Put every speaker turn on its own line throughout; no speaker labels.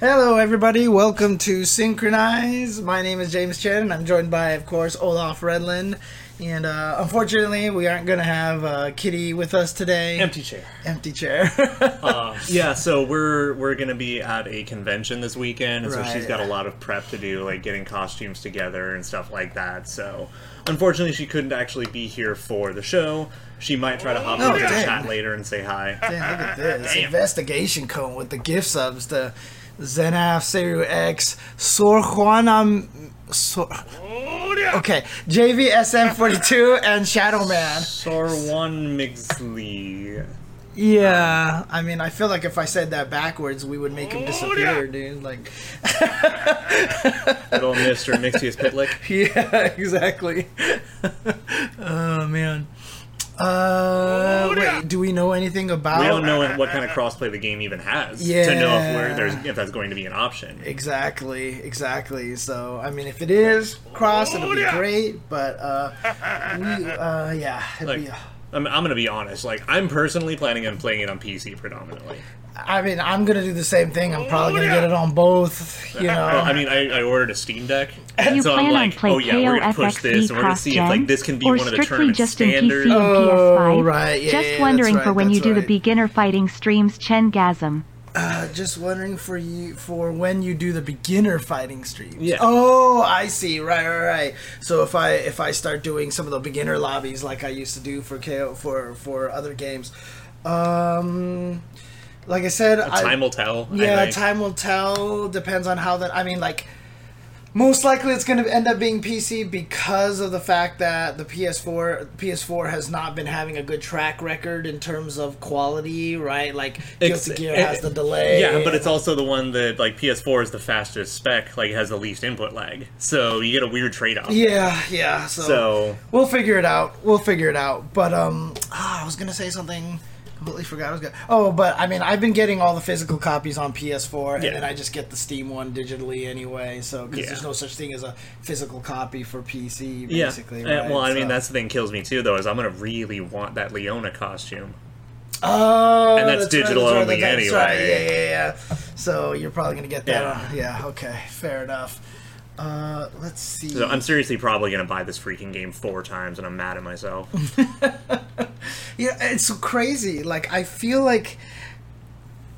Hello, everybody. Welcome to Synchronize. My name is James Chen, and I'm joined by, of course, Olaf Redland. And uh, unfortunately, we aren't going to have uh, Kitty with us today.
Empty chair.
Empty chair.
Uh, yeah, so we're we're gonna be at a convention this weekend, and so she's
Right.
got a lot of prep to do, like getting costumes together and stuff like that. So unfortunately, she couldn't actually be here for the show. She might try to hop
Oh,
into the
dang.
chat later and say hi.
Damn, look at this investigation cone with the gift subs to Zenaf, Seru X, Sor Juana. Sor, okay, JVSM42 and Shadow Man.
Sorwan Mixley.
Yeah, I mean, I feel like if I said that backwards, we would make him disappear, dude. Like,
Little Mr. Mixius Pitlick.
yeah, exactly. oh man. Uh, wait, do we know anything about?
We don't know what kind of crossplay the game even has to know if
Yeah.
we're, there's if that's going to be an option.
Exactly, exactly. So, I mean, if it is cross, it'll
Oh,
be great. But uh, we, uh, yeah, it'd
Like,
be.
I'm, I'm gonna be honest. Like, I'm personally planning on playing it on PC predominantly.
I mean, I'm gonna do the same thing.
Oh,
I'm probably gonna get it on both. You
Well, I
know.
mean, I, I ordered a Steam Deck, and
You
so
plan
I'm
on
like,
play
oh yeah, we're gonna push
KOFXV
this, and we're gonna see if like
cross-gen,
this can be
or
one of the
strictly
tournament
just in PC
standards.
and PS5.
Oh, right, yeah,
just
yeah,
wondering
that's
for
right,
when you
that's
do the
right.
beginner fighting streams, Chengasm.
Uh, just wondering for you for when you do the beginner fighting streams.
Yeah.
Oh, I see. Right, right, right. So if I if I start doing some of the beginner lobbies like I used to do for KO for for other games, um, like I said, I-
Time will tell. I
Yeah,
think.
time will tell. Depends on how that. I mean, like, most likely it's going to end up being PC because of the fact that the PS4 PS4 has not been having a good track record in terms of quality, right? Like,
Ex-
Guilty Gear
eh,
has the delay.
Yeah, but it's also the one that like PS4 is the fastest spec, like it has the least input lag, so you get a weird trade off.
yeah, yeah. So,
So
we'll figure it out. We'll figure it out. But um, ah, I was gonna say something. Completely forgot. I was gonna. Oh, but I mean, I've been getting all the physical copies on PS4, and
Yeah.
then I just get the Steam one digitally anyway. So because
Yeah.
there's no such thing as a physical copy for PC,
yeah,
basically.
Eh,
right?
well, I
So-
mean that's the thing kills me too though is I'm gonna really want that Leona costume.
Oh,
and that's
right,
digital
right,
only
that's right,
anyway.
Yeah, yeah, yeah. So you're probably gonna get that.
Yeah.
On, yeah. Okay. Fair enough. Uh, let's see.
So I'm seriously probably gonna buy this freaking game four times, and I'm mad at myself.
Yeah, it's so crazy. Like I feel like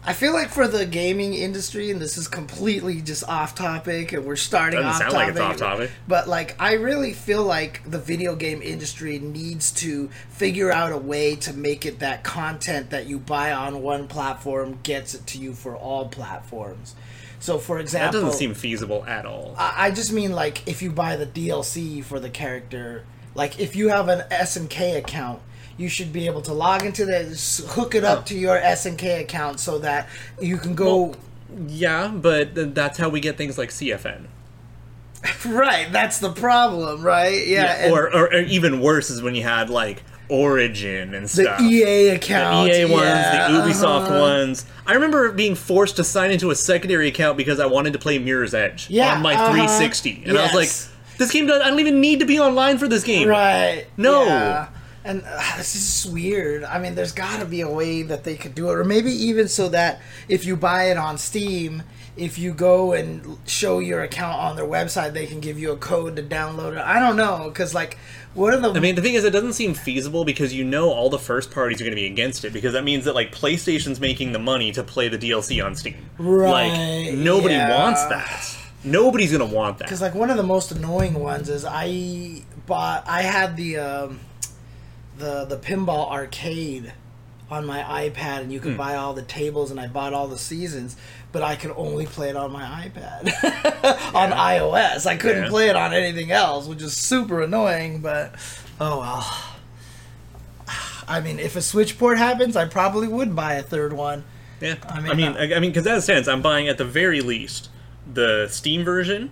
I feel like for the gaming industry, and this is completely just off topic, and we're starting
Doesn't
off
sound like
topic.
it's off topic.
But like, I really feel like the video game industry needs to figure out a way to make it that content that you buy on one platform gets it to you for all platforms. So, for
That
example,
doesn't seem feasible at all.
I I just mean like if you buy the DLC for the character, like if you have an S and K account, you should be able to log into this, hook it up
Oh.
to your S and K account so that you can go.
Yeah, but th- that's how we get things like CFN.
right, that's the problem, right? Yeah, and
or, or, or even worse is when you had like Origin and
the
stuff.
EA
The
account,
EA ones,
yeah,
the Ubisoft
uh-huh.
ones. I remember being forced to sign into a secondary account because I wanted to play Mirror's Edge
Yeah,
on my
uh-huh.
360, and I
Yes.
was like, "This game, does, I don't even need to be online for this game."
Right.
No.
yeah. And uh, this is just weird. I mean, there's got to be a way that they could do it, or maybe even so that if you buy it on Steam, if you go and show your account on their website, they can give you a code to download it. I don't know, because like, what are the?
I mean, the thing is, it doesn't seem feasible because you know all the first parties are going to be against it because that means that like PlayStation's making the money to play the DLC on Steam.
Right,
Like nobody
yeah.
wants that. Nobody's going to want that.
Because like one of the most annoying ones is I bought I had the um, the the pinball arcade on my iPad and you
Hmm.
could buy all the tables and I bought all the seasons, but I could only play it on my iPad on iOS. I couldn't
Yeah.
play it on anything else, which is super annoying. But oh well. I mean, if a Switch port happens, I probably would buy a third one.
Yeah, I
mean,
mean, I mean,
uh,
I, mean, because as it stands, I'm buying at the very least the Steam version,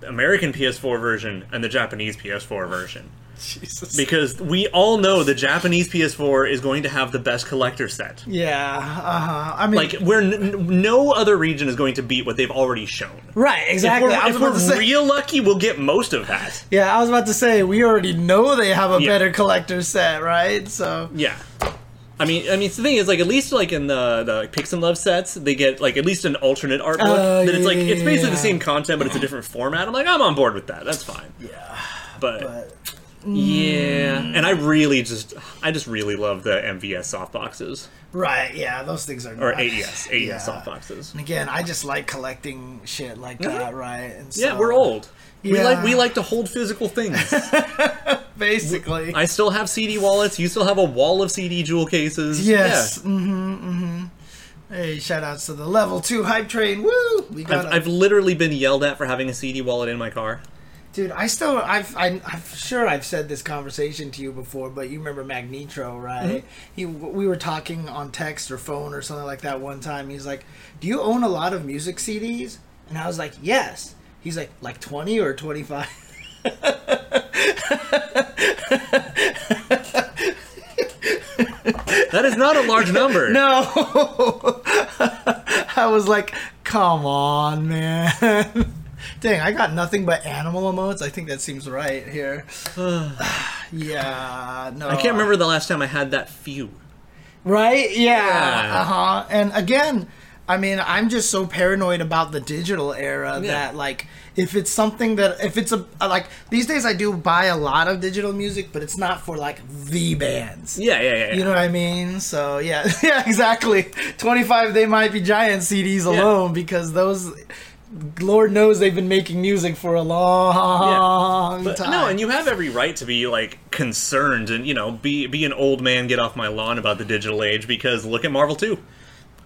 the American PS4 version, and the Japanese PS4 version,
Jesus.
because we all know the Japanese PS4 is going to have the best collector set.
yeah. Uh huh. I mean,
Like, where n- n- no other region is going to beat what they've already shown.
right?
If
Exactly.
we're,
I was
if
about to
we're
say-
real lucky, we'll get most of that.
Yeah, I was about to say we already know they have a
Yeah.
better collector set, right? So
Yeah. I mean, I mean, it's the thing is, like, at least like in the the Pix and Love sets, they get like at least an alternate art book.
Oh,
that it's like it's basically
yeah.
the same content, but it's a different format. I'm like, I'm on board with that. That's fine.
Yeah,
But,
but Mm.
yeah, and I really just, I just really love the MVS softboxes
right, yeah, those things are
or E
nuts.
AES AES
Ah, Yeah.
softboxes.
And again, I just like collecting shit like that, right? And
Yeah,
so-
we're old. We
Yeah.
like we like to hold physical things.
basically.
I still have CD wallets. You still have a wall of CD jewel cases.
yes. Mm-hmm. Mm-hmm. Hey, shout outs to the level two hype train. Woo! We
Yeah.
got.
I've,
a-
I've literally been yelled at for having a CD wallet in my car.
Dude, I still, I've, I, I'm sure I've said this conversation to you before, but you remember Magnetro, right?
Mm-hmm.
He, we were talking on text or phone or something like that one time. He's like, "Do you own a lot of music CDs?" And I was like, "Yes." He's like, "Like twenty or 25?
That is not a large number.
No. I was like, "Come on, man." Dang, I got nothing but animal emotes. I think that seems right here. yeah, no.
I can't remember the last time I had that few.
Right? Yeah.
Yeah.
Uh huh. And again, I mean, I'm just so paranoid about the digital era that, like, if it's something that, if it's a, like, these days I do buy a lot of digital music, but it's not for, like, the bands.
Yeah, yeah, yeah. yeah.
You know what I mean? So, yeah. yeah, exactly. 25 They Might Be Giant CDs alone because those. Lord knows they've been making music for a long
But-
time.
no, and you have every right to be like concerned and you know be be an old man, get off my lawn about the digital age because look at Marvel two.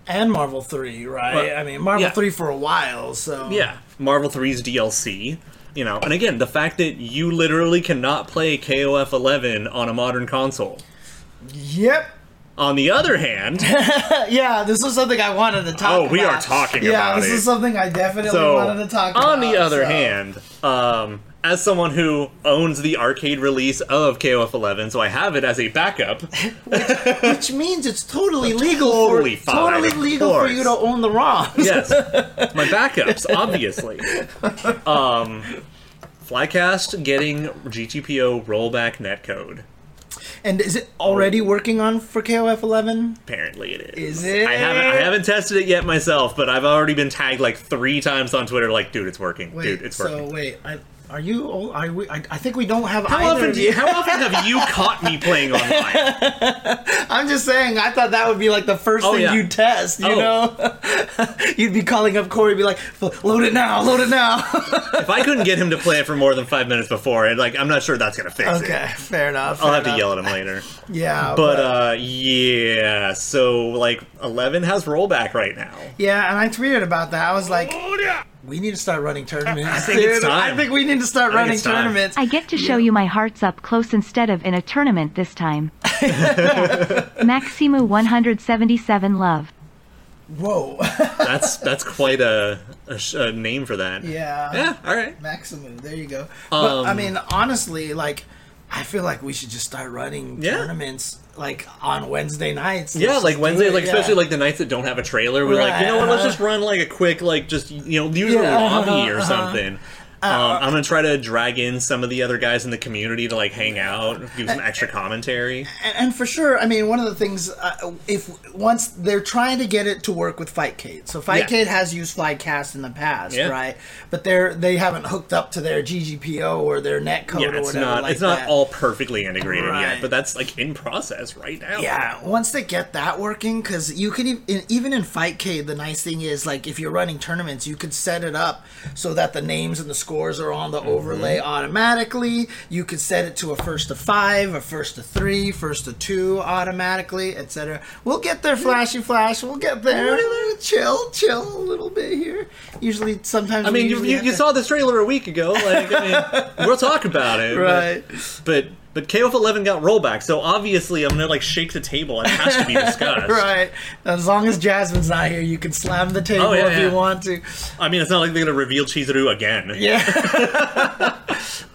and Marvel 3, right?
But-
I mean, Marvel
yeah.
3 for a while, so.
Yeah, Marvel 3's DLC. You know, and again, the fact that you literally cannot play KOF 11 on a modern console.
Yep.
On the other hand,
Yeah, this was something I wanted to talk
Oh,
about.
we are talking
yeah,
about
this
it.
is something I definitely
so
wanted to talk about.
on the other
so-
hand, um, as someone who owns the arcade release of KOF 11, so I have it as a backup.
Which means it's totally legal.
Totally
for,
fine,
Totally
of
legal for
course.
you to own the ROMs.
Yes, my backups, obviously. Um, Flycast getting GTPO rollback netcode.
And is it already working on for KOF 11?
Apparently it is.
Is it?
I haven't I haven't tested it yet myself, but I've already been tagged like three times on Twitter. Like, dude, it's working. dude, it's
so
working.
wait, I, are you? old- Are we, I, I think we don't have.
How
either
often,
of
do you, how often have you caught me playing online?
I'm just saying. I thought that would be like the first
Oh,
thing
yeah.
you'd test. You
Oh.
know, you'd be calling up Corey, be like, "Load it now, load it now."
If I couldn't get him to play it for more than five minutes before, and like I'm not sure that's gonna fix it.
okay, fair enough.
I'll
fair
have to
enough.
yell at him later.
Yeah,
But uh yeah, so like eleven has rollback right now.
Yeah, and I tweeted about that. I was like,
Oh yeah.
we need to start running tournaments. I
think it's
I
time.
think we need to start
I think
running
it's time.
tournaments.
I get to show you my hearts up close instead of in a tournament this time. Maximu 177 love.
Whoa.
That's that's quite a, a, sh- a name for that.
yeah.
Yeah, Um, all right.
Maximu. There you go. but I mean, honestly, like, I feel like we should just start running
Yeah.
tournaments like on Wednesday nights.
Yeah,
Let's
like
just
Wednesday,
do it,
like
yeah.
especially like the nights that don't have a trailer, we're like,
Right,
you know what? Let's
uh-huh.
just run like a quick, like just you know, usual
Yeah, uh-huh, Uh,
lobby or something. um, I'm gonna try to drag in some of the other guys in the community to like hang out, give some extra commentary.
and, and for sure, Uh, I mean, one of the things uh, if once they're trying to get it to work with Fightcade, so Fightcade has used Flycast in the past,
Yeah.
right? But they're they haven't hooked up to their GGPO or their netcode
Yeah,
or
it's
whatever.
not
like
it's not
that.
all perfectly integrated
Right.
yet, but that's like in process right now.
Yeah, once they get that working, because you can even, even in Fightcade, the nice thing is like if you're running tournaments, you could set it up so that the names and the scores are on the
Mm-hmm.
overlay automatically. You could set it to a first to five, a first to three, first to two automatically, etc. We'll get there, flashy flash. We'll get there. Chill, chill a little bit here. Usually, sometimes
I mean, you, you, you saw this trailer a week ago. Like, I mean, we'll talk about it. but-
right.
But but KOF 11 got rollback, so obviously I'm gonna like shake the table. It has to be discussed.
Right. As long as Jasmine's not here, you can slam the table
Oh, yeah,
if
yeah.
you want to.
I mean, it's not like they're gonna reveal Chizuru again.
Yeah.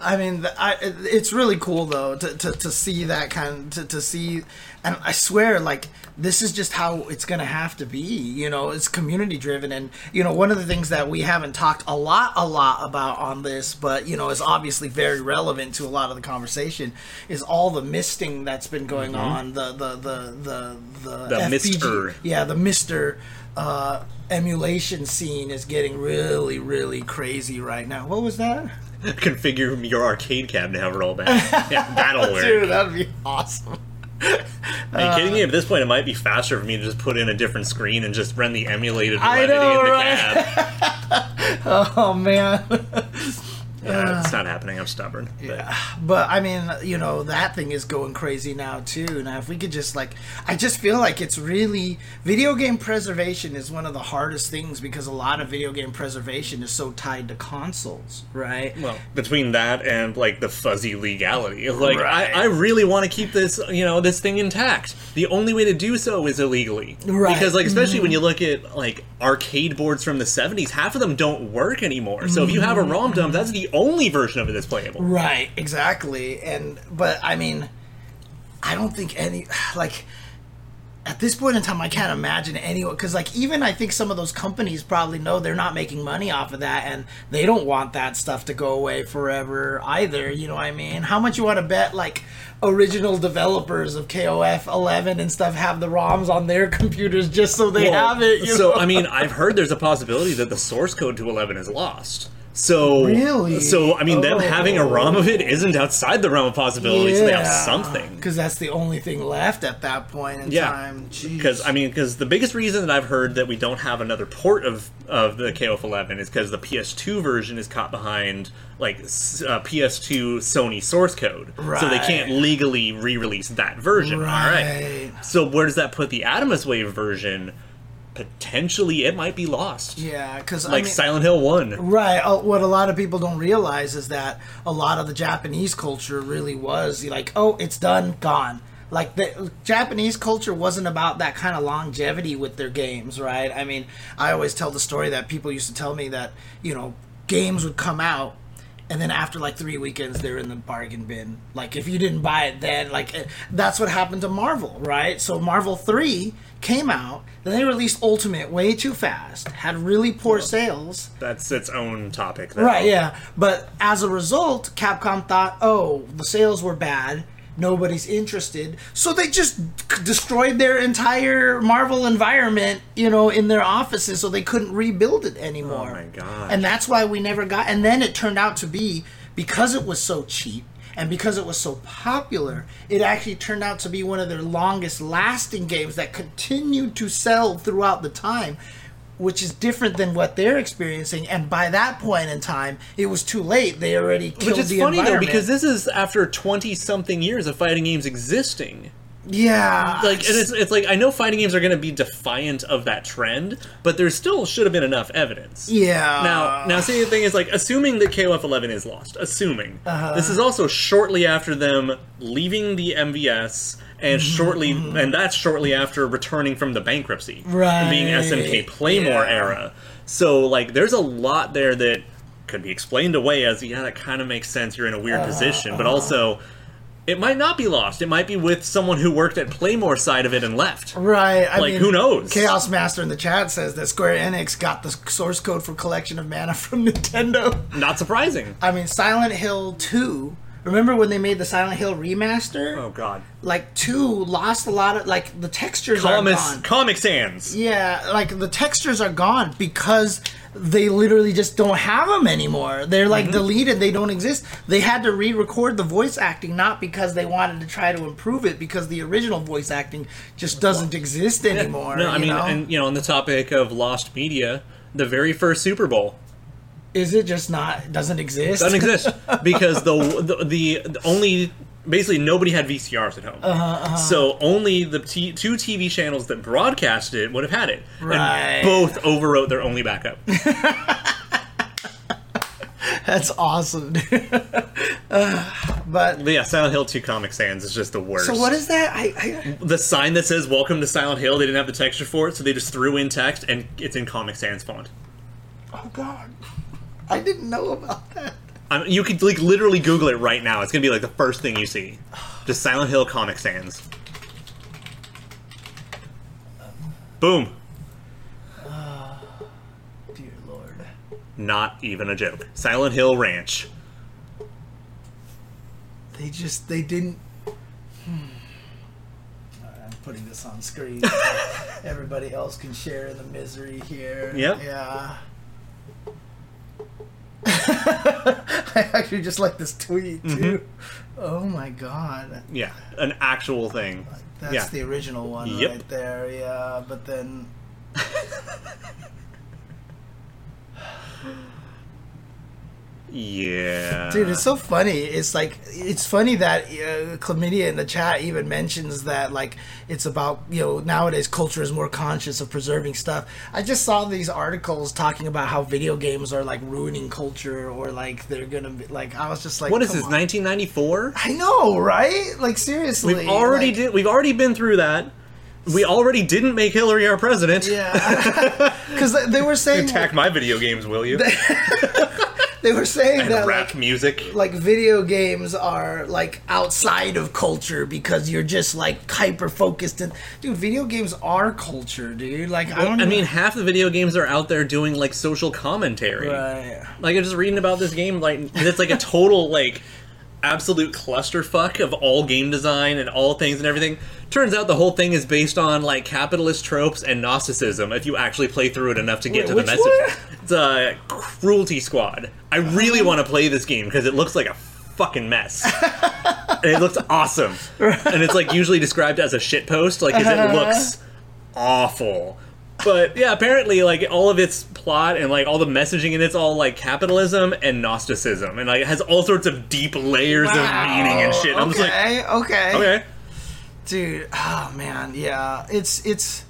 I mean, th- I, it's really cool though to, to, to see that kind to, to see and I swear, like this is just how it's gonna have to be. You know, it's community driven, and you know, one of the things that we haven't talked a lot, a lot about on this, but you know, is obviously very relevant to a lot of the conversation, is all the misting that's been going on. The the the the the,
The mister.
yeah, the Mister uh, emulation scene is getting really, really crazy right now. What was that?
Configure your arcade cabinet however all that. Yeah, that'll work.
Dude, uh, that'd be awesome.
Are you kidding me? At this point, it might be faster for me to just put in a different screen and just run the emulated
I
Remedy
know,
in the
right?
cab.
Oh man.
Yeah,
Uh,
it's not happening. I'm stubborn. Yeah.
But I mean, you know, that thing is going crazy now too. Now if we could just like I just feel like it's really video game preservation is one of the hardest things because a lot of video game preservation is so tied to consoles, right?
Well, between that and like the fuzzy legality, like
Right.
I, I really want to keep this, you know, this thing intact. The only way to do so is illegally,
Right. Mm-hmm.
Because like, especially when you look at like arcade boards from the '70s, half of them don't work anymore. So if you have a ROM dump, that's the only version of it that's playable.
Right, exactly. And but I mean, I don't think any like at this point in time I can't imagine anyone cuz like even I think some of those companies probably know they're not making money off of that and they don't want that stuff to go away forever either, you know what I mean? How much you want to bet like original developers of KOF 11 and stuff have the ROMs on their computers just so they
Well,
have it, you
so
know?
I mean, I've heard there's a possibility that the source code to 11 is lost. So
Really? Oh.
so I mean, them having a ROM of it isn't outside the realm of possibility. So they have something.
Cuz that's the only thing left at that point in
Yeah,
time. Jeez.
because I mean, because the biggest reason that I've heard that we don't have another port of of the KOF 11 is because the PS2 version is caught behind like s- uh, PS2 Sony source code, so they can't
Right.
legally re-release that version.
Right.
All right, so where does that put the Atomus Wave version? Potentially, it might be lost.
Yeah, cuz
like Silent Hill One.
Right. Uh, what a lot of people don't realize is that a lot of the Japanese culture really was like, oh, it's done, gone. Like the Japanese culture wasn't about that kind of longevity with their games, right? I mean, I always tell the story that people used to tell me that you know games would come out. And then after like three weekends, they're in the bargain bin. Like if you didn't buy it then, like eh, that's what happened to Marvel, right? So Marvel three came out, then they released Ultimate way too fast, had really poor sales,
That's its own topic. Though.
Right, yeah. But as a result, Capcom thought, oh, the sales were bad. Nobody's interested. So they just c- destroyed their entire Marvel environment, you know, in their offices so they couldn't rebuild it anymore.
my gosh.
And that's why we never got. And then it turned out to be because it was so cheap and because it was so popular, it actually turned out to be one of their longest lasting games that continued to sell throughout the time, which is different than what they're experiencing. And by that point in time, it was too late. They already killed
Which is
the
funny though,
environment.
because this is after twenty something years of fighting games existing.
yeah,
Like, and it's, it's like I know fighting games are going to be defiant of that trend, but there still should have been enough evidence.
yeah.
Now, now, see the thing is, like, assuming that KOF 11 is lost, assuming
Uh-huh.
this is also shortly after them leaving the MVS, and
Mm-hmm.
shortly, and that's shortly after returning from the bankruptcy,
Right.
being SNK Playmore
Yeah.
era. So, like, there's a lot there that could be explained away as, yeah, that kind of makes sense. You're in a weird
Uh-huh.
position, but also. It might not be lost. It might be with someone who worked at Playmore side of it and left.
Right. I
Like,
mean,
who knows?
Chaos Master in the chat says that Square Enix got the source code for Collection of Mana from Nintendo.
Not surprising.
I mean, Silent Hill 2. Remember when they made the Silent Hill remaster?
Oh God.
Like 2 lost a lot of like the textures are
Comics,
gone.
Comic Sans.
yeah, like the textures are gone because they literally just don't have them anymore. They're like
Mm-hmm.
deleted, they don't exist. They had to re-record the voice acting not because they wanted to try to improve it because the original voice acting just doesn't exist anymore.
No, I
you
mean,
know?
and you know, on the topic of lost media, the very first Super Bowl
is it just not doesn't exist?
doesn't exist because the, the the only basically nobody had VCRs at home,
Uh-huh,
so only the t- two TV channels that broadcast it would have had it,
Right.
and both overwrote their only backup.
That's awesome. dude. Ugh, but
But yeah, Silent Hill Two Comic Sans is just the worst.
so what is that? I, I
the sign that says "Welcome to Silent Hill"? They didn't have the texture for it, so they just threw in text, and it's in Comic Sans font.
oh god, I didn't know about that.
I mean, you could like literally Google it right now. It's gonna be like the first thing you see. Just Silent Hill Comic Sans. Boom.
Dear Lord.
Not even a joke. Silent Hill Ranch.
They just they didn't. Hmm. Alright, I'm putting this on screen. so Everybody else can share the misery here.
Yep.
Yeah. I actually just like this tweet too. Oh my god.
Yeah, an actual thing.
That's
yeah.
the original one
Yep.
right there, yeah. But then
yeah.
Dude, it's so funny. It's like it's funny that uh, chlamydia in the chat even mentions that like it's about you know nowadays culture is more conscious of preserving stuff. I just saw these articles talking about how video games are like ruining culture or like they're gonna be like I was just like
what is
come
this?
on.
1994?
I know, right? Like seriously,
We've already
like-
did. We've already been through that. We already didn't make Hillary our president.
Yeah, because they were saying
Attack my video games, will you?
they were saying
and
that
rap
like,
music.
like video games are like outside of culture because you're just like hyper focused and dude video games are culture dude like i don't
I mean,
even-
half the video games are out there doing like social commentary.
right
Like I'm just reading about this game, like it's like a total like absolute clusterfuck of all game design and all things and everything. Turns out the whole thing is based on like capitalist tropes and Gnosticism. If you actually play through it enough to get
Wait,
to the
which
message,
one? Oh.
it's uh, Cruelty Squad. I really want to play this game because it looks like a fucking mess. and it looks awesome. and it's like usually described as a shit post, like 'cause
Uh-huh.
it looks awful. But yeah, apparently like all of its plot and like all the messaging in it's all like capitalism and Gnosticism, and like it has all sorts of deep layers
Wow.
of meaning and shit. I'm just like,
okay okay
okay,
dude oh man yeah it's it's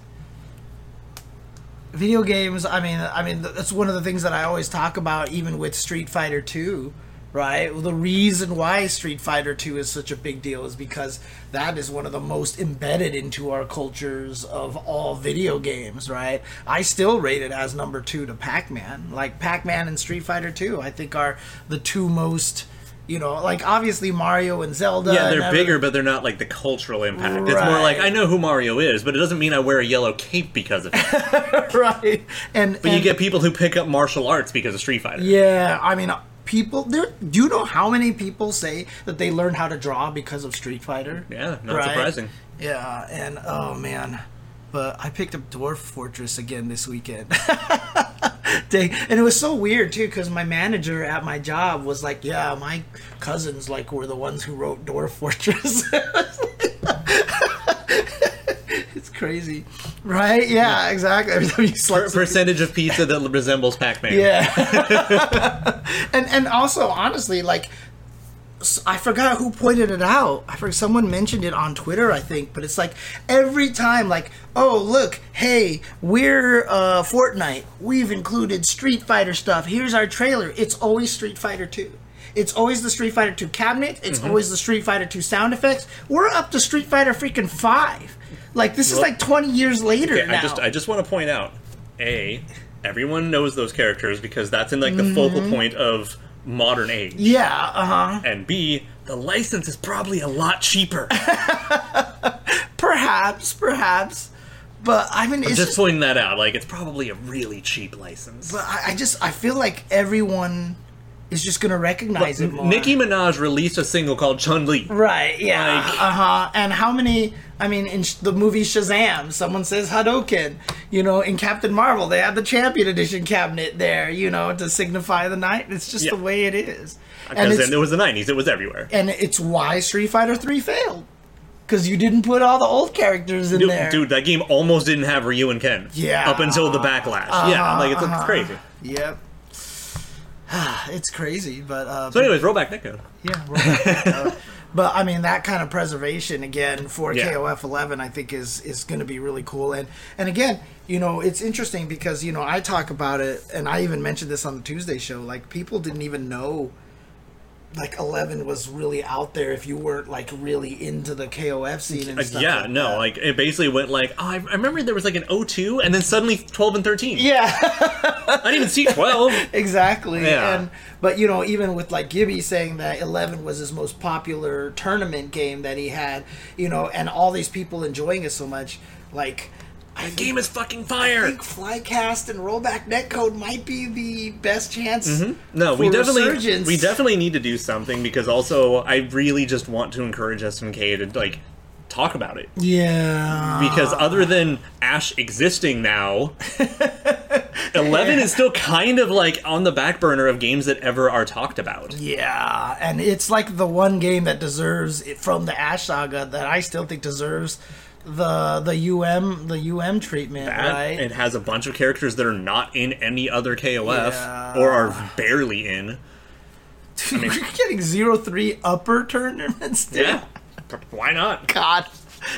video games i mean i mean th- that's one of the things that i always talk about even with street fighter 2 right the reason why street fighter 2 is such a big deal is because that is one of the most embedded into our cultures of all video games right i still rate it as number 2 to pac-man like pac-man and street fighter 2 i think are the two most you know like obviously mario and zelda
yeah,
and
they're
everything-
bigger, but they're not like the cultural impact. It's more like
Right.
I know who Mario is, but it doesn't mean I wear a yellow cape because of it.
right and
But you
and-
get people who pick up martial arts because of Street Fighter.
yeah i mean people there do you know how many people say that they learned how to draw because of street fighter
Yeah, not
Right?
surprising.
yeah and oh man but i picked up dwarf fortress again this weekend Dang. and it was so weird too because my manager at my job was like yeah my cousins like were the ones who wrote dwarf fortress it's crazy right yeah, exactly every time you slap
Per- percentage of pizza that resembles Pac-Man.
Yeah. and and also honestly, like s- I forgot who pointed it out. I forgot someone mentioned it on Twitter, I think. But it's like every time, like, oh look, hey, we're uh, Fortnite. We've included Street Fighter stuff. Here's our trailer. It's always Street Fighter Two. It's always the Street Fighter Two cabinet. It's
Mm-hmm.
always the Street Fighter Two sound effects. We're up to Street Fighter freaking five. Like this is like twenty years later
Okay,
now.
I just I just want to point out, a everyone knows those characters because that's in like
Mm-hmm.
the focal point of modern age,
yeah. Uh huh.
and b the license is probably a lot cheaper.
Perhaps, perhaps. But I mean, it's
just
just,
pointing that out, like it's probably a really cheap license.
I, I just I feel like everyone is just gonna recognize it more.
Nicki Minaj released a single called Chun Li.
right? Yeah.
Like-
uh huh. And how many? I mean, in sh- the movie Shazam, someone says Hadouken. You know, in Captain Marvel, they had the Champion Edition cabinet there. You know, to signify the night. It's just
Yeah.
the way it is. And
Because
it's,
then it was the '90s; it was everywhere.
and it's why Street Fighter Three failed. Because you didn't put all the old characters in
Dude,
there.
dude, that game almost didn't have Ryu and Ken.
Yeah. Uh-huh,
Up until the backlash. yeah, like it's, it's crazy.
Yep. It's crazy, but uh,
So, anyways, roll back Nico.
Yeah, roll back. Uh, but I mean that kind of preservation again for
Yeah.
KOF 11, I think is is going to be really cool. And and again, you know, it's interesting because you know I talk about it, and I even mentioned this on the Tuesday show. Like people didn't even know. Like eleven was really out there if you weren't like really into the KOF scene and
Uh,
stuff.
yeah,
like
no,
that.
like it basically went like oh, I, I remember there was like an 02 and then suddenly 12 and 13.
yeah,
I didn't even see 12.
exactly.
Yeah.
And but you know, even with like Gibby saying that Eleven was his most popular tournament game that he had, you know, and all these people enjoying it so much, like
That game is fucking fire.
I think Flycast and Rollback Netcode might be the best chance.
No, we
for
definitely
resurgence.
we definitely need to do something because also I really just want to encourage SMK to like talk about it
Ah. Yeah.
because other than Ash existing now, Eleven is still kind of like on the back burner of games that ever are talked about.
Yeah, and it's like the one game that deserves it from the Ash Saga that I still think deserves the the um the um treatment,
That-
right?
It has a bunch of characters that are not in any other KOF
Yeah.
or are barely in.
We're getting zero three upper tournaments. dude.
Yeah, why not?
God,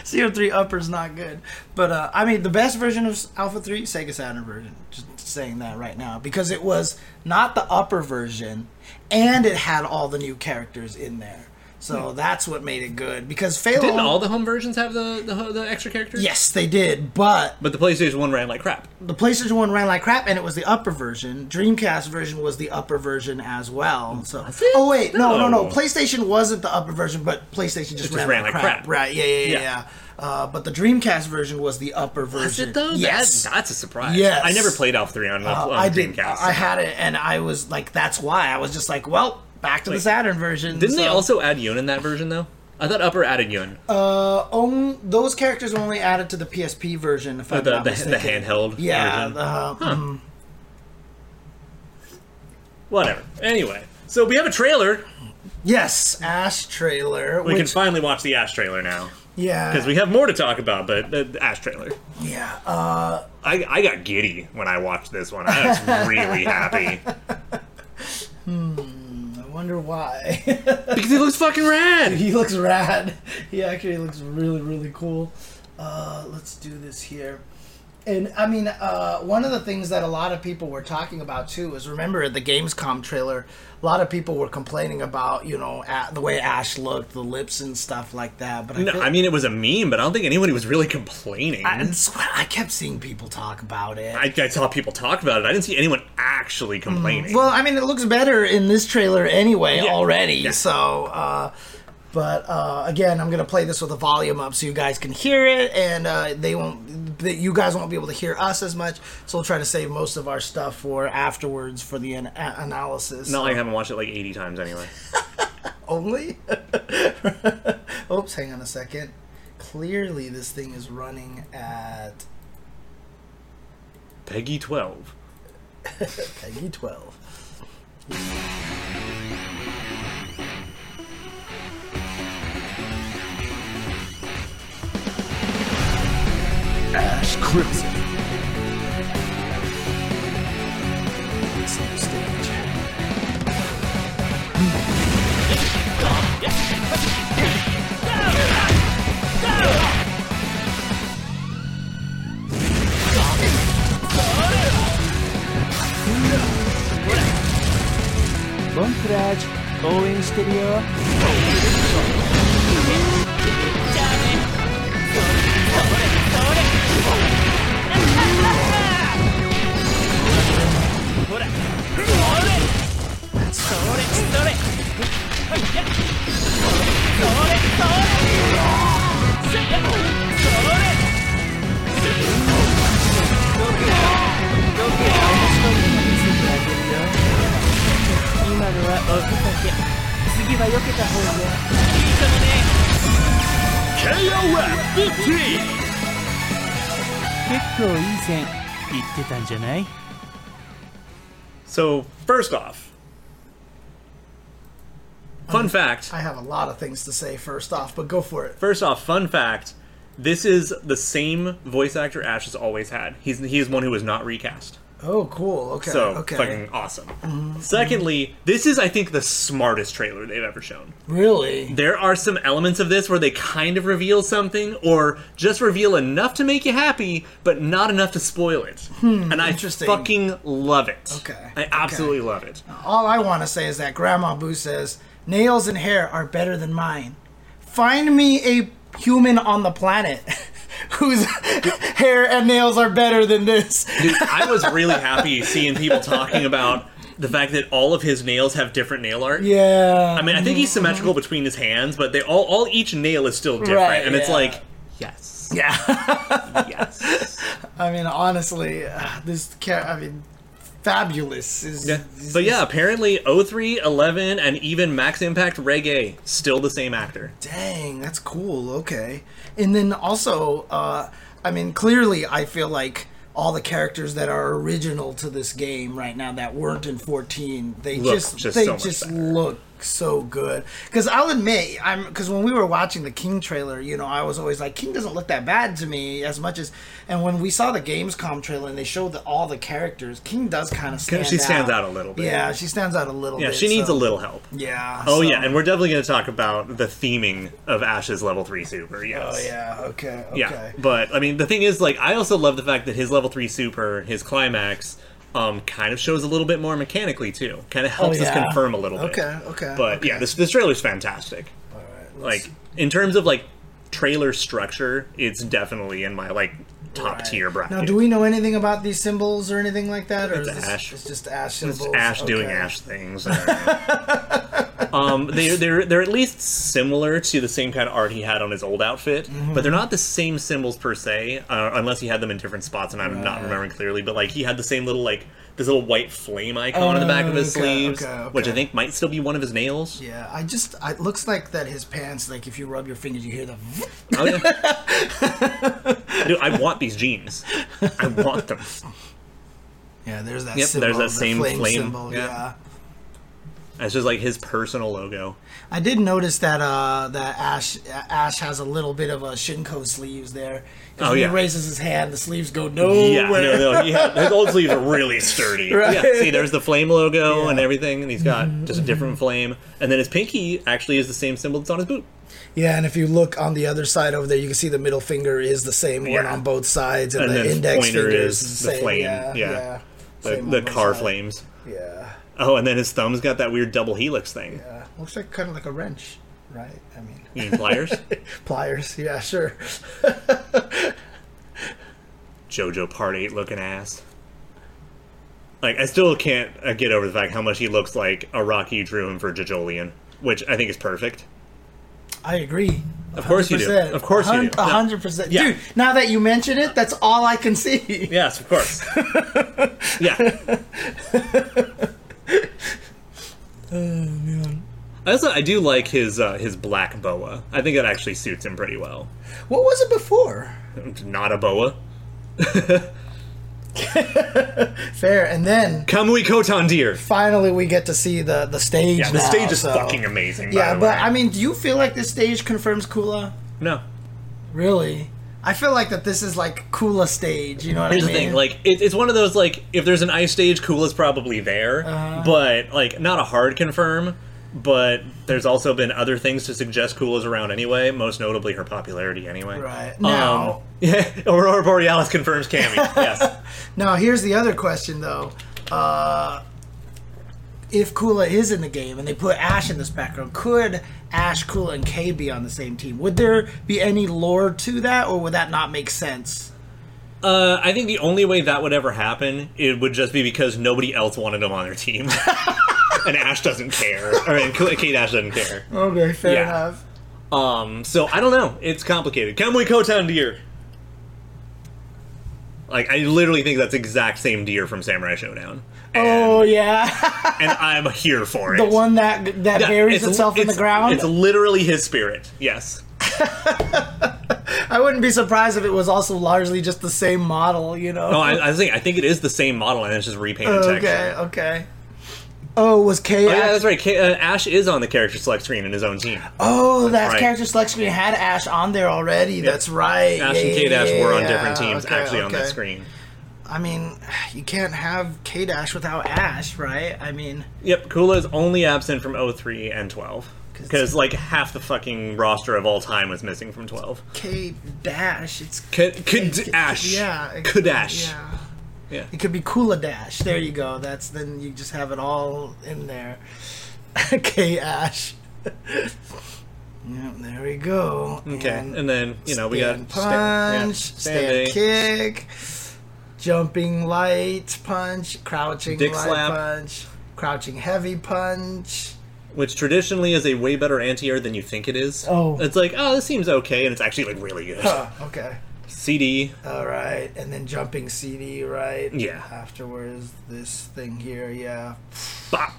zero three upper's not good. But uh, I mean, the best version of Alpha Three, Sega Saturn version. Just saying that right now because it was not the upper version, and it had all the new characters in there. So that's what made it good because Phalo.
Hmm. Didn't all the home versions have the the, the extra characters?
Yes, they did, but
but the PlayStation One ran like crap.
the PlayStation One ran like crap, and it was the upper version. Dreamcast version was the upper version as well. So,
it?
oh wait, no, no, no,
No.
PlayStation wasn't the upper version, but PlayStation just, ran, like crap. Right? Yeah, yeah, yeah.
Yeah.
yeah. Uh, but the Dreamcast version was the upper version.
Is it though?
Yes,
That, that's a surprise.
Yes.
I never played Alpha 3 on,
Uh,
on
I did.
Dreamcast.
I had it, and I was like, that's why I was just like, well, back to the Saturn version.
Didn't they
so-
also add Yun in that version though? I thought Upper added Yun.
Um, those characters were only added to the PSP version. If I'm
Uh, the,
not
the, the
mistaken.
handheld
Yeah.
version.
the, uh,
Whatever. Anyway, so we have a trailer.
Yes, Ash trailer.
We
which,
can finally watch the Ash trailer now.
yeah.
Because we have more to talk about, but the, the Ash trailer.
Yeah. Uh,
I, I got giddy when I watched this one. I was really happy.
I wonder why.
Because he looks fucking rad.
he looks rad. He actually looks really, really cool. Uh, let's do this here. And I mean, uh, one of the things that a lot of people were talking about too is remember at the Gamescom trailer, a lot of people were complaining about you know a the way Ash looked, the lips and stuff like that. But I,
No,
feel-
I mean, it was a meme, but I don't think anybody was really complaining.
and
I,
it's what- I kept seeing people talk about it.
I saw people talk about it. I didn't see anyone actually complaining.
Hmm. Well, I mean, it looks better in this trailer anyway already.
Yeah.
So, uh, but uh, again, I'm gonna play this with the volume up so you guys can hear it, and uh, they won't. That you guys won't be able to hear us as much. So we'll try to save most of our stuff for afterwards for the an- a- analysis
Not like I haven't watched it like 80 times anyway.
only. Oops, hang on a second. Clearly, this thing is running at
Peggy 12.
Peggy 12.
Ash Crimson.
Same stage.
Montage going stereo.
KOF 15!
結構いい線いってたんじゃない
So, first off, fun fact.
I have a lot of things to say first off, but go for it.
First off, fun fact. This is the same voice actor Ash has always had. He's he is one who was not recast.
Oh, cool. Okay.
So
okay. Mm-hmm.
fucking awesome. Secondly, this is I think the smartest trailer they've ever shown.
Really?
There are some elements of this where they kind of reveal something or just reveal enough to make you happy, but not enough to spoil it. and I
Hmm, interesting.
fucking love it.
Okay,
I
okay.
absolutely love it.
All I want to say is that Grandma Boo says, nails and hair are better than mine. Find me a human on the planet whose hair and nails are better than this.
Dude, I was really happy seeing people talking about the fact that all of his nails have different nail art.
Yeah. Mm-hmm.
I mean, I think he's symmetrical between his hands, but they all, all each nail is still different,
Right,
and it's
yeah.
like, yes,
Yeah.
Yes.
I mean, honestly, uh, this cat. I mean, fabulous is.
Yeah.
is-
But yeah, apparently 03, 11, and even Max Impact Reggae, still the same actor.
Dang, that's cool. Okay. And then also, uh, I mean, clearly, I feel like all the characters that are original to this game right now that weren't in 14, they
Look
just,
just
they
so much
just
better.
look so good. Because I'll admit, I'm because when we were watching the King trailer, you know, I was always like, King doesn't look that bad to me as much as. And when we saw the Gamescom trailer and they showed the, all the characters, King does kind of stand
she stands out a little bit.
Yeah, she stands out a little.
Yeah,
bit,
she needs
so-
a little help.
Yeah.
Oh
so-
yeah, and we're definitely going to talk about the theming of Ash's level three super. Yes.
Oh yeah. Okay. Okay.
Yeah, but I mean, the thing is, like, I also love the fact that his level three super, his climax, um, kind of shows a little bit more mechanically too. Kind of helps us
Oh, yeah.
confirm a little bit.
Okay, okay,
But yeah,
okay.
this this trailer's fantastic. like in terms of like trailer structure, it's definitely in my like top tier bracket.
Now, do we know anything about these symbols or anything like that, or
It's
is this,
Ash.
It's just Ash
It's
symbols.
Ash doing
Okay.
Ash things. um, they they're they're at least similar to the same kind of art he had on his old outfit,
Mm-hmm.
but they're not the same symbols per se, uh, unless he had them in different spots, and I'm not remembering clearly. But like he had the same little like this little white flame icon on the back of his
Oh, okay,
sleeves,
okay,
which I
okay.
think might still be one of his nails.
Yeah, I just I, it looks like that his pants. Like if you rub your fingers, you hear the.
Oh, yeah. Dude, I want these jeans. I want them.
Yeah, there's that.
Yep,
symbol,
there's that
the
same
flame,
flame.
symbol.
Yeah.
Yeah.
It's just like his personal logo.
I did notice that uh that Ash Ash has a little bit of a Shinko sleeves there. 'Cause
Oh,
when
yeah.
He raises his hand, the sleeves go
Yeah,
nowhere.
no, no, he had, his old sleeves are really sturdy.
Right.
Yeah, see, there's the flame logo and everything, and he's got just a different flame. And then his pinky actually is the same symbol that's on his boot.
Yeah, and if you look on the other side over there, you can see the middle finger is the same one
Yeah.
on both sides, and,
And
the
then
index
pointer
finger
is
is,
the
the same.
flame,
Yeah,
yeah.
yeah.
The,
Same
the
on both
car
sides.
flames.
Yeah,
Oh, and then his thumb's got that weird double helix thing.
uh, looks like kind of like a wrench, right? I mean,
You mean pliers?
pliers. Yeah, sure.
JoJo Part 8 looking ass. Like, I still can't uh, get over the fact how much he looks like a Rocky drew him for Jajolian, which I think is perfect.
I agree.
Of course you do. Of course you do.
A hundred percent,
Yeah.
dude. Now that you mention it, that's all I can see.
Yes, of course. yeah. Oh, I also I do like his uh, his black boa. I think that actually suits him pretty well.
What was it before?
Not a boa.
Fair, and then
Kamui Kotan deer.
finally we get to see the the stage.
Yeah, the
now,
stage is
so-
fucking amazing. by
Yeah,
the
but
way.
I mean, do you feel like this stage confirms Kula?
no.
Really? I feel like that this is like Kula stage. You know what
Here's
I
the
mean?
thing, like it, it's one of those like if there's an ice stage, Kula's probably there,
Uh-huh.
but like not a hard confirm. But there's also been other things to suggest Kula's around anyway, most notably her popularity anyway.
Right. Now-
um, yeah, Aurora Borealis confirms Cammy. Yes,
Now, here's the other question, though. Uh, if Kula is in the game and they put Ash in this background, could Ash, Kula, and K be on the same team? Would there be any lore to that, or would that not make sense?
uh, I think the only way that would ever happen it would just be because nobody else wanted him on their team, and Ash doesn't care. I mean, Kula- Kate Ash doesn't care.
Okay, fair
Yeah.
enough.
Um, so I don't know. It's complicated. Kamui Kotan deer. Like I literally think that's the exact same deer from Samurai Showdown. And,
Oh yeah,
and I'm here for it.
the one that that
Yeah,
buries
it's-
itself in the
it's-
ground.
It's literally his spirit. Yes.
I wouldn't be surprised if it was also largely just the same model. You know?
No, Oh, I, I think I think it is the same model, and it's just repainted texture.
okay, okay. Oh, was K?
Oh,
Ash-
yeah, that's right. K- uh, Ash is on the character select screen in his own team.
Oh, that
right.
character select screen had Ash on there already. That's right.
Ash
Yeah,
and Kate Ash were on different
yeah,
teams
okay,
actually on that
okay.
screen.
I mean, you can't have Kate Ash without Ash, right? I mean,
Yep, Kula is only absent from 03 and 12. Because, like, half the fucking roster of all time was missing from 12.
Kate Dash. It's
Could, could Ash.
yeah. it-
Could Ash.
Yeah.
Yeah. Hmm.
It could be Kula Dash. There you go. That's then you just have it all in there. K Ash. yep, there we go.
Okay, and, then, you know, we got.
stand
sta-
punch,
yeah,
stand,
standing.
kick, jumping light punch, crouching
Dick
light
slap.
punch, crouching heavy punch,
which traditionally is a way better anti-air than you think it is.
Oh.
It's like, oh, this seems okay, and it's actually like really good.
Huh, okay.
CD.
All right, and then jumping CD, right?
Yeah.
Afterwards, this thing here, yeah.
Bop.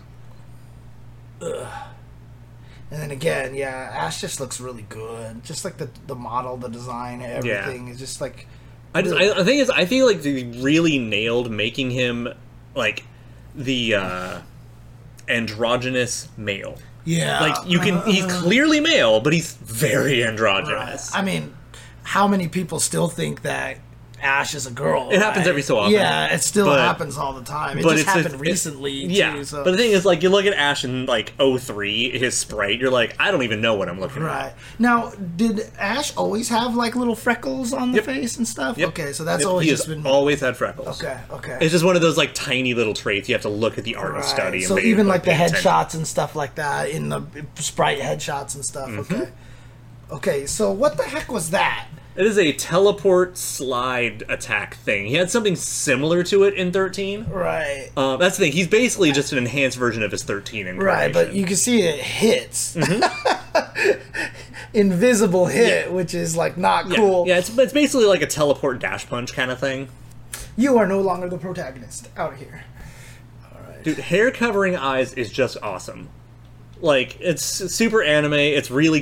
And then again, yeah, Ash just looks really good. Just like the the model, the design, everything is just like
I just I, I think is I feel like they really nailed making him like the uh androgynous male.
yeah.
Like you can he's clearly male, but he's very androgynous.
I mean, how many people still think that Ash is a girl?
It happens
right?
every so often.
Yeah, it still
But-
happens all the time. It
but
just
it's-
happened
it's-
recently
yeah,
too. So.
but the thing is, like, you look at Ash in like 03, his sprite. You're like, I don't even know what I'm looking at.
Right now, did Ash always have like little freckles on the
Yep.
face and stuff?
Yep.
Okay, so that's
Yep,
always
he has
just been
always had freckles.
okay. Okay,
It's just one of those like tiny little traits you have to look at the art and
Right.
study. And
So
be
even
able
like
to
the
pay attention.
headshots and stuff like that in the sprite headshots and stuff.
Mm-hmm.
Okay. Okay, so what the heck was that?
It is a teleport slide attack thing. He had something similar to it in 13.
Right.
Uh, that's the thing. He's basically just an enhanced version of his 13 incarnation.
right, but you can see it hits.
Mm-hmm.
Invisible hit, which is like not
yeah,
cool.
Yeah, it's, it's basically like a teleport dash punch kind of thing.
You are no longer the protagonist out of here.
Dude, hair covering eyes is just awesome. Like it's super anime. It's really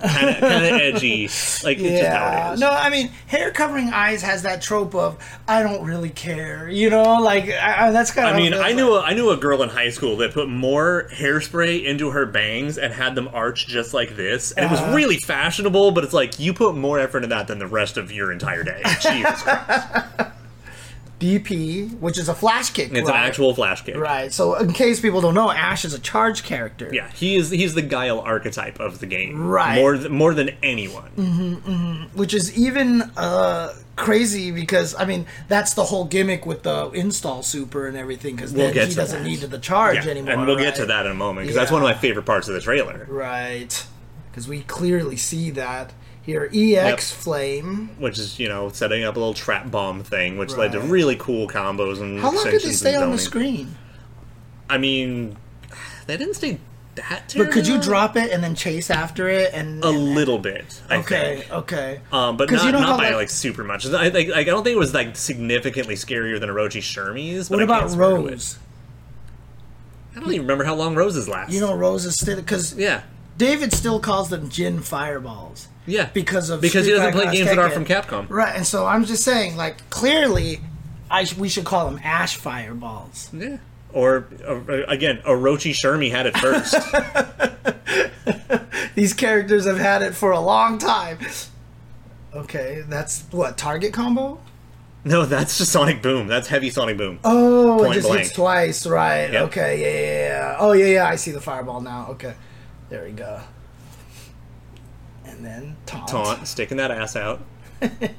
kind of kind of edgy. Like it's just how it is.
No, I mean, hair covering eyes has that trope of I don't really care. You know, like I, I, that's kind of.
I mean, I knew a, I knew a girl in high school that put more hairspray into her bangs and had them arch just like this, and
Uh-huh.
it was really fashionable. But it's like you put more effort in that than the rest of your entire day. Jesus Christ.
DP, which is a flash kick.
It's an
right?
actual flash kick.
Right. So, in case people don't know, Ash is a charge character.
Yeah, he is he's the guile archetype of the game.
Right.
More th- more than anyone.
Which is even uh, crazy because, I mean, that's the whole gimmick with the install super and everything because
We'll
then
get
he
to
doesn't
that.
need the charge
Yeah,
anymore.
and we'll
right?
get to that in a moment because that's
Yeah.
one of my favorite parts of the trailer.
Right. Because we clearly see that here. EX
Yep.
Flame.
which is you know setting up a little trap bomb thing, which led to
Right.
really cool combos and
How long did they
extensions
stay
and
on the
zoning.
screen?
I mean, they didn't stay that. Terribly
But could you
long.
drop it and then chase after it and.
a
and-
little bit? I
Okay,
think.
okay.
Um, but
'Cause
not,
you know
not
how,
by
like-
like, super much. I, like, like, I don't think it was like significantly scarier than Orochi Shermie's. But
what
I can't
about
swear to it.
Rose?
I don't even remember how long Rose's last.
You know, Rose is still. Because
yeah,
David still calls them gin fireballs.
yeah,
because of
because he
Street
doesn't play
Fighter
games that are
Tekken.
from Capcom.
Right, and so I'm just saying, like clearly, I sh- we should call them Ash Fireballs.
Yeah. Or uh, again, Orochi Shermie had it first.
These characters have had it for a long time. Okay, that's what target combo.
no, that's just Sonic Boom. That's heavy Sonic Boom.
Oh,
Point
it just
blank.
hits twice, right?
Yep.
Okay, yeah, yeah, yeah. Oh, yeah, yeah. I see the fireball now. Okay, there we go. And then taunt.
taunt, sticking that ass out. Hi.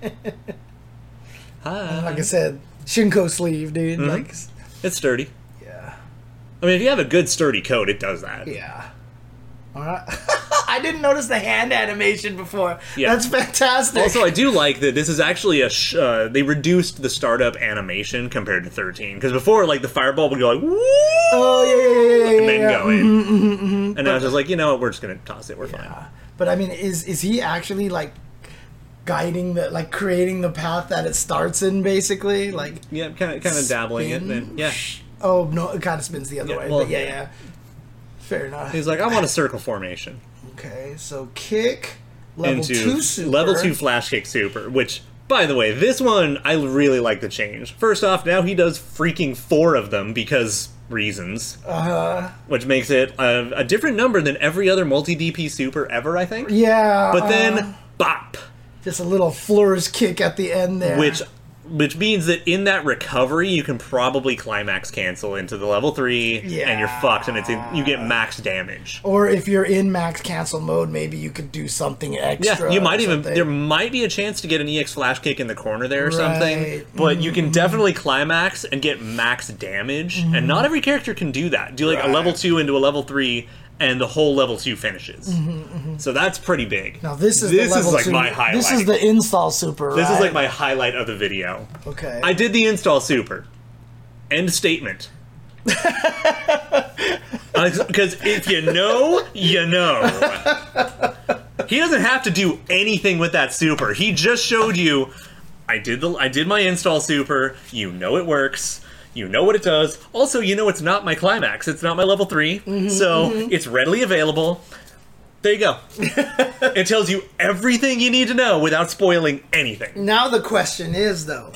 Like I said, Shinko sleeve, dude.
Mm-hmm.
Like,
It's sturdy.
yeah,
I mean, if you have a good sturdy coat, it does that.
yeah. All right. I didn't notice the hand animation before.
Yeah.
That's fantastic.
Also, I do like that this is actually a. Sh- uh, they reduced the startup animation compared to 13. Because before, like, the fireball would go like, woo!
Oh yeah, yeah, yeah, yeah,
and
yeah,
then
yeah. Mm-hmm,
go in. And I was just like, you know what? We're just going to toss it. We're fine.
But I mean, is is he actually like guiding the like creating the path that it starts in basically? Like
Yeah, kind of kind of dabbling it. And then, yeah.
oh no, it kind of spins the other
Yeah,
way.
well,
but yeah,
yeah.
yeah. Fair enough.
He's like, I want a circle formation.
okay, so kick level
into
two super
level two flash kick super, which by the way, this one I really like the change. First off, now he does freaking four of them because reasons, uh-huh. which makes it a, a different number than every other multi DP super ever, I think.
Yeah,
But
uh,
then bop,
just a little floors kick at the end there.
which which means that in that recovery you can probably climax cancel into the level three, and you're
Yeah.
fucked, and it's in, you get max damage.
or if you're in max cancel mode, maybe you could do something extra.
Yeah, you might
or
even
something.
there might be a chance to get an EX flash kick in the corner there or something,
Right. Mm-hmm.
but you can definitely climax and get max damage, and not every character can do that. Do like a level two into a level three, and the whole level two finishes. So that's pretty big.
Mm-hmm, Now this is
this
the level
is like
two.
my highlight.
This is the install super.
This is
right?
like my highlight of the video.
okay.
I did the install super. End statement. Because if you know, you know. He doesn't have to do anything with that super. He just showed you. I did the I did my install super. You know it works. You know what it does. Also, you know it's not my climax. It's not my level 3 so it's readily available. There you go. it tells you everything you need to know without spoiling anything.
Now the question is though,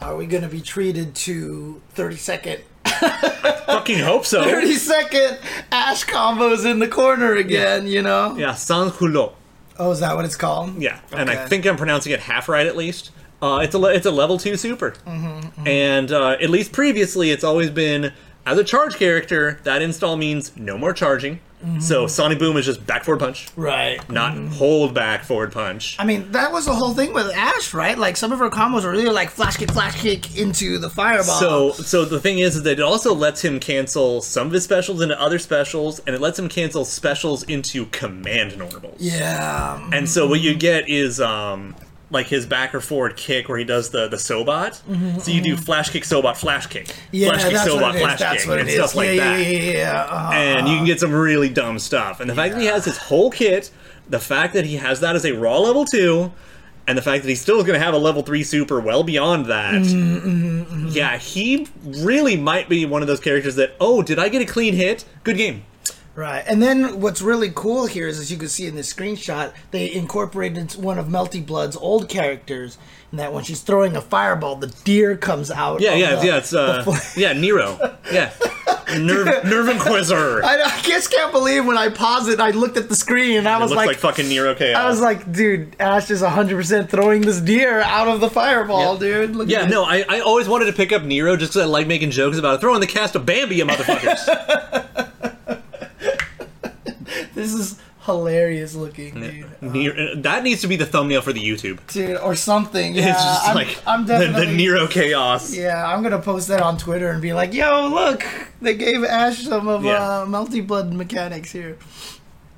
are we going to be treated to 30 second
Fucking hope so.
30 second ash combos in the corner again, you know?
Yeah, sans culotte.
Oh, is that what it's called?
Yeah, and I
Okay.
think I'm pronouncing it half right at least. Uh, it's a le- it's a level two super,
Mm-hmm,
and uh, at least previously, it's always been as a charge character. That install means no more charging.
Mm-hmm.
So Sonic Boom is just back forward punch,
Right.
not
Mm-hmm.
hold back forward punch.
I mean, that was the whole thing with Ash, right? Like some of her combos were really like flash kick, flash kick into the fireball.
So so the thing is that it also lets him cancel some of his specials into other specials, and it lets him cancel specials into command normals.
yeah,
And so what you get is um like his back or forward kick where he does the the sobot. so you do flash kick sobot flash kick.
yeah,
flash kick
that's
sobot
what it is.
flash
that's
kick
what it
and
is.
stuff like
yeah,
that.
yeah, yeah, yeah, yeah. Uh-huh.
And you can get some really dumb stuff. And the fact that he has his whole kit, the fact that he has that as a raw level 2 and the fact that he's still going to have a level 3 super well beyond that.
Mm-hmm,
Yeah, he really might be one of those characters that oh, did I get a clean hit? Good game.
Right. And then what's really cool here is, as you can see in this screenshot, they incorporated one of Melty Blood's old characters, and that when she's throwing a fireball, the deer comes out.
Yeah,
of
yeah,
the-
yeah, it's
Oh, the
uh
fl-
yeah, Nero. Yeah. Nerve Nerve Inquisitor.
I, I just can't believe when I paused it, I looked at the screen and I
It
was
looks like,
like,
fucking Nero Chaos.
I was like, dude, Ash is 100% throwing this deer out of the fireball,
Yep.
dude. Look
yeah,
at it.
no, I, I always wanted to pick up Nero just because I like making jokes about it. Throw in the cast of Bambi, you motherfuckers.
This is hilarious looking, dude.
Nero, that needs to be the thumbnail for the YouTube.
Dude, or something. Yeah,
it's just
I'm,
like
I'm
the,
definitely
the Nero Chaos.
Yeah, I'm gonna post that on Twitter and be like, "Yo, look, they gave Ash some of
Yeah.
uh, multi blood mechanics here."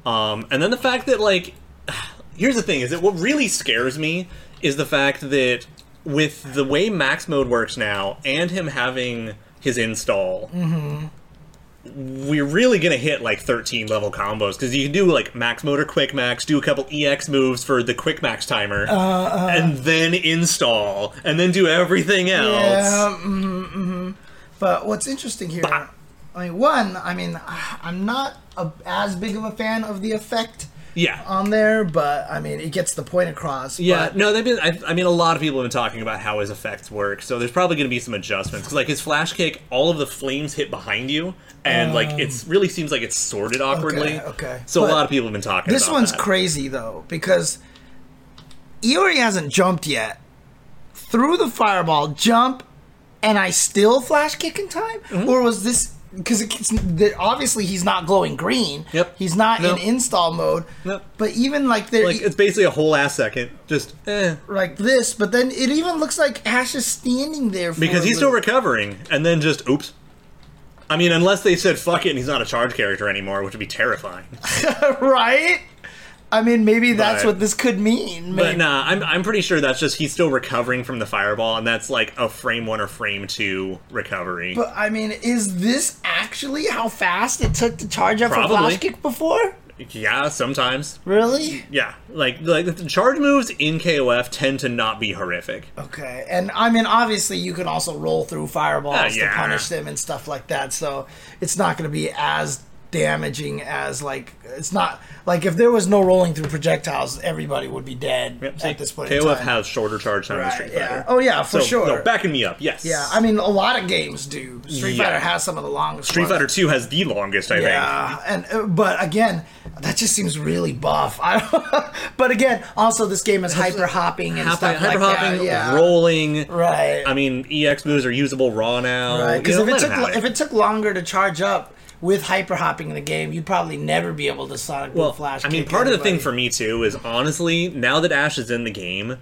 Um, and then the fact that like, here's the thing: is that what really scares me is the fact that with the way Max Mode works now, and him having his install, we're really gonna hit like 13 level combos because you can do like Max Mode or Quick Max, do a couple EX moves for the Quick Max timer, and then install, and then do everything else.
Yeah, hmm but what's interesting here, I mean, one, I mean, I- I'm not a, as big of a fan of the effect
Yeah.
on there, but I mean, it gets the point across.
Yeah,
but-
no, they've been. I, I mean, a lot of people have been talking about how his effects work, so there's probably going to be some adjustments. 'Cause, like his flash kick, all of the flames hit behind you, and like it's really seems like it's sorted awkwardly.
Oh. okay.
So
But
a lot of people have been talking.
This
about
one's
that.
crazy though because Iori hasn't jumped yet. Through the fireball, jump, and I still flash kick in time.
Mm-hmm.
Or was this because it's that obviously he's not glowing green.
Yep.
He's not
No.
in install mode.
Nope.
But even like there,
Like it's basically a whole ass second, just eh,
like this. But then it even looks like Ash is standing there for
because
a
he's still
little-
recovering, and then just oops. I mean, unless they said fuck it and he's not a charge character anymore, which would be terrifying.
right. I mean, maybe that's
But-
what this could mean.
But
maybe.
nah, I'm I'm pretty sure that's just he's still recovering from the fireball, and that's like a frame one or frame two recovery.
But I mean, is this actually how fast it took to charge up a
Probably.
flash kick before?
yeah, sometimes.
Really?
Yeah, like like the charge moves in KOF tend to not be horrific.
Okay. And I mean, obviously, you can also roll through fireballs
Ah,
to
yeah.
punish them and stuff like that. So it's not going to be as damaging as like it's not like if there was no rolling through projectiles, everybody would be dead at this point. in
KOF
time.
has shorter charge time than
Right,
Street
yeah.
Fighter.
Oh, yeah, for
So,
sure.
No, backing me up. Yes.
yeah, I mean, a lot of games do. Street
Yeah.
Fighter has some of the longest.
Street
ones.
Fighter Two has the longest. I think.
Yeah, and uh, but again, that just seems really buff. I don't, but again, also this game is hyper hopping and
Hyper
stuff like
hopping,
that. Yeah,
rolling.
right,
I mean, EX moves are usable raw now.
right. Because
You
if
know,
it
let
took
him have
if it took longer to charge up with hyper hopping in the game, you'd probably never be able to Sonic Boom
well,
Flash.
I mean,
kick
part of the thing
anybody.
for me too is honestly now that Ash is in the game,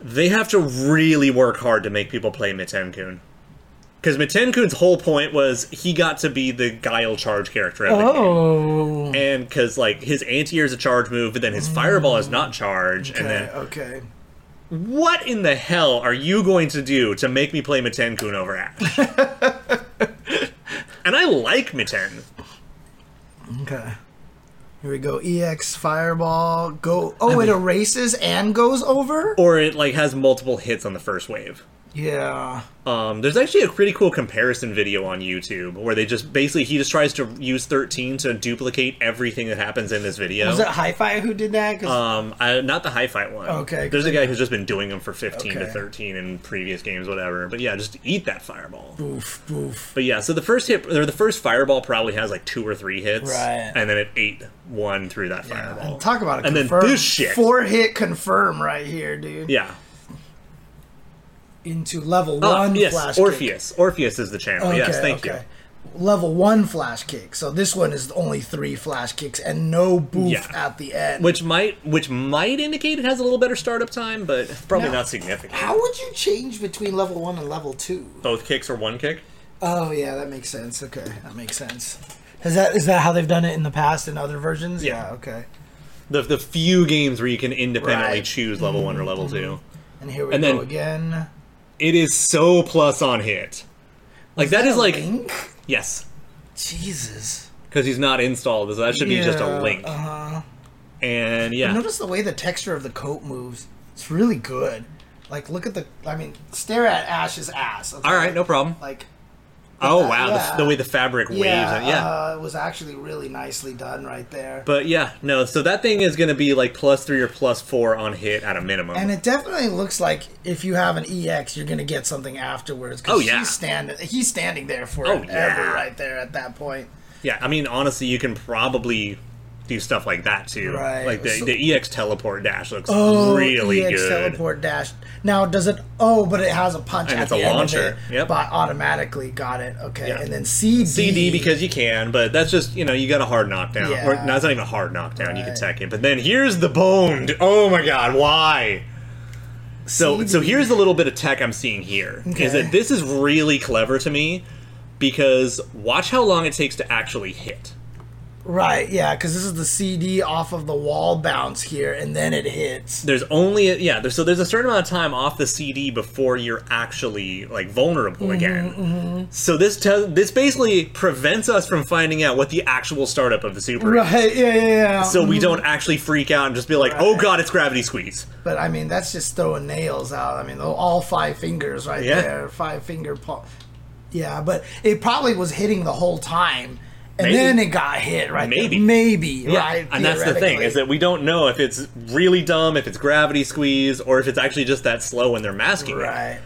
they have to really work hard to make people play Mitten-kun. Because Mitten-kun's whole point was he got to be the Guile charge character of the
Oh,
game, and because like his anti-air is a charge move, but then his fireball is not charge, and
Okay,
then
okay.
what in the hell are you going to do to make me play Mitten-kun over Ash? and I like Mitten.
Okay. Here we go. EX Fireball. Go. Oh, it erases and goes over?
Or it like has multiple hits on the first wave.
Yeah.
Um, there's actually a pretty cool comparison video on YouTube where they just basically he just tries to use 13 to duplicate everything that happens in this video.
Was it Hi Fi who did that? 'Cause-
Um, I, not the hi-fi one.
Okay, 'cause
There's a
I-
guy who's just been doing them for 15 to
Okay.
13 in previous games, whatever. But yeah, just eat that fireball.
boof, boof.
But yeah, so the first hit or the first fireball probably has like two or three hits,
Right.
And then it ate one through that fireball.
And talk about a
And then
confirm.
this shit.
Four hit confirm right here, dude.
yeah.
Into level
Oh,
one
yes,
flash kick.
Orpheus. Orpheus is the channel. yes, thank you.
Level one flash kick. So this one is only three flash kicks and no boof
Yeah.
at the end.
Which might which might indicate it has a little better startup time, but probably
No.
not significant.
How would you change between level one and level two?
Both kicks or one kick?
Oh yeah, that makes sense. Okay, that makes sense. Is that is that how they've done it in the past in other versions?
Yeah.
okay.
The the few games where you can independently
Right. Mm-hmm.
choose level one or level two.
And here we
And
go
then-
again.
It is so plus on hit. Like that is like
Link?
yes,
Jesus.
because he's not installed, so that should be just
Yeah, uh-huh.
a link. And yeah,
Notice the way the texture of the coat moves. It's really good. Like look at the. I mean, stare at Ash's ass. okay?
all right, no problem.
Like
Oh wow,
Uh, yeah.
the, the way the fabric waves,
yeah,
and- yeah.
Uh, it was actually really nicely done right there.
but yeah, no. So that thing is going to be like plus three or plus four on hit at a minimum.
and it definitely looks like if you have an EX, you're gonna get something afterwards. 'cause
Oh, yeah.
she's standing. He's standing there for
Oh,
it
yeah.
right there at that point.
yeah, I mean honestly, you can probably do stuff like that too.
Right.
Like the,
So-
the EX teleport dash looks
Oh,
really
EX
good.
teleport dash. Now does it? Oh, but it has a punch
And
at
it's
the
a
end
launcher.
Of it,
Yep.
But automatically got it. Okay,
Yeah.
and then CD.
CD because you can, but that's just you know you got a hard knockdown.
Yeah.
Or no, it's not even a hard knockdown. You can
Right.
tech it, but then here's the boned. Oh my god, why? So
CD.
so here's the little bit of tech I'm seeing here. Is
Okay.
that this is really clever to me because watch how long it takes to actually hit.
right, yeah, because this is the CD off of the wall bounce here, and then it hits.
There's only yeah. There's, so there's a certain amount of time off the CD before you're actually like vulnerable
Mm-hmm,
again. So this te- this basically prevents us from finding out what the actual startup of the super is.
Right, yeah, yeah, yeah.
so we don't actually freak out and just be like, "Oh God, it's gravity squeeze."
but I mean, that's just throwing nails out. I mean, all five fingers right
Yeah.
there, five finger paw. Yeah, but it probably was hitting the whole time, and
Maybe.
then it got hit right. there.
Maybe.
maybe, right.
and that's the thing
theoretically.
is that we don't know if it's really dumb, if it's gravity squeeze, or if it's actually just that slow and they're masking it.
right.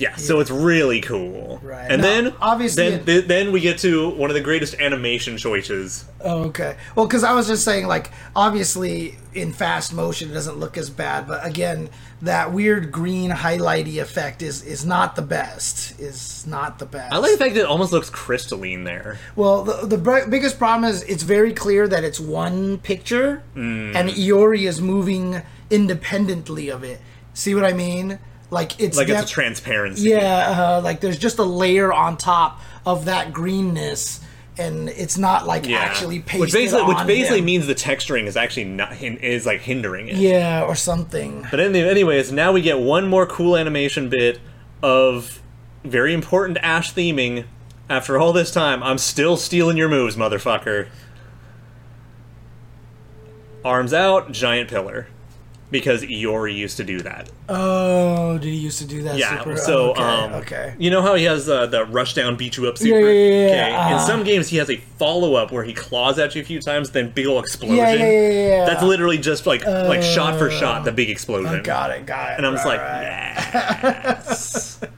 Yeah, so it's really cool.
Right.
And
Now,
then
obviously
then,
it-
th- then we get to one of the greatest animation choices.
Oh, okay. Well, because I was just saying, like, obviously in fast motion it doesn't look as bad, but again, that weird green highlighty effect is is not the best. Is not the best.
I like the fact that it almost looks crystalline there.
Well, the, the bri- biggest problem is it's very clear that it's one picture,
Mm.
and Iori is moving independently of it. See what I mean? Like it's
Like
def-
it's a transparency.
yeah, uh, like there's just a layer on top of that greenness, and it's not like
Yeah.
actually pasted
which basically,
on
which basically
him.
means the texturing is actually not hin- is like hindering it.
yeah or something.
But any- anyways, now we get one more cool animation bit of very important Ash theming. After all this time, I'm still stealing your moves, motherfucker. Arms out, giant pillar. Because Iori used to do that.
Oh, did he used to do that?
Yeah,
super? oh,
so
okay,
um,
okay.
you know how he has uh, the rush down, beat you up super.
yeah, yeah, yeah,
Okay,
uh-huh.
in some games he has a follow up where he claws at you a few times, then big ol' explosion.
yeah, yeah, yeah.
That's literally just like like shot for shot, the big explosion.
Got it, got it.
And I'm just
right,
like,
right.
yeah.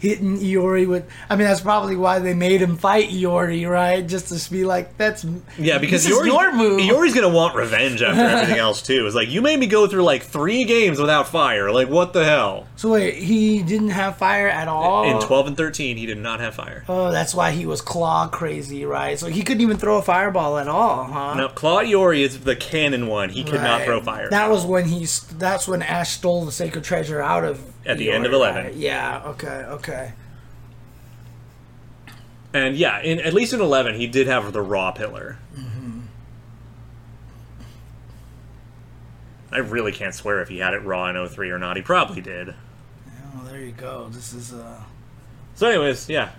hitting Iori with. I mean, that's probably why they made him fight Iori, right? Just to be like, that's
Yeah, because
this is
Iori,
your move.
Iori's gonna want revenge after everything else too. It's like you made me go through like three games without fire. Like what the hell?
So wait, he didn't have fire at all.
In twelve and thirteen, he did not have fire.
Oh, that's why he was claw crazy, right? So he couldn't even throw a fireball at all, huh?
now Claw Iori is the cannon one. He could not
Right.
throw fire.
That was when he. s- That's when Ash stole the sacred treasure out of.
At the
Iori,
end of 11.
right? Yeah. Okay. Okay.
and yeah, in at least in eleven, he did have the raw pillar.
Mm-hmm.
I really can't swear if he had it raw in 03 or not. He probably did.
Well, there you go. This is uh
So, anyways, yeah.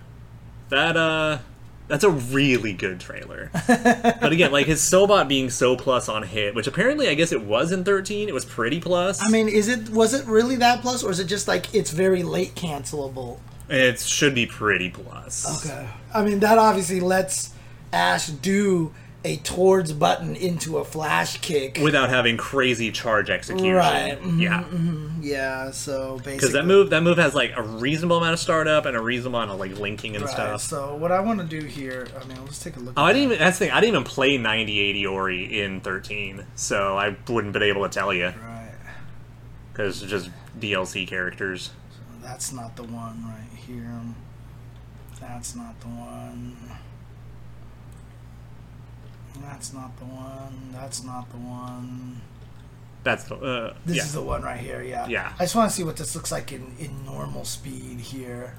that uh that's a really good trailer. but again, like his Sobot being so plus on hit, which apparently I guess it was in 13, it was pretty plus.
I mean, is it was it really that plus, or is it just like it's very late cancelable?
it should be pretty plus.
Okay. I mean, that obviously lets Ash do a towards button into a flash kick.
Without having crazy charge execution.
Right. Mhm,
Yeah.
yeah, so basically.
Because that move that move has like a reasonable amount of startup and a reasonable amount of like linking and
Right,
stuff.
So what I want to do here, I mean, let's take a look.
Oh,
at
I didn't even. That's the thing. I didn't even play 9080 Ori in 13, so I wouldn't been able to tell you
that. Right.
because just DLC characters.
That's not the one right here. That's not the one. That's not the one. That's not the one.
That's the. Uh,
This
yeah.
is the one right here. Yeah.
Yeah.
I just want to see what this looks like in in normal speed here.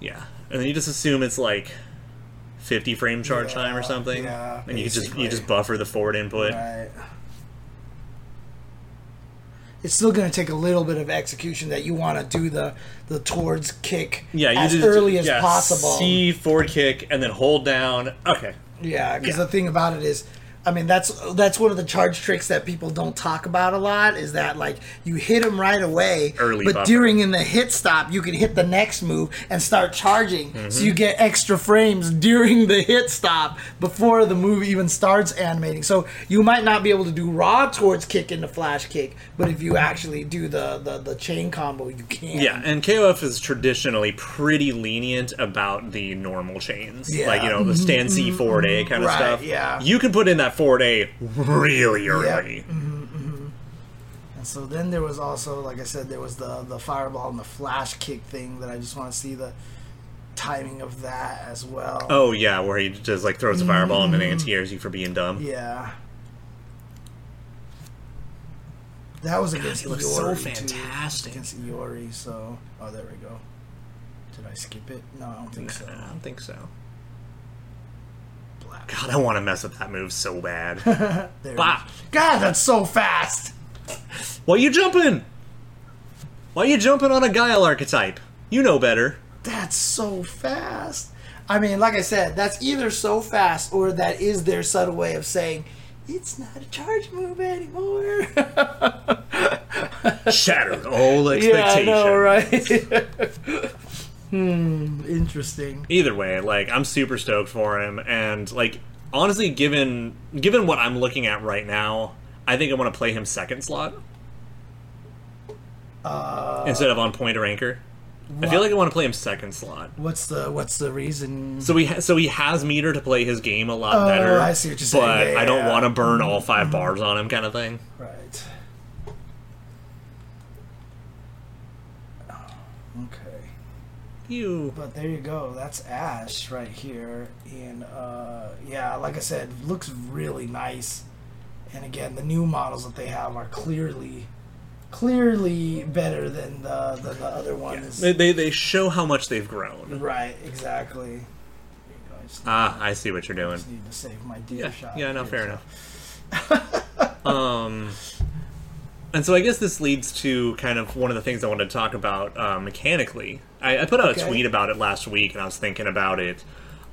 yeah. And then you just assume it's like 50 frame charge
Yeah,
time or something.
yeah,
And you just you just
basically.
buffer the forward input.
Right. It's still going to take a little bit of execution that you want to do the the towards kick
Yeah. You
as
just,
early as
yeah,
possible.
C forward kick and then hold down. Okay.
Yeah, because
Yeah.
the thing about it is, I mean, that's that's one of the charge tricks that people don't talk about a lot is that like you hit them right away,
Early
but
buffer.
during in the hit stop you can hit the next move and start charging, so
Mm-hmm.
you get extra frames during the hit stop before the move even starts animating. So you might not be able to do raw towards kick into flash kick, but if you actually do the the, the chain combo, you can.
Yeah, and KOF is traditionally pretty lenient about the normal chains.
Yeah. Mm-hmm.
Like, you know, the stand C forward A kind of
Right,
stuff.
yeah.
You can put in that forward A really early.
Mm-hmm. And so then there was also, like I said, there was the the fireball and the flash kick thing that I just want to see the timing of that as well.
Oh, yeah, where he just, like, throws a fireball and then anti-airs you for being dumb.
Mm-hmm. Yeah. That was against
he looks so
Iori.
fantastic.
Too. Against Iori, so oh there we go. Did I skip it? No, I don't think so.
I don't think so.
Black.
God, I want to mess with that move so bad.
There it
Bah.
is. God, that's so fast.
Why you jumping? Why you jumping on a Guile archetype? You know better.
That's so fast. I mean, like I said, that's either so fast or that is their subtle way of saying it's not a charge move anymore.
Shattered all
yeah, I
expectations.
know, right? hmm, interesting.
either way like i'm super stoked for him and like honestly given given what i'm looking at right now i think i want to play him second slot
Uh,
instead of on point or anchor i feel like i want to play him second slot
What's the what's the reason?
so he ha- so he has meter to play his game a lot better
Oh, I see what you're saying.
but
Yeah,
i don't
yeah. Mm-hmm.
want to burn all five bars on him kind of thing
Right. Okay.
you
But there you go. That's Ash right here, and uh, yeah, like I said, looks really nice. And again, the new models that they have are clearly, clearly better than the than the other ones.
they, they, they show how much they've grown
Right, exactly. There you go. I just
ah i see what you're doing
need to save my deer
Yeah,
shot.
yeah, no,
here,
fair
so-
enough. um, and so I guess this leads to kind of one of the things I wanted to talk about uh, mechanically. I, I put out
Okay.
a tweet about it last week, and I was thinking about it.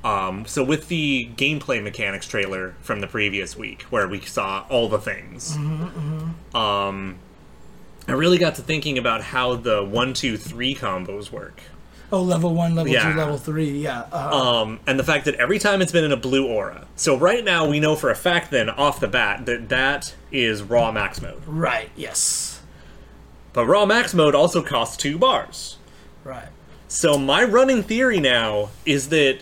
Um, so with the gameplay mechanics trailer from the previous week, where we saw all the things,
Mm-hmm,
um, I really got to thinking about how the one, two, three combos work.
Oh, level one, level
Yeah.
two, level three. Yeah. Uh,
Um, and the fact that every time it's been in a blue aura. So right now we know for a fact, then off the bat, that that is raw max mode.
right. Yes.
But raw max mode also costs two bars.
Right.
So my running theory now is that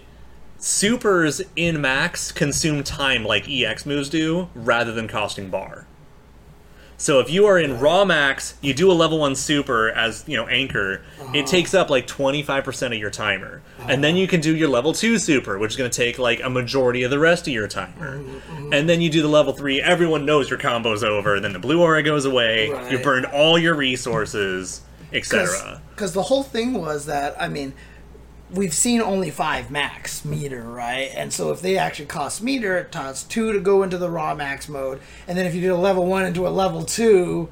supers in max consume time like EX moves do, rather than costing bar. So if you are in raw max, you do a level one super as you know anchor.
Uh-huh.
It takes up like twenty five percent of your timer, and then you can do your level two super, which is going to take like a majority of the rest of your timer.
Mm-hmm,
And then you do the level three. Everyone knows your combo's over. Then the blue aura goes away. You
Right.
burn all your resources, etc.
Because the whole thing was that I mean, we've seen only five max meter, right? And so if they actually cost meter, it costs two to go into the raw max mode, and then if you did a level one into a level two,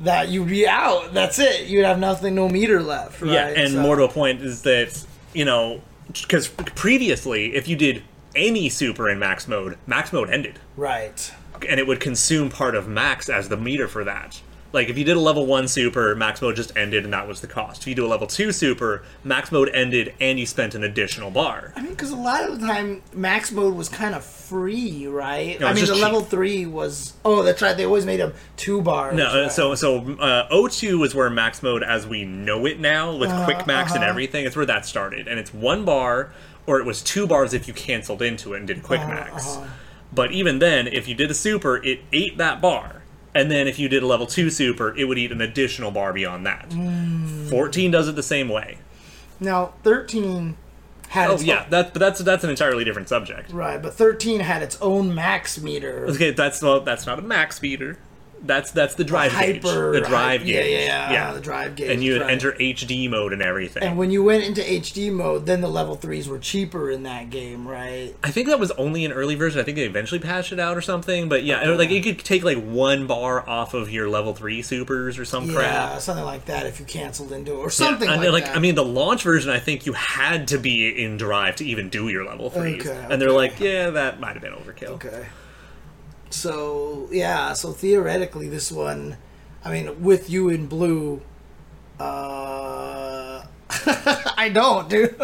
that you'd be out. That's it. You'd have nothing, no meter left. Right?
Yeah, and
So-
more to a point is that you know because previously, if you did any super in max mode, max mode ended,
Right.
and it would consume part of max as the meter for that. Like if you did a level one super, max mode just ended, and that was the cost. If you do a level two super, max mode ended, and you spent an additional bar.
I mean, because a lot of the time, max mode was kind of free, right?
No,
I
it's
mean, the
just cheap.
level three was. Oh, that's right. They always made them two bars.
No, uh,
right.
so so uh, O2 was where max mode as we know it now with
Uh-huh,
quick max and everything. It's where that started, and it's one bar, or it was two bars if you canceled into it and did quick max.
Uh-huh.
But even then, if you did a super, it ate that bar, and then if you did a level two super, it would eat an additional bar beyond that.
Mm.
Fourteen does it the same way.
now thirteen had.
Oh
its
yeah,
own-
that but that's that's an entirely different subject.
right, but thirteen had its own max meter.
Okay, that's well, that's not a max meter. That's that's the drive
Hyper.
gauge. The drive
hy- yeah,
gauge.
Yeah, yeah, The drive gauge.
and you would
right.
enter HD mode and everything.
And when you went into HD mode, then the level threes were cheaper in that game, right?
I think that was only an early version. I think they eventually patched it out or something. But yeah, it- like you could take like one bar off of your level three supers or some
Yeah,
crap.
something like that. If you canceled into it, or something
I mean,
like,
like
that.
I mean, the launch version, I think you had to be in Drive to even do your level threes,
Okay,
and they're
okay.
like, yeah, that might have been overkill.
Okay. So yeah, so theoretically, this one, I mean, with you in blue, uh, I don't, dude.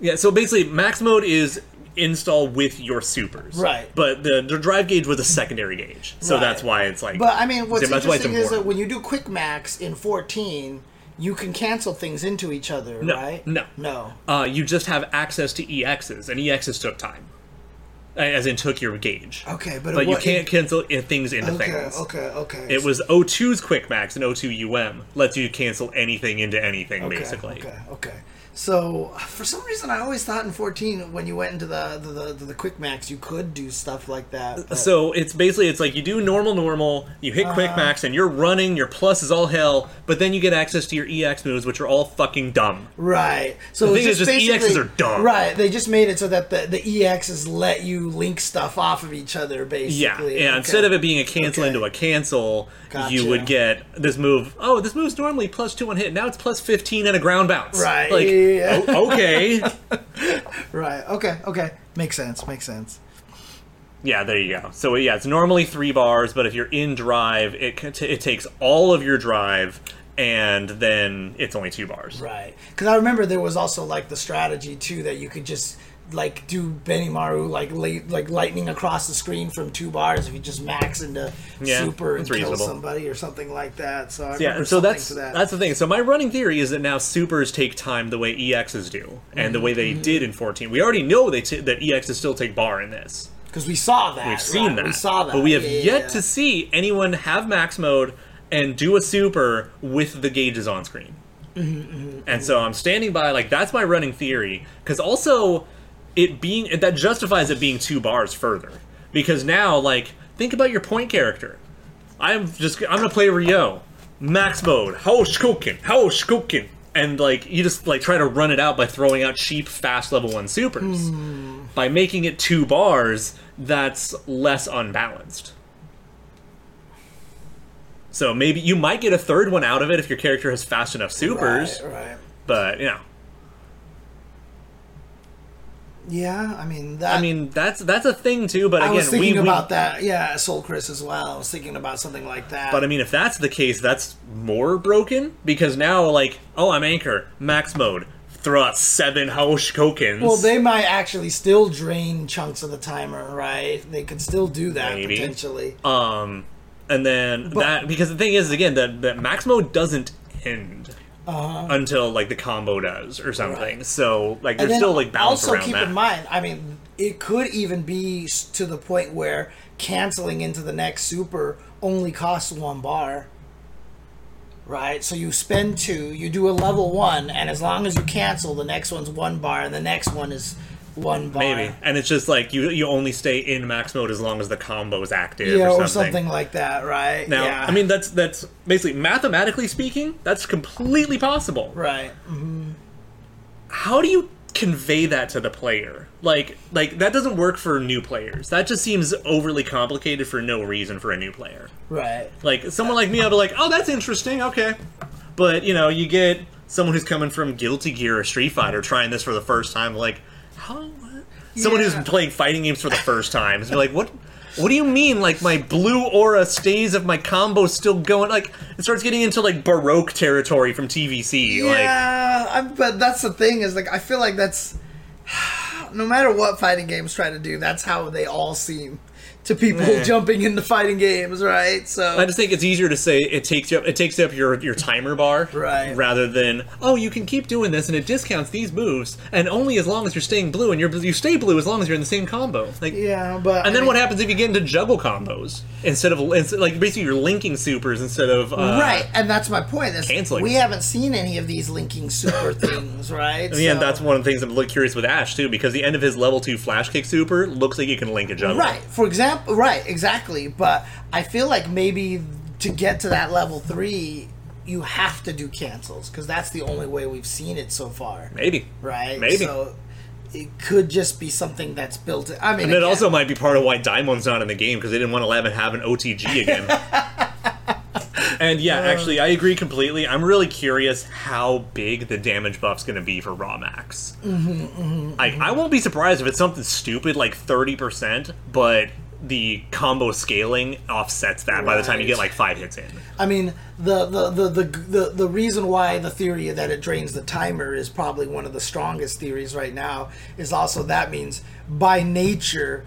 Yeah, so basically, max mode is install with your supers,
Right.
But the, the Drive gauge was a secondary gauge, so
Right.
that's why it's like.
But I mean, what's
that's why it's
interesting is that
important.
when you do quick max in fourteen, you can cancel things into each other,
No,
right?
no.
no.
uh, you just have access to EXs, and EXs took time, as in took your gauge.
Okay, but
but,
it
you
wa-
can't cancel i- things into
Okay,
things.
okay, okay.
It was O2's Quick Max and O2 UM lets you cancel anything into anything,
okay,
basically.
okay, okay. So for some reason, I always thought in fourteen when you went into the the, the, the, quick max, you could do stuff like that. but-
So it's basically it's like you do normal normal, you hit quick
Uh-huh.
max and you're running, your plus is all hell, but then you get access to your EX moves which are all fucking dumb.
Right. So the
thing is just EXs
basically-
are dumb.
Right. They just made it so that the, the EXs let you link stuff off of each other,
Yeah.
basically.
And
Okay.
instead of it being a cancel
Okay.
into a cancel,
Gotcha.
you would get this move, oh, this move's normally plus 2 on hit, now it's plus 15 and a ground bounce.
Right,
Like
yeah.
o- okay.
Right. Okay. Okay. Makes sense. Makes sense.
Yeah, there you go. So yeah, it's normally three bars, but if you're in drive, it can t- it takes all of your drive, and then it's only two bars.
Right. Because I remember there was also like the strategy too that you could just like do Benimaru like late like lightning across the screen from two bars if you just max into
Yeah,
super and
that's
kill
reasonable.
somebody or something like that. So I
Yeah,
remember
and so
something
that's
to that.
that's the thing. So my running theory is that now supers take time the way EXs do, and the way they
Mm-hmm.
did in 14. We already know they t- that EXs still take bar in this.
because we saw that.
We've seen
right,
that.
We saw that.
But we have
Yeah, yeah,
yet
yeah.
to see anyone have max mode and do a super with the gauges on screen.
Mm-hmm,
And so I'm standing by, like, that's my running theory. Because also, it being, that justifies it being two bars further. Because now, like, think about your point character. I'm just, I'm gonna play Rio. Max mode. How's cooking? How's cooking? And, like, you just, like, try to run it out by throwing out cheap, fast level one supers
Hmm.
by making it two bars, that's less unbalanced. So maybe you might get a third one out of it if your character has fast enough supers,
Right, right.
but you know.
Yeah, I mean that.
I mean that's that's a thing too, but
I
again
was thinking
we, we
about that. Yeah, Soul Chris as well. I was thinking about something like that.
but I mean if that's the case, that's more broken because now like, oh I'm anchor, max mode, throw out seven Hoshkokens.
well, they might actually still drain chunks of the timer, right? They could still do that
Maybe.
potentially.
um and then that because the thing is again that that max mode doesn't end until like the combo does or something. So like
Uh-huh. And
there's
then
still like balance
also
around
keep
that.
in mind. I mean, it could even be s- to the point where canceling into the next super only costs one bar. Right, so you spend two, you do a level one, and as long as you cancel, the next one's one bar, and the next one is one bar.
Maybe. And it's just like you you only stay in max mode as long as the combo is active
yeah,
or something.
or something like that, right?
Now,
yeah.
I mean that's that's basically mathematically speaking, that's completely possible.
right?
How do you convey that to the player? Like like that doesn't work for new players. That just seems overly complicated for no reason for a new player.
Right.
Like someone like me, I'll be like, "Oh, that's interesting. Okay," but you know, you get someone who's coming from Guilty Gear or Street Fighter trying this for the first time, like, how? What? Someone
Yeah.
who's playing fighting games for the first time is like, what? What do you mean? Like my blue aura stays if my combo's still going. Like it starts getting into like baroque territory from TVC. Like
Yeah, I, but that's the thing is like I feel like that's no matter what fighting games try to do, that's how they all seem to people
Yeah.
jumping into fighting games, right? So
I just think it's easier to say it takes you up, it takes up your your timer bar
Right.
rather than oh you can keep doing this and it discounts these moves and only as long as you're staying blue and you're you stay blue as long as you're in the same combo like
yeah, but
and then
I
what
mean-
happens if you get into juggle combos instead of ins- like basically you're linking supers instead of uh,
right? And that's my point. Is
Canceling.
We haven't seen any of these linking super things, right?
Yeah, and that's one of the things I'm look curious with Ash too, because the end of his level two flash kick super looks like you can link a juggle.
Right. For example, right, exactly. But I feel like maybe to get to that level three, you have to do cancels because that's the only way we've seen it so far.
Maybe.
Right.
Maybe.
So it could just be something that's built. In. I mean,
and it
again,
also might be part of why Daimon's not in the game because they didn't want to let him have an OTG again. and
Uh.
yeah, actually, I agree completely. I'm really curious how big the damage buff's going to be for Raw Max.
Mm-hmm,
Like, I won't be surprised if it's something stupid like 30%, but the combo scaling offsets that by the time you
Right.
get like five hits in.
I mean, the the, the the the the reason why the theory that it drains the timer is probably one of the strongest theories right now. Is also that means by nature,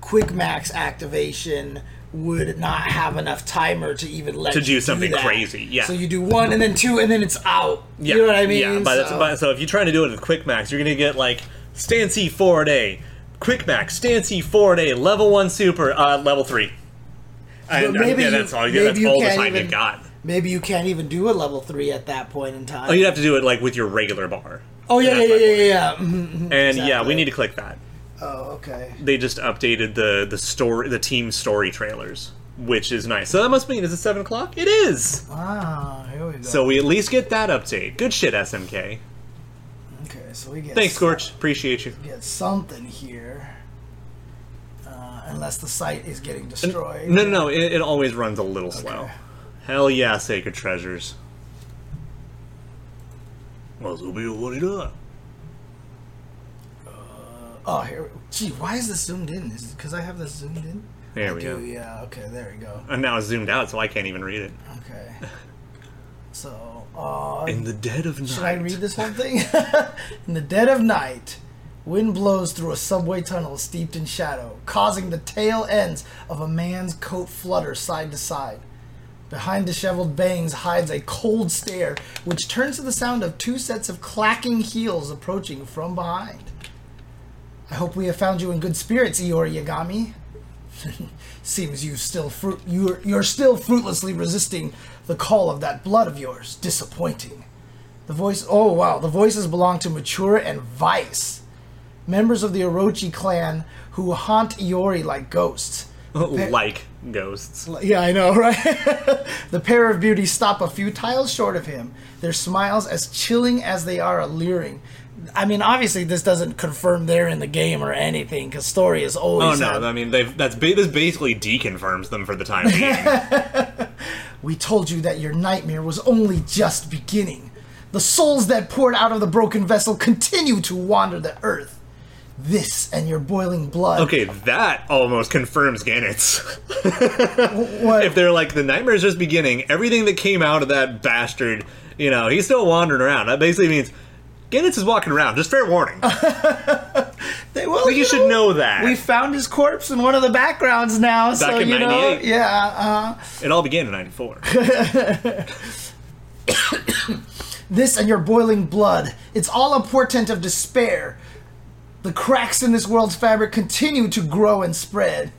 quick max activation would not have enough timer to even let
To
you
do something
that.
crazy, yeah.
So you do one and then two and then it's out. You know what I mean?
Yeah, by
so,
so. By, so if you're trying to do it with Quick Max, you're going to get like Stancy 4 day, Quick Max, Stancy 4 day, level 1 super, uh, level 3. And,
But maybe
yeah,
you-
that's all, yeah,
maybe
that's
you
all the
can't
time
even-
you've got.
Maybe you can't even do a level three at that point in time.
Oh, you'd have to do it like with your regular bar.
oh yeah,
That's
yeah, yeah,
my
yeah,
point.
yeah. Mhm.
And yeah,
exactly.
we need to click that.
Oh, okay.
They just updated the the story, the team story trailers, which is nice. So that must mean is it seven o'clock? It is.
Ah, here we go.
So we at least get that update. Good shit, SMK.
okay, so we get
Thanks, Scorch. Appreciate you.
get something here. Uh, unless the site is getting destroyed.
No, no, no. It, it always runs a little slow. Hell yeah, Sacred Treasures.
Oh, here. Gee, why is this zoomed in? Is it because I have this zoomed in?
There we
Do-
go.
yeah, okay, there we go.
And now it's zoomed out, so I can't even read it.
Okay. So, uh,
In the dead of night.
should I read this whole thing? in the dead of night, wind blows through a subway tunnel steeped in shadow, causing the tail ends of a man's coat flutter side to side. Behind disheveled bangs hides a cold stare, which turns to the sound of two sets of clacking heels approaching from behind. I hope we have found you in good spirits, Iori Yagami. Seems you still fruit you're you're still fruitlessly resisting the call of that blood of yours. Disappointing. The voice oh wow, the voices belong to Mature and Vice. Members of the Orochi clan who haunt Iori like ghosts.
Oh, like ghosts.
Yeah, I know, right? the pair of beauties stop a few tiles short of him, their smiles as chilling as they are alluring. I mean, obviously, this doesn't confirm they're in the game or anything, because story is
Oh
always.
no!
that,
I mean, they've, that's ba- this basically deconfirms them for the time being.
We told you that your nightmare was only just beginning. The souls that poured out of the broken vessel continue to wander the earth. This and your boiling blood.
okay, that almost confirms Gannett's.
What?
if they're like the nightmare's just beginning, everything that came out of that bastard, you know, he's still wandering around. That basically means Gannett's is walking around. Just fair warning.
They- well,
you should know that.
We found his corpse in one of the backgrounds now, so
Back in
you know.
98.
Yeah. Uh,
It all began in '94.
This and your boiling blood. It's all a portent of despair. The cracks in this world's fabric continue to grow and spread.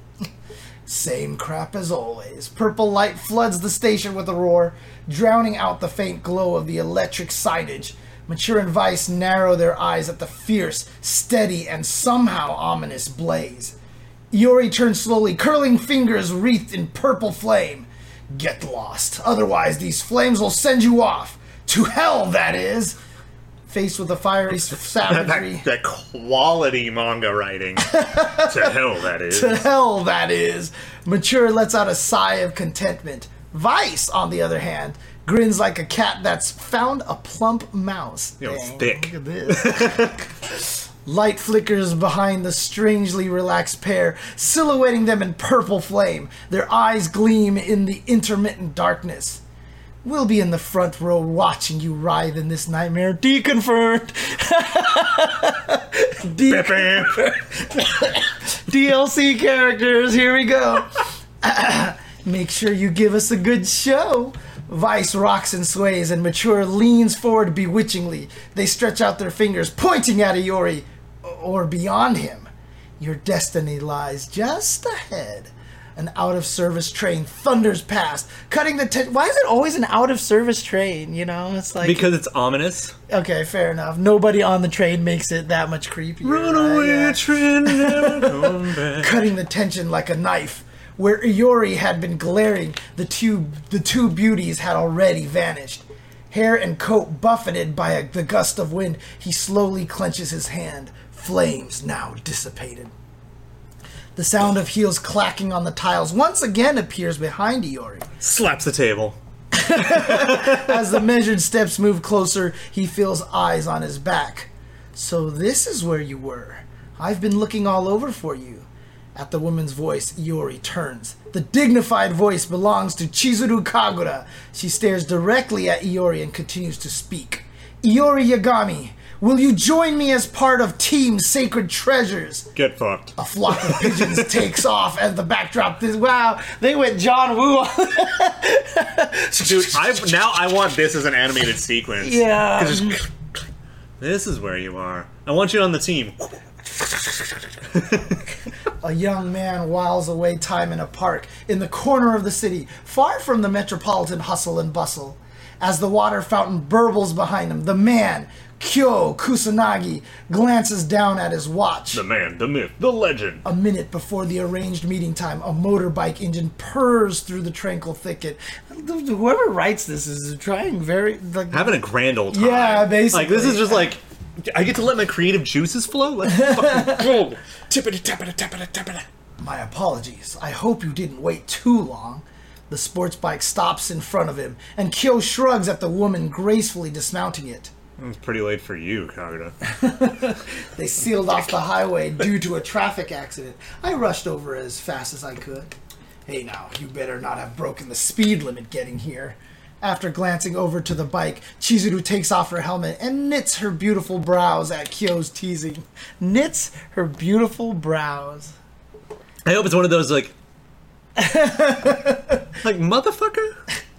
Same crap as always. Purple light floods the station with a roar, drowning out the faint glow of the electric signage. Mature and Vice narrow their eyes at the fierce, steady, and somehow ominous blaze. Iori turns slowly, curling fingers wreathed in purple flame. Get lost, otherwise these flames will send you off. To hell, that is! Faced with the fiery savagery.
that, that quality manga writing. to hell, that is.
to hell that is. Mature lets out a sigh of contentment. Vice, on the other hand, grins like a cat that's found a plump mouse.
Yo, it's
Dang,
thick.
Look at this. Light flickers behind the strangely relaxed pair, silhouetting them in purple flame. Their eyes gleam in the intermittent darkness. We'll be in the front row watching you writhe in this nightmare. Deconfirmed. De- DLC characters, here we go. Make sure you give us a good show. Vice rocks and sways, and Mature leans forward bewitchingly. They stretch out their fingers, pointing at Iori or beyond him. Your destiny lies just ahead. An out of service train thunders past, cutting the. T- Why is it always an out of service train? You know, it's like.
because it's ominous.
okay, fair enough. Nobody on the train makes it that much creepier. right? Yeah
train, never come back.
cutting the tension like a knife. Where Iori had been glaring, the two the two beauties had already vanished. Hair and coat buffeted by a, the gust of wind, he slowly clenches his hand. Flames now dissipated. The sound of heels clacking on the tiles once again appears behind Iori.
Slaps the table.
As the measured steps move closer, he feels eyes on his back. So this is where you were. I've been looking all over for you. At the woman's voice, Iori turns. The dignified voice belongs to Chizuru Kagura. She stares directly at Iori and continues to speak. Iori Yagami, will you join me as part of Team Sacred Treasures?
Get fucked.
A flock of pigeons takes off as the backdrop. This wow, they went John Woo.
Dude, I now I want this as an animated sequence.
Yeah.
'Cause it's- This is where you are. I want you on the team.
A young man whiles away time in a park in the corner of the city, far from the metropolitan hustle and bustle. As the water fountain burbles behind him, the man, Kyo Kusanagi, glances down at his watch.
The man, the myth, the legend.
A minute before the arranged meeting time, a motorbike engine purrs through the tranquil thicket. Whoever writes this is trying very. Like,
Having a grand old time.
Yeah,
Like this is
basically.
just like I get to let my creative juices flow. Let's fucking go. Tippity tappity tappity tappity.
My apologies. I hope you didn't wait too long. The sports bike stops in front of him, and Kyo shrugs at the woman gracefully dismounting it.
It's pretty late for you, Kagura.
They sealed off the highway due to a traffic accident. I rushed over as fast as I could. Hey now, you better not have broken the speed limit getting here. After glancing over to the bike, Chizuru takes off her helmet and knits her beautiful brows at Kyo's teasing. Knits her beautiful brows.
I hope it's one of those like like motherfucker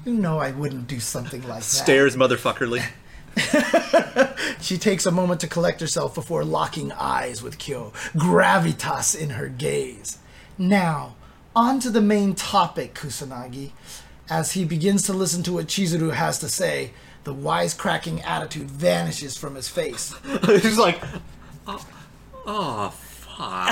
You know I wouldn't do something like that.
stares motherfuckerly.
She takes a moment to collect herself before locking eyes with Kyo, gravitas in her gaze. Now, on to the main topic, Kusanagi. As he begins to listen to what Chizuru has to say, the wisecracking attitude vanishes from his face.
It's just like oh, oh fuck.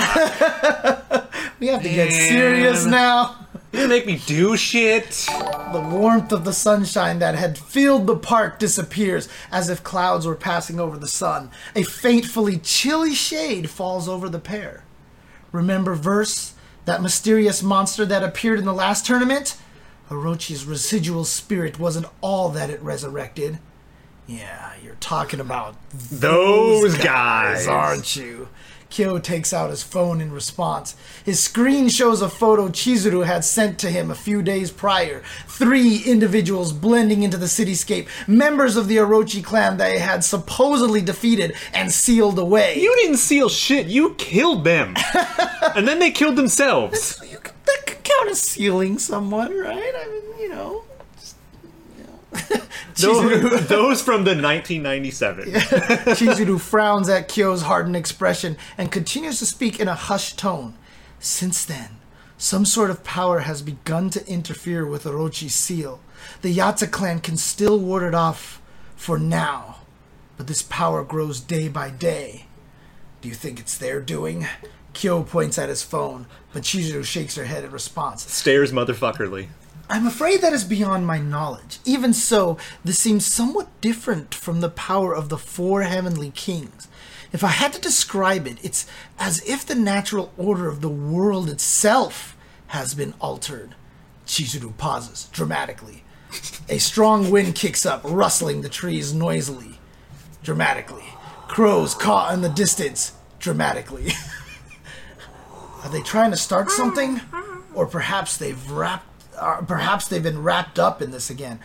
We have to get serious
Man.
now.
You make me do shit.
The warmth of the sunshine that had filled the park disappears as if clouds were passing over the sun. A faintly chilly shade falls over the pair. Remember Verse, that mysterious monster that appeared in the last tournament? Orochi's residual spirit wasn't all that it resurrected. Yeah, you're talking about
Those
guys, aren't you? Kyo takes out his phone in response. His screen shows a photo Chizuru had sent to him a few days prior. Three individuals blending into the cityscape, members of the Orochi clan they had supposedly defeated and sealed away.
You didn't seal shit. You killed them, and then they killed themselves.
you could, that could count as sealing someone, right? I mean, you know.
Those, those from the 1997.
Chizuru frowns at Kyo's hardened expression and continues to speak in a hushed tone. Since then, some sort of power has begun to interfere with Orochi's seal. The Yatsa clan can still ward it off for now, but this power grows day by day. Do you think it's their doing? Kyo points at his phone, but Chizuru shakes her head in response.
Stares motherfuckerly.
I'm afraid that is beyond my knowledge. Even so, this seems somewhat different from the power of the four heavenly kings. If I had to describe it, it's as if the natural order of the world itself has been altered. Chizuru pauses dramatically. A strong wind kicks up, rustling the trees noisily, dramatically. Crows caught in the distance, dramatically. Are they trying to start something, or perhaps they've wrapped? Uh, perhaps they've been wrapped up in this again.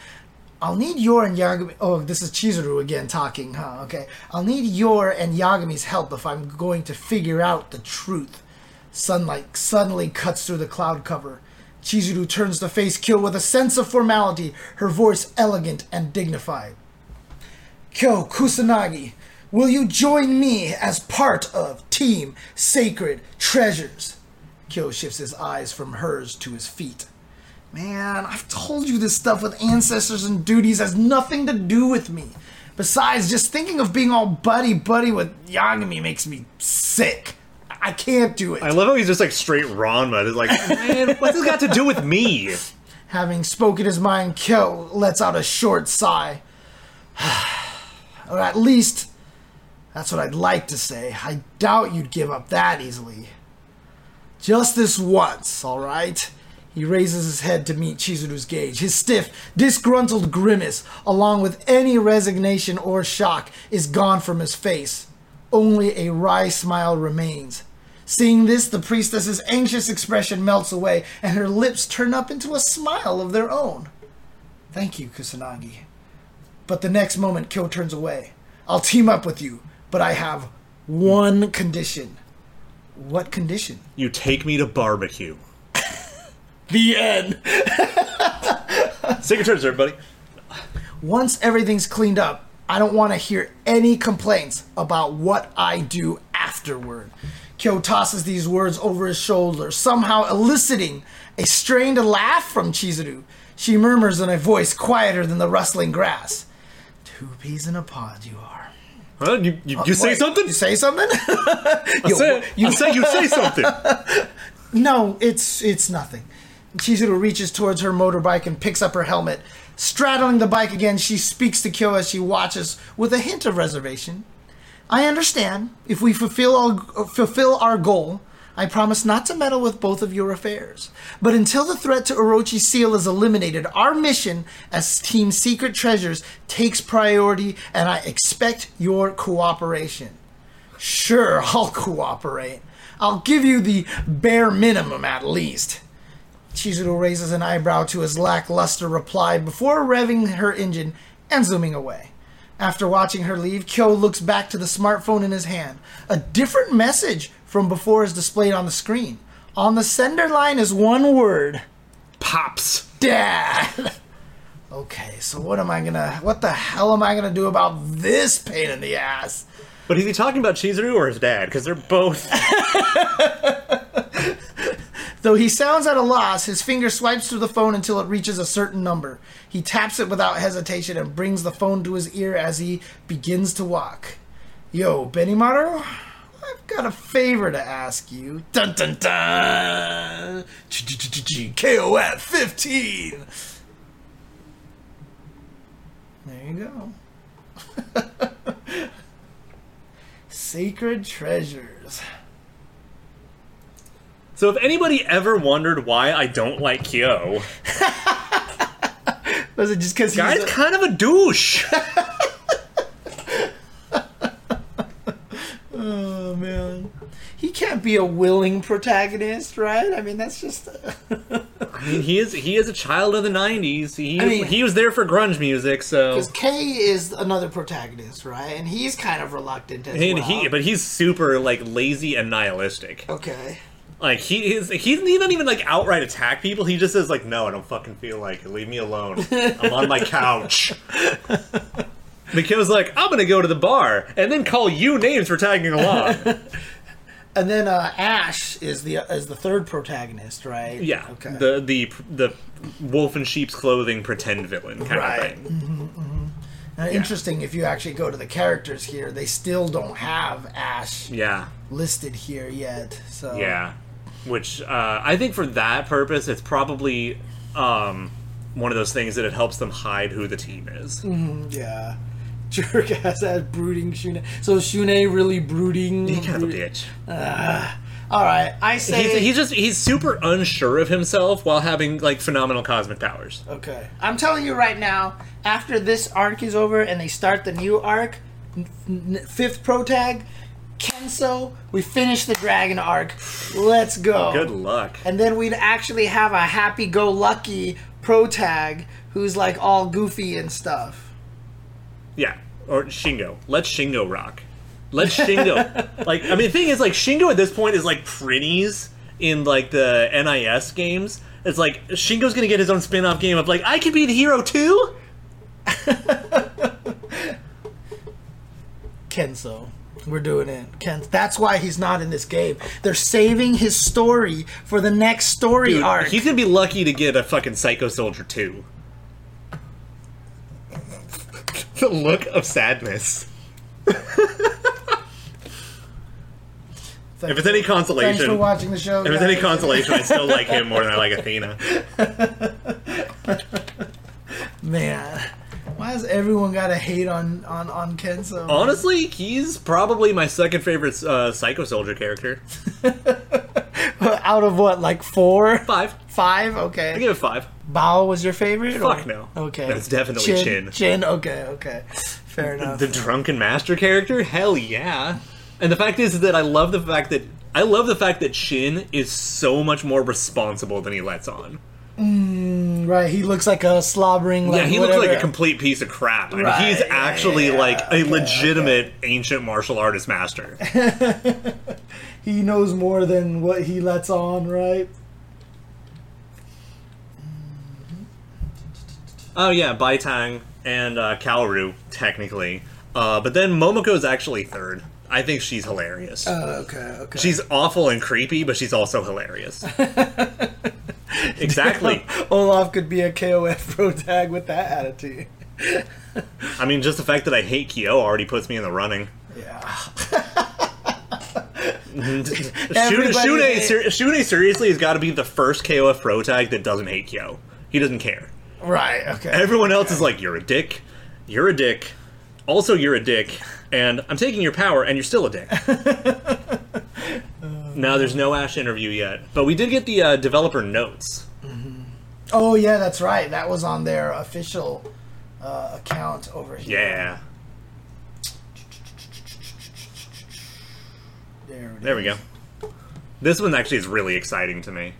I'll need your and Yagami. Oh, this is Chizuru again talking, huh? Okay. I'll need your and Yagami's help if I'm going to figure out the truth. Sunlight suddenly cuts through the cloud cover. Chizuru turns to face Kyo with a sense of formality, her voice elegant and dignified. Kyo Kusanagi, will you join me as part of Team Sacred Treasures? Kyo shifts his eyes from hers to his feet. Man, I've told you this stuff with ancestors and duties has nothing to do with me. Besides, just thinking of being all buddy buddy with Yagami makes me sick. I can't do it.
I love how he's just like straight Ranma. It's like, man, what's this got to do with me?
Having spoken his mind, Kyo lets out a short sigh. or at least, that's what I'd like to say. I doubt you'd give up that easily. Just this once, alright? He raises his head to meet Chizuru's gaze. His stiff, disgruntled grimace, along with any resignation or shock, is gone from his face. Only a wry smile remains. Seeing this, the priestess's anxious expression melts away, and her lips turn up into a smile of their own. Thank you, Kusanagi. But the next moment, Kyo turns away. I'll team up with you, but I have one condition. What condition?
You take me to barbecue.
The end.
Secret trips, everybody.
Once everything's cleaned up, I don't want to hear any complaints about what I do afterward. Kyo tosses these words over his shoulder, somehow eliciting a strained laugh from Chizuru. She murmurs in a voice quieter than the rustling grass. Two peas in a pod, you are.
Huh? You, you, you say
Wait,
something?
Uh, You say something?
I said- I said you say something.
No, it's it's nothing. Chizuru reaches towards her motorbike and picks up her helmet. Straddling the bike again, she speaks to Kyo as she watches with a hint of reservation. I understand. If we fulfill our, fulfill our goal, I promise not to meddle with both of your affairs. But until the threat to Orochi's seal is eliminated, our mission as Team Secret Treasures takes priority, and I expect your cooperation. Sure, I'll cooperate. I'll give you the bare minimum at least. Chizuru raises an eyebrow to his lackluster reply before revving her engine and zooming away. After watching her leave, Kyo looks back to the smartphone in his hand. A different message from before is displayed on the screen. On the sender line is one word
Pops.
Dad! okay, so what am I gonna. What the hell am I gonna do about this pain in the ass?
But is he talking about Chizuru or his dad? Because they're both.
Though he sounds at a loss, his finger swipes through the phone until it reaches a certain number. He taps it without hesitation and brings the phone to his ear as he begins to walk. Yo, Benny Maru, I've got a favor to ask you. Dun dun dun! KO at 15! There you go. Sacred treasures.
So if anybody ever wondered why I don't like Kyo,
Was it just because
guy's kind of a douche.
Oh man, he can't be a willing protagonist, right? I mean, that's just. uh,
I mean, he is he is a child of the '90s. He
I mean-
he was there for grunge music. So
Because Kay is another protagonist, right? And he's kind of reluctant as
and
well.
he but he's super like lazy and nihilistic.
okay.
Like he is he he doesn't even like outright attack people. He just says like, no, I don't fucking feel like it. Leave me alone. I'm on my couch. The kid was like, I'm gonna go to the bar and then call you names for tagging along.
And then uh, Ash is the uh, is the third protagonist, right?
Yeah.
Okay.
The the the wolf in sheep's clothing pretend villain kind
Right. Mm-hmm.
of thing.
Now, Interesting. If you actually go to the characters here, they still don't have Ash
Yeah.
listed here yet. So
Yeah. Which uh, I think for that purpose, it's probably um, one of those things that it helps them hide who the team is.
yeah. Jerk ass has brooding Shune. So Shune really brooding.
Kind of a
brooding-
bitch.
All right, I say
He's, he's just he's super unsure of himself while having like phenomenal cosmic powers.
Okay. I'm telling you right now, after this arc is over and they start the new arc, n- n- fifth pro tag, Kenso, we finish the dragon arc. Let's go.
Good luck.
And then we'd actually have a happy go lucky pro tag who's like all goofy and stuff.
Yeah, or Shingo. Let Shingo rock. Let Shingo. like, I mean, the thing is, like, Shingo at this point is like Prinny's in like the NIS games. It's like Shingo's gonna get his own spin-off game of like I can be the hero too.
Kenso. We're doing it. Ken that's why he's not in this game. They're saving his story for the next story
Dude,
arc.
He's gonna be lucky to get a fucking Psycho Soldier too. the look of sadness. If it's any consolation,
Thanks for watching the show.
If it's any
guys.
consolation, I still like him more than I like Athena.
Man, why has everyone got to hate on on on Kenzo?
Oh. Honestly, he's probably my second favorite uh, Psycho Soldier character.
Out of what, like four,
Five.
five?
I
Okay.
give it five.
Bao was your favorite?
Fuck
or-
no.
Okay.
That's definitely Chin.
Chin. Chin. Okay. Okay. Fair enough.
The drunken master character? Hell yeah. And the fact is that I love the fact that I love the fact that Shin is so much more responsible than he lets on.
right. He looks like a slobbering. Like,
yeah, he
whatever.
looks like a complete piece of crap. I mean,
Right,
he's
yeah,
actually
yeah,
like a legitimate ancient martial artist master.
He knows more than what he lets on. Right.
Oh yeah, Baitang and uh, Kaoru technically, uh, but then Momoko is actually third. I think she's hilarious.
Okay. Okay.
she's awful and creepy, but she's also hilarious. exactly.
Olaf could be a KOF pro tag with that attitude.
I mean, just the fact that I hate Kyo already puts me in the running.
Yeah.
Shune,
Everybody
Shune,
hates-
ser- Shune seriously has got to be the first KOF pro tag that doesn't hate Kyo. He doesn't care.
Right. Okay.
Everyone else is like, you're a dick, you're a dick, also you're a dick, and I'm taking your power, and you're still a dick. now there's no Ash interview yet, but we did get the uh, developer notes.
Oh yeah, that's right. That was on their official uh, account over here.
Yeah,
There it is.
there we go. This one actually is really exciting to me.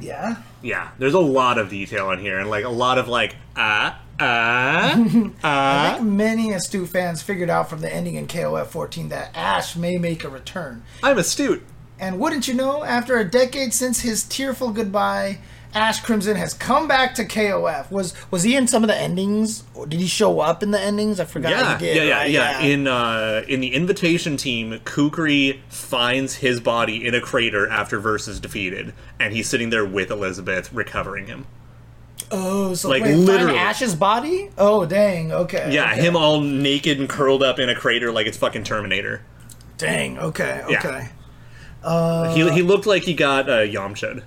Yeah.
Yeah, there's a lot of detail in here, and like a lot of like ah ah.
Many astute fans figured out from the ending in KOF 14 that Ash may make a return.
I'm astute.
And wouldn't you know, after a decade since his tearful goodbye, Ash Crimson has come back to KOF. Was was he in some of the endings? Or did he show up in the endings? I forgot.
Yeah,
he did,
yeah, yeah,
right?
yeah. In uh, in the invitation team, Kukri finds his body in a crater after Verse is defeated, and he's sitting there with Elizabeth recovering him.
oh, so
like,
wait, find
literally.
Ash's body. Oh dang. Okay.
Yeah,
okay.
him all naked and curled up in a crater like it's fucking Terminator.
Dang. Okay. Okay.
Yeah. he he looked like he got uh, Yamcha.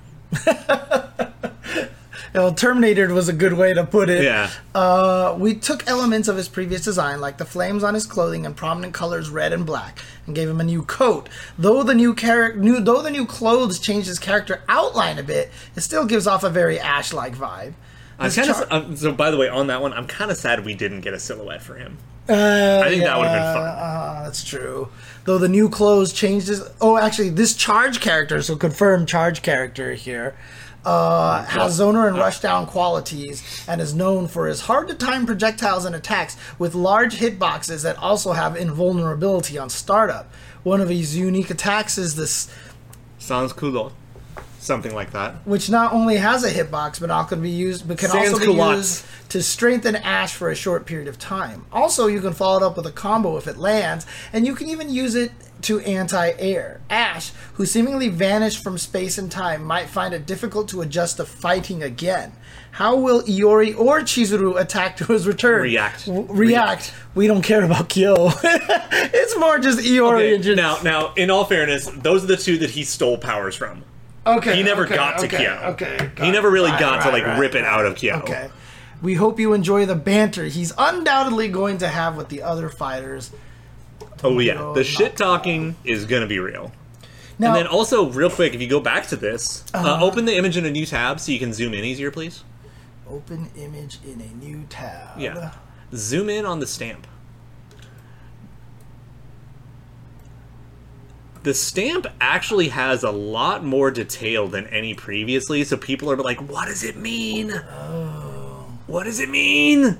Well, Terminator was a good way to put it.
Yeah,
Uh, we took elements of his previous design, like the flames on his clothing and prominent colors red and black, and gave him a new coat. Though the new character, new though the new clothes changed his character outline a bit, it still gives off a very Ash-like vibe.
I'm
This
kind
char-
of um, so. By the way, on that one, I'm kind of sad we didn't get a silhouette for him. I think that would have been fun.
Uh, that's true. Though the new clothes changed his. Oh, actually, this charge character, so confirmed charge character here, uh, has zoner and rushdown qualities and is known for his hard to time projectiles and attacks with large hitboxes that also have invulnerability on startup. One of his unique attacks is this,
Sans culotte, something like that.
which not only has a hitbox but not can be used, but can
Sans
also be
culottes.
used to strengthen Ash for a short period of time. Also, you can follow it up with a combo if it lands, and you can even use it to anti-air. Ash, who seemingly vanished from space and time, might find it difficult to adjust to fighting again. How will Iori or Chizuru attack to his return?
React.
W- react.
React.
We don't care about Kyo. it's more just Iori
Okay,
and just
now, now, in all fairness, those are the two that he stole powers from.
Okay.
He never
okay,
got to
okay,
Kyo.
Okay.
He never really got to like
ripping.
rip it out of Kyo.
Okay. Oh. We hope you enjoy the banter he's undoubtedly going to have with the other fighters.
Oh yeah, the shit talking is gonna be real.
Now, Uh-huh.
and then also, real quick, if you go back to this, uh, open the image in a new tab so you can zoom in easier, please.
open image in a new tab.
Yeah. Zoom in on the stamp. The stamp actually has a lot more detail than any previously, so people are like, what does it mean? What does it mean?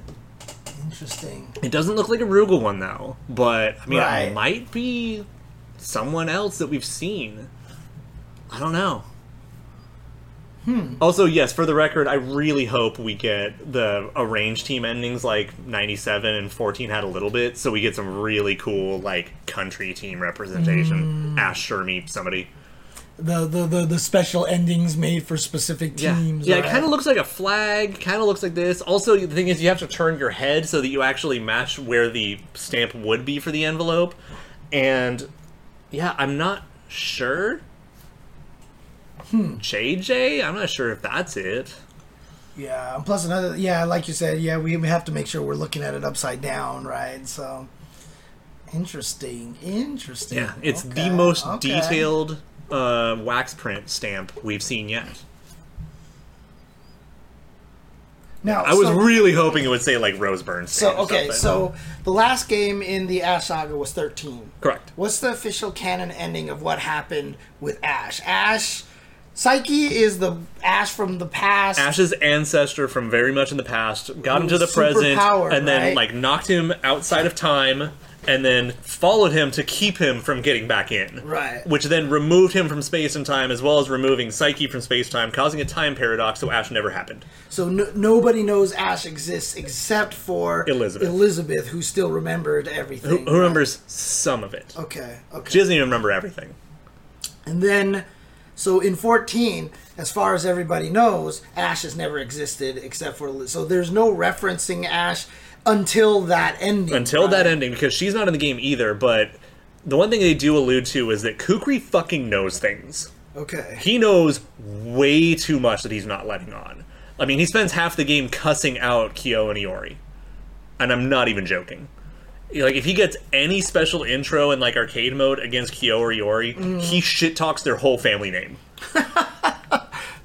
Interesting.
It doesn't look like a Rugal one, though, but I mean,
Right.
it might be someone else that we've seen. I don't know. Also, yes, for the record, I really hope we get the arranged team endings like 97 and 14 had a little bit, so we get some really cool, like, country team representation. Ash, Shermie, somebody.
The, the the the special endings made for specific teams.
Yeah, it
right.
kind of looks like a flag, kind of looks like this. Also, the thing is, you have to turn your head so that you actually match where the stamp would be for the envelope. And yeah, I'm not sure. Hmm. JJ? I'm not sure if that's it.
Yeah, and plus another. Yeah, like you said, yeah, we, we have to make sure we're looking at it upside down, right? So, interesting, interesting.
Yeah, it's
Okay,
the most
okay.
detailed uh, wax print stamp we've seen yet.
Now
I was
so,
really hoping it would say like Rose Byrne
so
stamp. or
okay.
something.
So the last game in the Ash saga was thirteen.
correct.
What's the official canon ending of what happened with Ash? Ash, Psyche is the Ash from the past.
Ash's ancestor from very much in the past got him to the
Superpower,
present and then
right?
like knocked him outside of time and then followed him to keep him from getting back in.
Right.
Which then removed him from space and time as well as removing Psyche from space time, causing a time paradox so Ash never happened.
So no, nobody knows Ash exists except for
Elizabeth.
Elizabeth, who still remembered
Who,
everything.
who remembers some of it?
Okay. Okay.
She doesn't even remember everything.
And then, so in 14, as far as everybody knows, Ash has never existed except for. So there's no referencing Ash until that ending.
Until
right?
that ending, because she's not in the game either, but the one thing they do allude to is that Kukri fucking knows things.
Okay.
he knows way too much that he's not letting on. I mean, he spends half the game cussing out Kyo and Iori. And I'm not even joking. Like, if he gets any special intro in, like, arcade mode against Kyo or Iori, he shit talks their whole family name.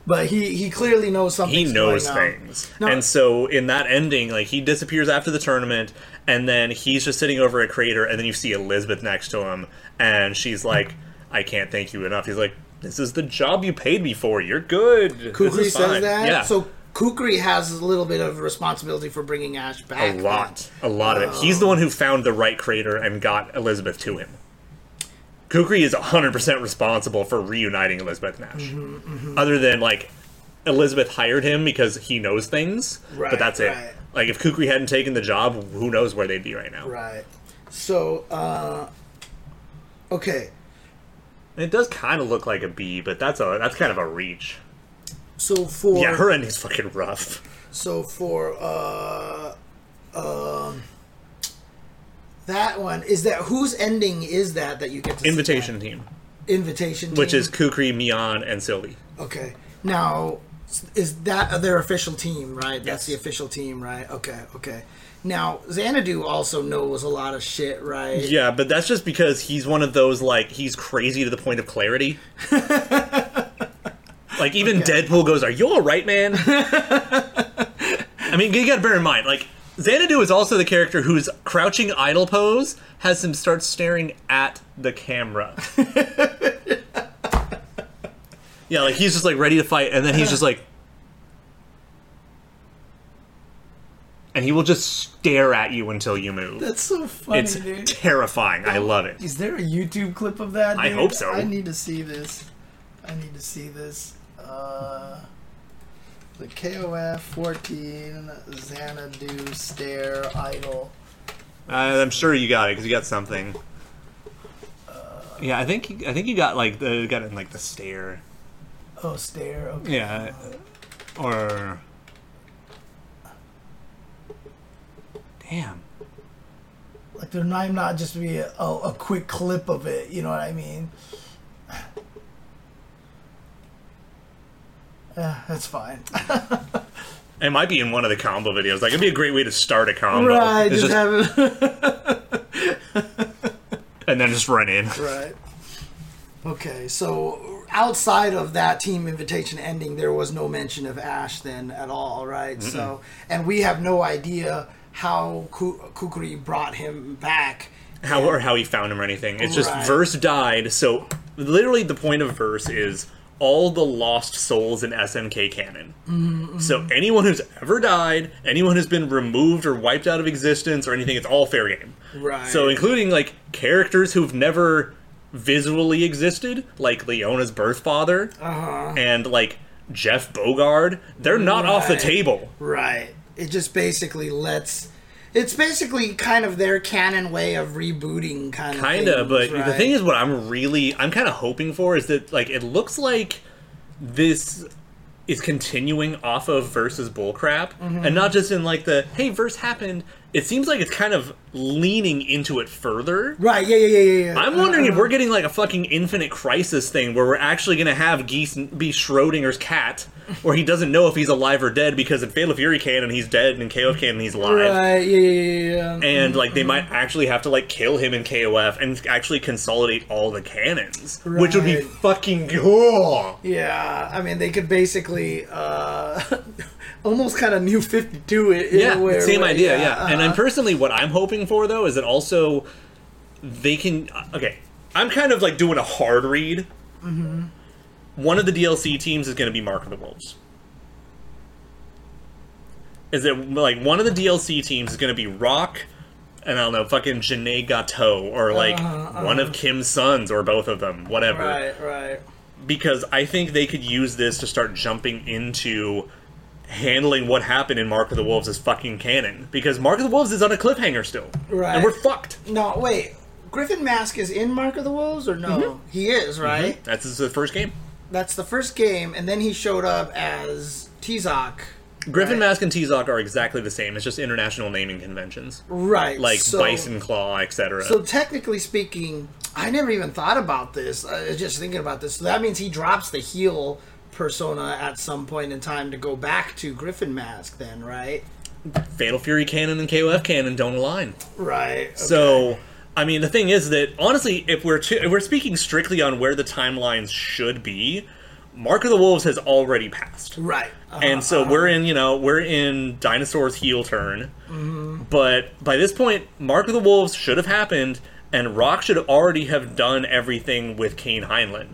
But he, he clearly knows something.
He knows things.
No.
And so, in that ending, like, he disappears after the tournament, and then he's just sitting over a crater, and then you see Elizabeth next to him, and she's like, I can't thank you enough. He's like, this is the job you paid me for. You're good. This
Kukri
is
says
fine."
that.
Yeah.
So Kukri has a little bit of responsibility for bringing Ash
A
back.
lot. A lot of it. He's the one who found the right crater and got Elizabeth to him. Kukri is 100% responsible for reuniting Elizabeth Nash.
Mm-hmm,
Other than, like, Elizabeth hired him because he knows things,
Right,
but that's it.
right.
Like, if Kukri hadn't taken the job, who knows where they'd be right now.
Right. So, uh, okay.
It does kind of look like a B, but that's a that's kind of a reach.
So for
Yeah, her ending's fucking rough.
So for uh, um, that one is that whose ending is that that you get to see
Invitation team,
that? invitation,
which
team?
is Kukri, Mion, and Sylvie.
okay. Now is that their official team, right? That's
Yes.
the official team, right? Okay, okay. Now Xanadu also knows a lot of shit, right?
Yeah, but that's just because he's one of those like he's crazy to the point of clarity. like even Deadpool goes, "Are you all right, man?" I mean, you got to bear in mind, like Xanadu is also the character whose crouching idle pose has him start staring at the camera. yeah, like he's just like ready to fight, and then he's just like. And he will just stare at you until you move.
That's so funny,
It's
dude.
terrifying. I love it.
Is there a YouTube clip of that?
I
dude?
hope so.
I need to see this. I need to see this. Uh, the KOF 14 Xanadu stare idol.
I, Uh, I'm sure you got it because you got something. Yeah, I think I think you got like the you got it in like the stare.
Oh, stare. Okay.
Yeah, or damn.
Like there might not just be a, a, a quick clip of it. You know what I mean? Uh, that's fine.
It might be in one of the combo videos. Like it'd be a great way to start a combo.
right.
It's
Just,
just-
have it.
and then just run in.
right. Okay, so outside of that team invitation ending, there was no mention of Ash then at all, right? So, and we have no idea how Ku- Kukri brought him back.
how or how he found him or anything. It's just
Right.
verse died. So literally, the point of verse is all the lost souls in SNK canon.
Mm-hmm.
So anyone who's ever died, anyone who's been removed or wiped out of existence or anything, it's all fair game.
Right.
So including like characters who've never visually existed, like Leona's birth father,
Uh-huh.
and like Jeff Bogard, they're not off the
Right.
table.
Right. It just basically lets. It's basically kind of their canon way of rebooting, kind of.
kind of but
things, right?
the thing is what i'm really i'm kind of hoping for is that like it looks like this is continuing off of versus bullcrap
Mm-hmm.
and not just in like the hey verse happened it seems like it's kind of leaning into it further
Right. Uh-huh. Yeah. Yeah. Yeah. Yeah. yeah.
I'm wondering if we're getting like a fucking infinite crisis thing where we're actually gonna have Geese be Schrodinger's cat, where he doesn't know if he's alive or dead because in Fatal Fury canon he's dead and in KOF canon he's alive
Right. Uh, Yeah. Yeah. Yeah. yeah.
and like they might actually have to like kill him in KOF and actually consolidate all the cannons, which would be
Right.
fucking cool.
Yeah, I mean, they could basically uh, almost kind of new 52 it. in
Yeah,
a way-
same
way,
idea. Yeah, uh-huh. and I'm personally what I'm hoping for though is that also they can. uh, Okay, I'm kind of like doing a hard read. Mm-hmm. One of the DLC teams is going to be Mark of the Wolves. Is that like one of the DLC teams is going to be Rock? And I don't know, fucking Janae Gateau, or like one of Kim's sons, or both of them, whatever.
Right, right.
because I think they could use this to start jumping into handling what happened in Mark of the Wolves as fucking canon. Because Mark of the Wolves is on a cliffhanger still.
Right.
And we're fucked.
No, wait. Griffin Mask is in Mark of the Wolves or no?
Mm-hmm.
He is, right?
That's just the first game.
That's the first game, and then he showed up as Tezok.
Griffin Mask and Tezok are exactly the same. It's just international naming conventions.
Right.
Like
so,
Bison Claw, etc.
So, technically speaking, I never even thought about this. I was just thinking about this. So, that means he drops the heel persona at some point in time to go back to Griffin Mask, then, right?
Fatal Fury canon and KOF canon don't align.
Right. okay.
So, I mean, the thing is that honestly, if we're to, if we're speaking strictly on where the timelines should be, Mark of the Wolves has already passed.
Right. Uh,
and so we're in you know we're in dinosaur's heel turn but by this point mark of the wolves should have happened and rock should already have done everything with kane heinlein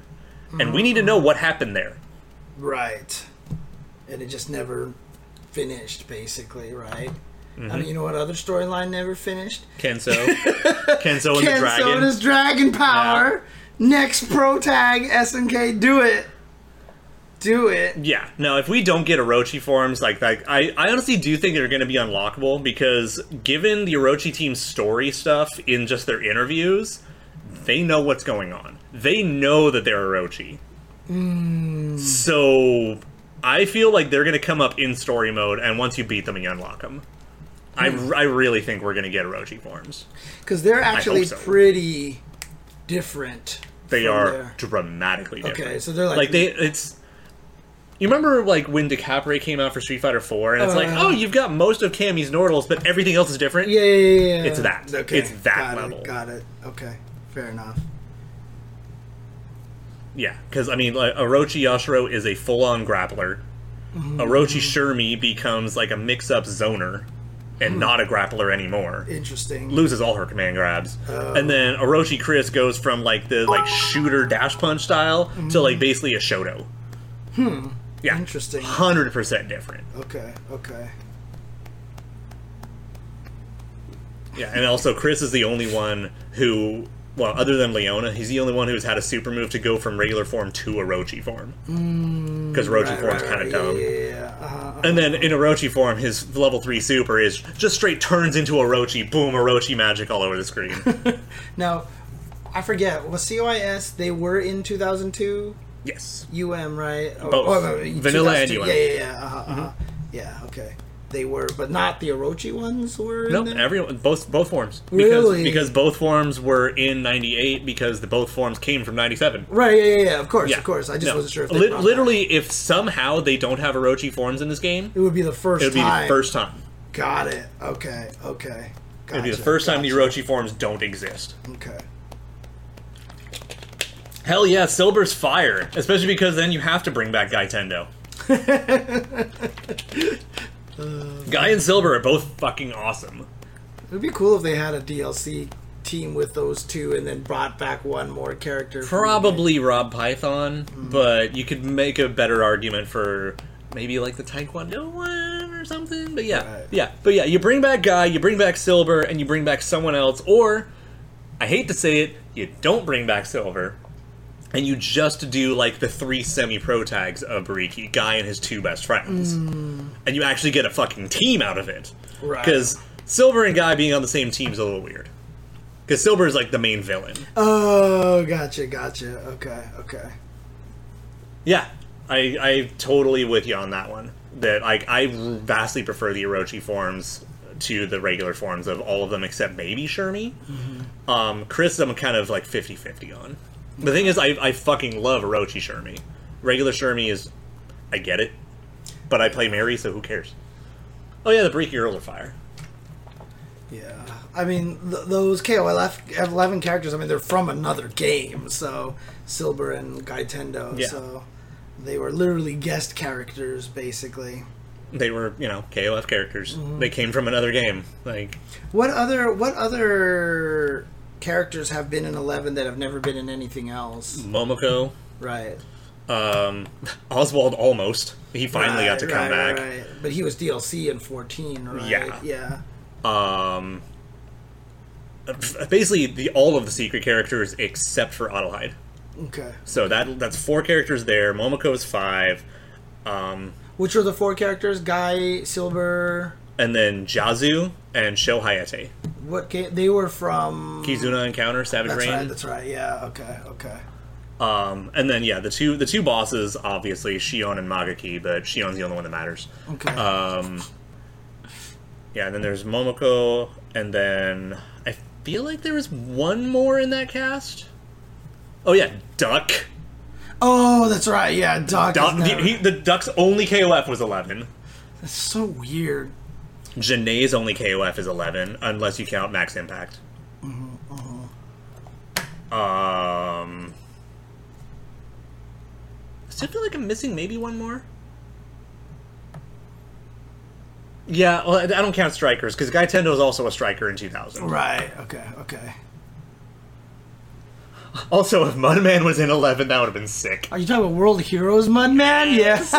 and we need to know what happened there
right. And it just never finished, basically, right? I mean, you know what other storyline never finished?
kenso kenso and
Kenzo
the dragon
and his dragon power. Next pro tag, SNK, do it. Do it.
yeah no if we don't get orochi forms like that i, I honestly do think they're going to be unlockable because given the orochi team's story stuff in just their interviews they know what's going on they know that they're orochi so i feel like they're going to come up in story mode and once you beat them you unlock them I, I really think we're going to get orochi forms
Because they're actually
so.
pretty different.
they
from
are
there.
dramatically different.
Okay, so they're like-
like they it's. You remember like when DiCaprio came out for Street Fighter Four, and it's like,
Uh-huh.
oh, you've got most of Cammy's Nordles, but everything else is different.
Yeah, yeah, yeah, yeah.
It's that.
Okay.
It's that
Got
level.
It, got it. Okay. Fair enough.
Yeah, because I mean, like, Orochi Yashiro is a full-on grappler.
Mm-hmm.
Orochi Shermie becomes like a mix-up zoner, and
Hmm.
not a grappler anymore.
Interesting.
loses all her command grabs,
Oh.
and then Orochi Chris goes from like the like shooter dash punch style to like basically a Shoto. Hmm. Yeah.
Mm-hmm. Interesting.
Hundred percent different.
Okay. Okay.
Yeah, and also Chris is the only one who, well, other than Leona, he's the only one who's had a super move to go from regular form to Orochi form. Because Orochi
Mm, Right, right,
form's
right.
kind of
Yeah,
dumb.
yeah, yeah, yeah. Uh-huh.
And then in Orochi form, his level three super is just straight turns into Orochi. Boom, Orochi magic all over the screen.
Now, I forget. Was COIS? They were in 2002.
yes.
UM, right? Or,
Both.
or, uh,
Vanilla and
2002.
UM.
Yeah, yeah, yeah. Uh-huh, uh-huh. Yeah. Okay. They were, but not the Orochi ones were.
Nope,
in there?
everyone, both both forms.
Really?
Because, because both forms were in 98 because the both forms came from 97.
Right. Yeah, yeah, yeah. Of course,
Yeah.
of course. I just
No.
wasn't sure if they
Lit-
brought
literally, if somehow they don't have Orochi forms in this game,
that. it would be the first
it would be
time.
the first time.
Got it. Okay. Okay. Gotcha.
It'd be the first time the Orochi forms don't exist.
Okay.
Hell yeah, Silber's fire. Especially because then you have to bring back Gaitendo. Guy and Silber are both fucking awesome.
It'd be cool if they had a DLC team with those two and then brought back one more character. from-
Probably Rob Python,
Hmm.
but you could make a better argument for maybe like the Taekwondo one or something. But yeah,
Right.
yeah, but yeah, you bring back Guy, you bring back Silver, and you bring back someone else. Or, I hate to say it, you don't bring back Silver, and you just do like the three semi-pro tags of Bariki, Guy, and his two best friends, and you actually get a fucking team out of it.
Hmm. Right.
Because Silver and Guy being on the same team is a little weird. Because Silver is like the main villain.
Oh, gotcha, gotcha. Okay, okay.
Yeah, I I totally with you on that one. That I I vastly prefer the Orochi forms to the regular forms of all of them except maybe Shermie.
Mm-hmm.
Um, Chris, I'm kind of like 50-50 on. The thing is, I I fucking love Orochi Shermie. Regular Shermie is, I get it, but I play Mary, so who cares? Oh yeah, the Bariki Girl are fire.
Yeah, I mean th- those KOF eleven characters. I mean they're from another game, so Silber and Gaitendo.
Yeah.
So they were literally guest characters, basically.
They were you know KOF characters.
Mm-hmm.
They came from another game. Like
What other what other characters have been in eleven that have never been in anything else?
Momoko,
Right.
um, Oswald almost. He finally got to
Right,
come
right,
back.
right. But he was DLC in fourteen, right?
Yeah.
Yeah.
um basically the all of the secret characters except for Adelheid.
Okay.
So that that's four characters there. Momoko is five, um,
Which were the four characters? Guy, Silber.
and then Jazu and Sho Hayate.
What game? They were from.
Kizuna encounter Savage
Mm. That's right.
Rain,
That's right. Yeah. Okay. Okay.
um, and then yeah, the two the two bosses obviously Shion and Magaki, but Shion's the only one that matters.
Okay.
Um, yeah, and then there's Momoko, and then I feel like there was one more in that cast. Oh yeah, Duck.
Oh, that's right. Yeah, Doc.
Doc,
is
the,
never-
he, the Ducks' only KOF was 11.
that's so weird.
Janae's only KOF is 11, unless you count Max Impact. Um, I still feel like I'm missing maybe one more. Yeah, well, I I don't count strikers because Gaitendo is also a striker in 2000.
Right. Okay. Okay.
Also, if Mudman was in 11, that would have been sick.
Are you talking about World Heroes, Mud Man? Yes.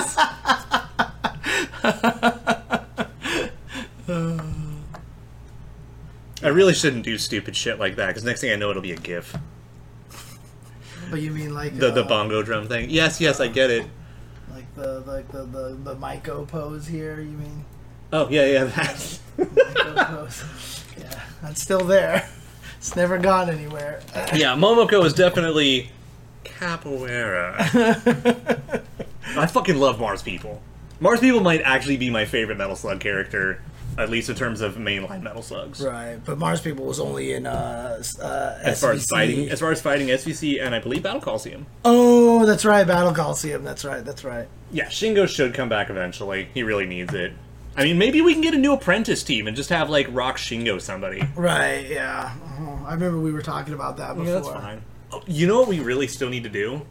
I really shouldn't do stupid shit like that because next thing I know, it'll be a GIF.
but you mean like
The the
uh,
bongo drum thing. Yes, yes, I get it.
like the like the the the Myco pose here? You mean
Oh yeah, yeah, that.
Myco pose? Yeah, that's still there. It's never gone anywhere.
Yeah, Momoko is definitely capoeira. I fucking love Mars People. Mars People might actually be my favorite Metal Slug character, at least in terms of mainline Metal Slugs.
Right. But Mars People was only in uh, s- uh
As far as
SVC.
fighting, as far as fighting SVC and I believe Battle Coliseum.
Oh, that's right. Battle Coliseum. That's right. That's right.
Yeah, Shingo should come back eventually. He really needs it. I mean, maybe we can get a new apprentice team and just have like Rock Shingo somebody.
Right. Yeah. Oh, I remember we were talking about that before.
Yeah, that's fine. Oh, You know what we really still need to do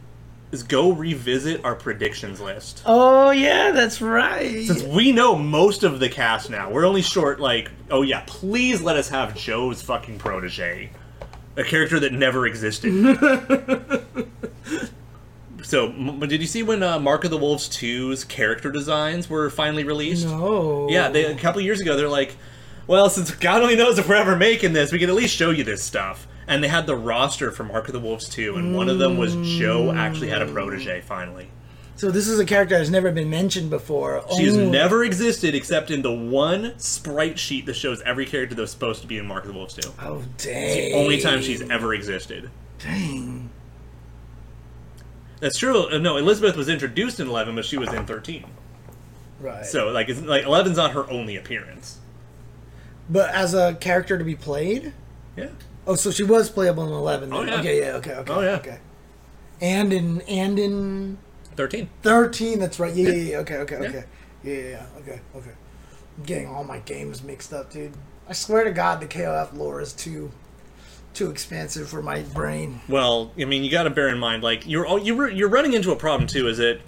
is go revisit our predictions list.
Oh yeah, that's right.
Since we know most of the cast now, we're only short like, oh yeah, please let us have Joe's fucking protege, a character that never existed. so, m- did you see when uh, Mark of the Wolves 2's character designs were finally released?
No.
Yeah, they, a couple years ago, they're like, well, since God only knows if we're ever making this, we can at least show you this stuff. And they had the roster for Mark of the Wolves 2, and one of them was Joe actually had a protege finally.
So this is a character that's never been mentioned before. Oh,
She has
Only-
never existed except in the one sprite sheet that shows every character that was supposed to be in Mark of the Wolves 2.
Oh dang.
Only time she's ever existed.
Dang.
That's true. uh, No, Elizabeth was introduced in 11, but she was in 13.
Right.
So, like, it's, like 11's not her only appearance.
but as a character to be played.
Yeah.
Oh, so she was playable in eleven. then.
Oh, yeah.
Okay. Yeah. Okay. Okay.
Oh, yeah.
Okay. And in and in
13.
thirteen. That's right. Yeah. Yeah. yeah. Okay. Okay.
Yeah.
Okay. Yeah. Yeah. yeah. Okay. Okay. I'm getting all my games mixed up, dude. I swear to God, the KOF lore is too too expensive for my brain.
Well, I mean, you got to bear in mind, like you're all you were, you're running into a problem too. Is that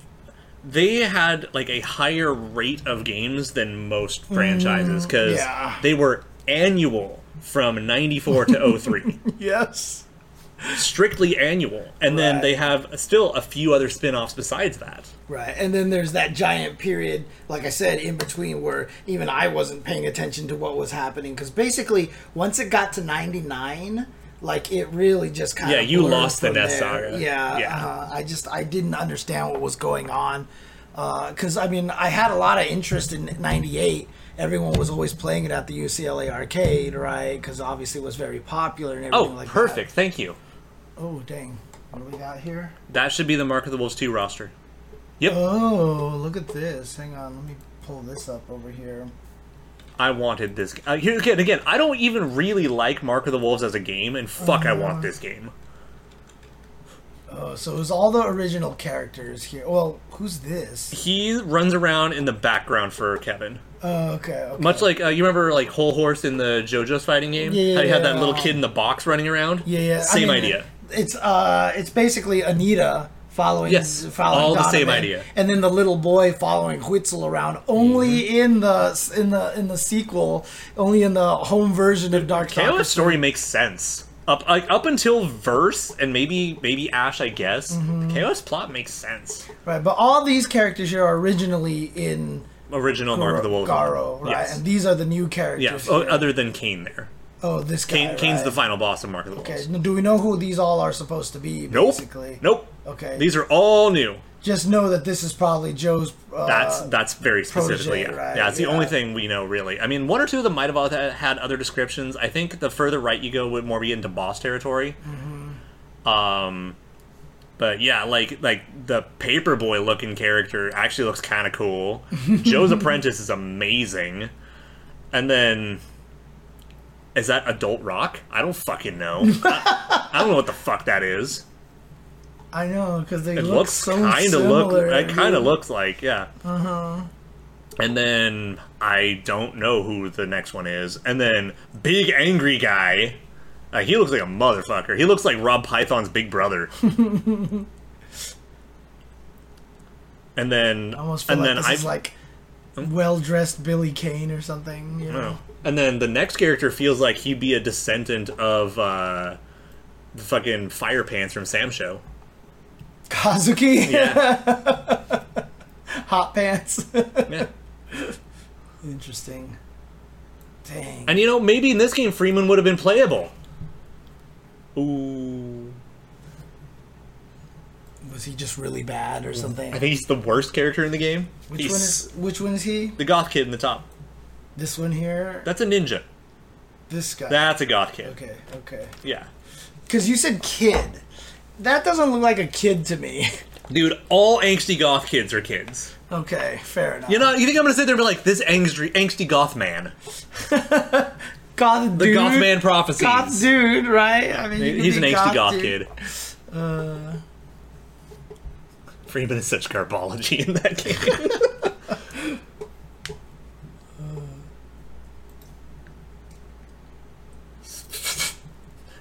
they had like a higher rate of games than most franchises because
Mm, yeah.
they were annual from 94 to 03
Yes.
strictly annual and then
Right.
they have still a few other spin-offs besides that
Right. And then there's that giant period, like I said, in between where even I wasn't paying attention to what was happening. Because basically, once it got to 99, like it really just kind
Yeah,
of.
you lost the Ness saga.
Yeah.
Yeah.
Uh, I just, I didn't understand what was going on. Because, I mean, I had a lot of interest in 98. Everyone was always playing it at the UCLA arcade, right? Because obviously it was very popular and
oh
everything like
perfect thank you
that. Oh, dang. What do we got here?
that should be the mark of the wolves 2 roster
Oh, look at this. Hang on, let me pull this up over here.
I wanted this. Uh, here again, again, I don't even really like Mark of the Wolves as a game, and fuck, I
Uh-huh.
want this game.
Oh, so it was all the original characters here. Well, who's this?
He runs around in the background for Kevin,
Oh, okay. okay.
much like uh, you remember like Whole Horse in the JoJo's fighting game.
Yeah,
How you had that
yeah.
little kid in the box running around.
yeah, yeah. I
Same
mean,
idea.
It's uh, it's basically Anita following.
Yes,
following
all the
Donovan,
same idea.
And then the little boy following Witzel around. Only
Mm-hmm.
in the in the in the sequel, only in the home version of Dark
Kayla's
Tactics.
story makes sense up like, up until verse and maybe maybe Ash, I guess.
Mm-hmm.
Kayla's plot makes sense.
Right, but all these characters here are originally in
Original Mark of the Wolves.
Garo, right?
Yes.
And these are the new
yeah.
characters.
Oh,
here.
other than Kane, there.
Oh, this guy.
Kane, Kane's
right.
the final boss of Mark of the Wolves.
Okay, now do we know who these all are supposed to be?
Nope.
Basically,
Nope.
Okay.
These are all new.
Just know that this is probably Joe's. Uh,
That's that's very specifically.
protege,
yeah.
right,
yeah, it's the
yeah.
only thing we know really. I mean, one or two of them might have all had had other descriptions. I think the further right you go, would more we get into boss territory.
Mm-hmm.
Um, but yeah, like like the paperboy looking character actually looks kind of cool. Joe's apprentice is amazing, and then. Is that adult rock? I don't fucking know. I, I don't know what the fuck that is.
I know because they
It
look
looks
so
kind of look.
similar. Uh-huh.
It kind of
dude.
looks like yeah. Uh huh. And then I don't know who the next one is. And then big angry guy. Uh, he looks like a motherfucker. He looks like Rob Python's big brother. and then
I almost feel
and
like
then
this
I Hmm?
is like well-dressed Billy Kane or something. You know?
and then the next character feels like he'd be a descendant of uh, the fucking fire pants from Sam Show.
Kazuki,
Oh. Yeah.
hot pants.
yeah.
Interesting. Dang.
And you know, maybe in this game Freeman would have been playable. Ooh.
Was he just really bad or something?
I think he's the worst character in the game.
which
he's
one is which one is he?
the goth kid in the top.
This one here.
That's a ninja.
this guy.
That's a goth kid.
okay. Okay.
Yeah.
Because you said kid. That doesn't look like a kid to me.
Dude, all angsty goth kids are kids.
okay, fair enough.
You know, you think I'm gonna sit there and be like, this angsty, angsty goth man.
goth
The
dude,
goth man prophecies.
goth dude, right? I mean, you could
he's an
be
angsty goth,
dude.
kid. Freeman is such garbology in that game.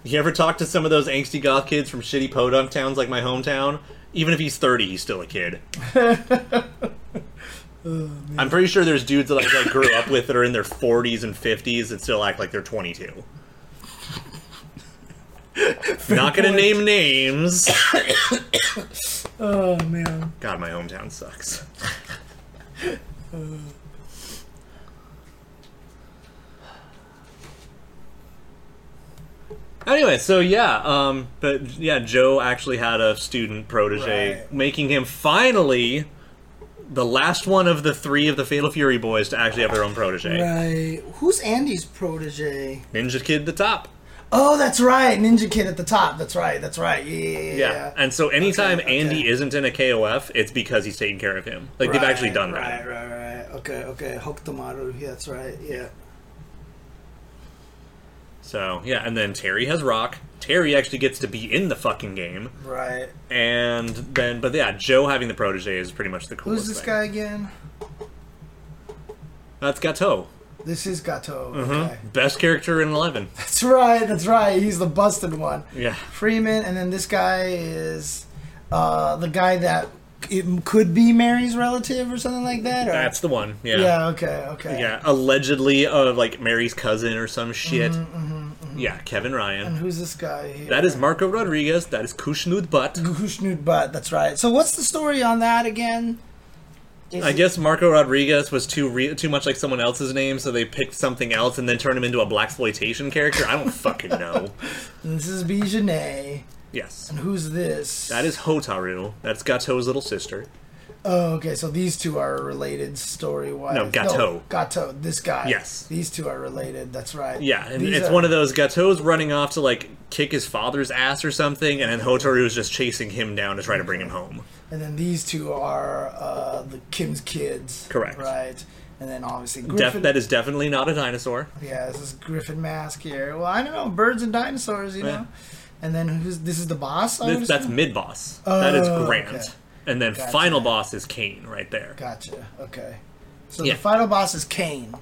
you ever talk to some of those angsty goth kids from shitty podunk towns like my hometown? Even if he's 30, he's still a kid. I'm pretty sure there's dudes that like, I grew up with that are in their 40s and 50s that still act like they're 22. Not gonna name names.
Oh man,
God, my hometown sucks. Anyway, so yeah, um, but yeah, Joe actually had a student protege,
Right.
making him finally the last one of the three of the Fatal Fury boys to actually have their own protege.
right? Who's Andy's protege?
Ninja Kid, the top.
Oh, that's right, Ninja Kid at the top. That's right. That's right. Yeah, yeah, yeah,
Yeah.
yeah.
And so anytime
Okay, okay.
Andy isn't in a KOF, it's because he's taking care of him. Like they've
Right,
actually done
Right,
that.
right, right. Okay, okay. Hokutomaru. Yeah, that's right. Yeah.
So yeah, and then Terry has Rock. Terry actually gets to be in the fucking game,
Right.
and then but yeah, Joe having the protege is pretty much the coolest.
Who's this
thing.
guy again?
That's Gateau.
This is Gato.
Mm-hmm.
Okay.
Best character in Eleven.
That's right. That's right. He's the busted one.
Yeah.
Freeman, and then this guy is uh, the guy that it could be Mary's relative or something like that. Or?
That's the one. Yeah.
yeah. Okay. Okay.
Yeah, Allegedly, uh, like Mary's cousin or some shit.
Mm-hmm,
Yeah, Kevin Ryan.
Who's this guy? Here?
That is Marco Rodriguez. That is Kushnud Butt.
Hushnud Butt. That's right. So what's the story on that again? Is
I
it-
guess Marco Rodriguez was too re- too much like someone else's name, so they picked something else and then turned him into a black exploitation character. I don't fucking know.
this is Bijanet.
Yes,
Who's this?
that is Hotaru. That's Gato's little sister.
Oh, okay. So these two are related story wise.
No, Gato.
Gato. This guy.
Yes.
These two are related. That's right.
Yeah, and
These
it's
are-
one of those Gato's running off to like kick his father's ass or something, and then Hotaru is just chasing him down to try to bring him home.
And then these two are uh, the Kim's kids.
Correct.
Right. And then obviously Griffin.
Def- that is definitely not a dinosaur.
yeah, this is Griffin Mask here. Well, I don't know. Birds and dinosaurs, you know. And then who's this is the boss? I would
Eh. That's, that's
assume?
mid boss. that is
Oh,
Grant,
okay.
and then
Gotcha.
final boss is Kane right there.
Gotcha. Okay. So
Yeah.
the final boss is Kane,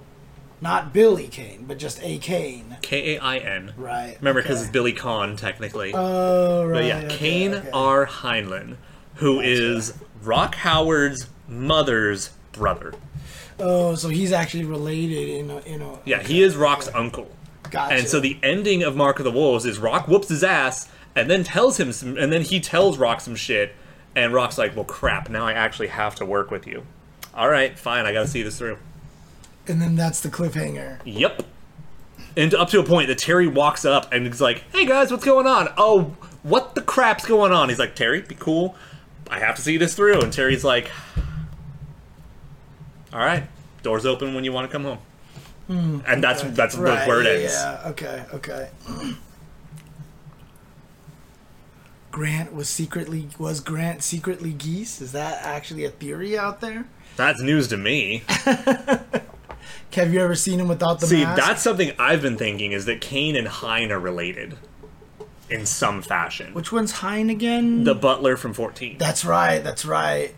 not Billy Kane, but just a Kane.
K A I N.
Right.
Remember, because
okay.
it's Billy Kahn technically.
Oh right.
But yeah,
okay,
Kane
okay.
R. Heinlein, who is Rock Howard's mother's brother.
Oh, so he's actually related in a, in a
Yeah, he is Rock's uncle.
Gotcha.
And so the ending of Mark of the Wolves is Rock whoops his ass and then tells him some, and then he tells Rock some shit, and Rock's like, "Well, crap, now I actually have to work with you." All right, fine, I gotta see this through.
and then that's the cliffhanger.
Yep. And up to a point that Terry walks up and he's like, "Hey guys, what's going on? Oh, what the crap's going on?" He's like, "Terry, be cool. I have to see this through." And Terry's like, "All right, doors open when you want to come home." and that's that's
Hmm. Right.
where it
yeah,
ends.
Yeah. Okay. Okay. Grant was secretly was Grant secretly geese? Is that actually a theory out there?
That's news to me.
Have you ever seen him without the
See,
mask?
that's something I've been thinking is that Kane and Hine are related in some fashion.
Which one's Hein again?
the butler from 14.
that's right. That's right.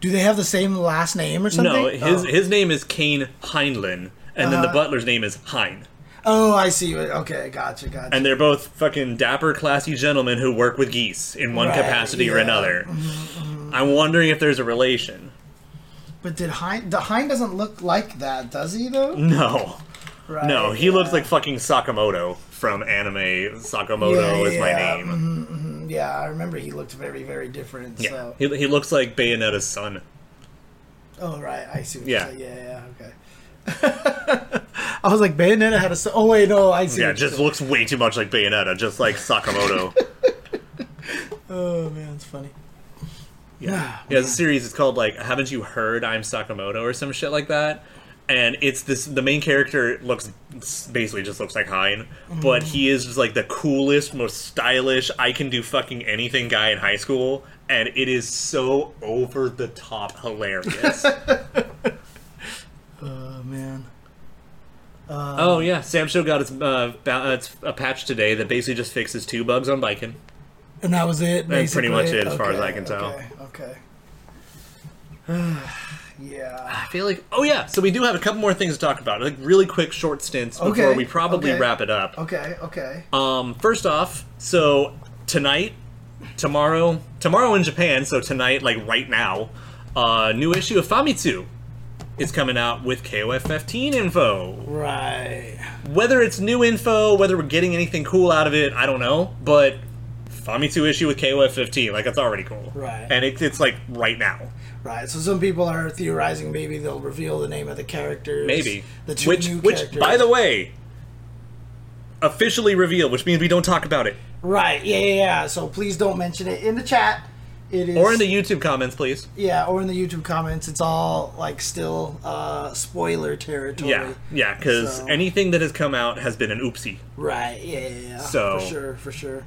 Do they have the same last name or something?
No, his
Oh. Uh-huh.
his name is Kane Heinlein, and then the butler's name is Hine.
Oh, I see. Okay, gotcha, gotcha.
And they're both fucking dapper, classy gentlemen who work with geese in one
Right,
capacity or
yeah. Mm-hmm,
another. I'm wondering if there's a relation.
but did Hein? The Hein doesn't look like that, does he? Though.
No.
Right,
No, he
yeah.
looks like fucking Sakamoto from anime Sakamoto
Yeah,
is my
yeah, Mm-hmm,
name.
Yeah, I remember he looked very, very different.
Yeah.
So.
He, he looks like Bayonetta's son.
Oh right, I see. What
Yeah.
You're saying. yeah, yeah, okay. I was like Bayonetta had a. s- Oh wait, no, I see.
Yeah,
what you're
just
saying.
looks way too much like Bayonetta, just like Sakamoto.
Oh man, it's funny.
Yeah. yeah, the series is called like Haven't You Heard I'm Sakamoto or some shit like that. And it's this the main character looks basically just looks like Hein, but he is just like the coolest, most stylish, I can do fucking anything guy in high school, and it is so over the top hilarious.
Oh man.
oh yeah, Sam Show got its uh, ba- uh, its a patch today that basically just fixes two bugs on Biken.
And that was it.
That's
basically?
pretty much it, as far as I can tell.
Okay. okay. yeah.
I feel like oh yeah, so we do have a couple more things to talk about, like really quick short stints before
Okay,
we probably
okay.
wrap it up.
Okay. Okay.
Um, first off, so tonight, tomorrow, tomorrow in Japan, so tonight, like right now, uh, new issue of Famitsu is coming out with KOF 15 info.
right.
Whether it's new info, whether we're getting anything cool out of it, I don't know, but Famitsu issue with KOF 15, like that's already cool.
Right.
And it, it's like right now.
Right. So some people are theorizing maybe they'll reveal the name of the characters.
Maybe.
The two
which,
new
which,
characters.
by the way, officially revealed, which means we don't talk about it.
Right. Yeah, yeah. Yeah. So please don't mention it in the chat. It is.
Or in the YouTube comments, please.
Yeah, or in the YouTube comments, it's all like still uh, spoiler territory.
Yeah, yeah, because
So-
anything that has come out has been an oopsie.
Right. Yeah. yeah, yeah.
So-
for sure, for sure.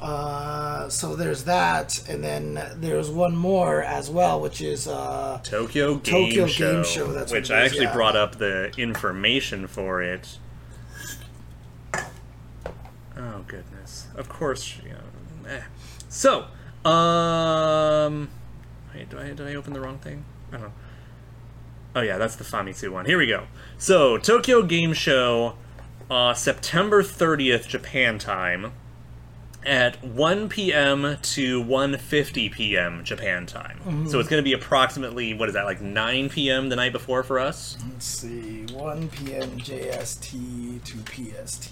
Uh, so there's that, and then there's one more as well, which is uh,
Tokyo Game
Tokyo Game
Show,
Show, that's
which
what it
I
is,
actually
yeah.
brought up the information for it. Oh goodness! Of course. You know, eh. So, um, wait, do I did I open the wrong thing? I don't know. Oh yeah, that's the Famitsu one. Here we go. So Tokyo Game Show, uh, September 30th, Japan time, at 1 p.m. to 1:50 p.m. Japan time. So it's going to be approximately what is that like 9 p.m. the night before for us?
Let's see. 1 p.m. JST to PST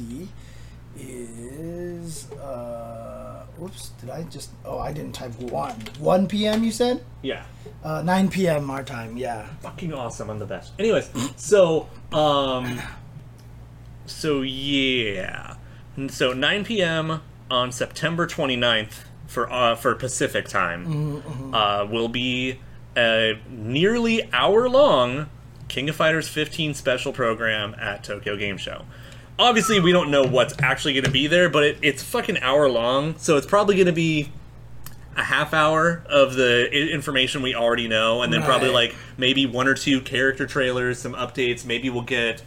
is. uh Whoops, did I just. Oh, I didn't type 1. 1 p.m. you said?
Yeah.
Uh, 9 p.m. our time, yeah.
fucking awesome. I'm the best. Anyways, so um, so yeah, And so 9 p.m. on September 29th for uh, for Pacific time uh, will be a nearly hour long King of Fighters 15 special program at Tokyo Game Show. Obviously, we don't know what's actually going to be there, but it, it's fucking hour long, so it's probably going to be a half hour of the i- information we already know, and then probably
Right.
like maybe one or two character trailers, some updates. Maybe we'll get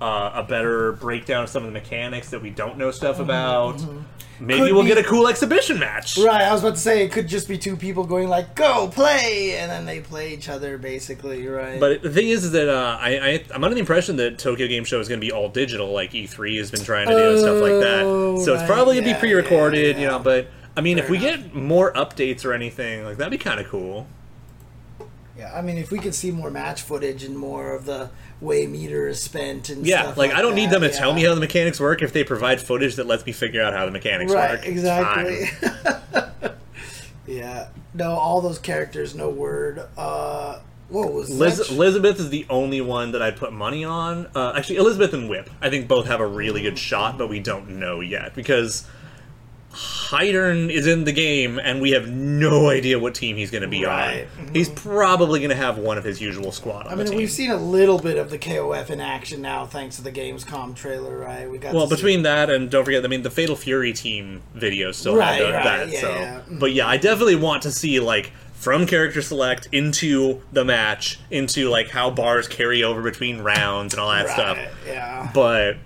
uh, a better breakdown of some of the mechanics that we don't know stuff about. Maybe
Mm-hmm, Could
we'll
be-
get a cool exhibition match.
Right, I was about to say it could just be two people going like, "Go play," and then they play each other, basically, right?
But the thing is, is that uh, I, I I'm under the impression that Tokyo Game Show is going to be all digital, like E3 has been trying to do and stuff like that.
Oh,
So it's
right,
probably gonna
yeah,
be pre-recorded,
yeah,
you know. But I mean, if we get more updates or anything, like that'd be kind of cool.
yeah, I mean, if we could see more match footage and more of the way meter is spent and
Yeah,
stuff
like, I don't need them to
that,
tell
yeah.
me how the mechanics work if they provide footage that lets me figure out how the mechanics
Right,
work. it's
exactly.
fine.
yeah, no, all those characters, no word. Uh, what was
Liz-
Zetch?
Elizabeth is the only one that I'd put money on. Uh, actually, Elizabeth and Whip, I think both have a really good shot, but we don't know yet because Hydern is in the game and we have no idea what team he's going to be
Right. Mm-hmm.
on. He's probably going to have one of his usual squad on
I
the
mean,
team.
we've seen a little bit of the KOF in action now, thanks to the Gamescom trailer, right? We got
well,
to see-
between that and don't forget, I mean, the Fatal Fury team video still
Right,
had the-
right,
that.
yeah,
so,
yeah.
but yeah, I definitely want to see like from character select into the match, into like how bars carry over between rounds and all that stuff.
Right, yeah.
But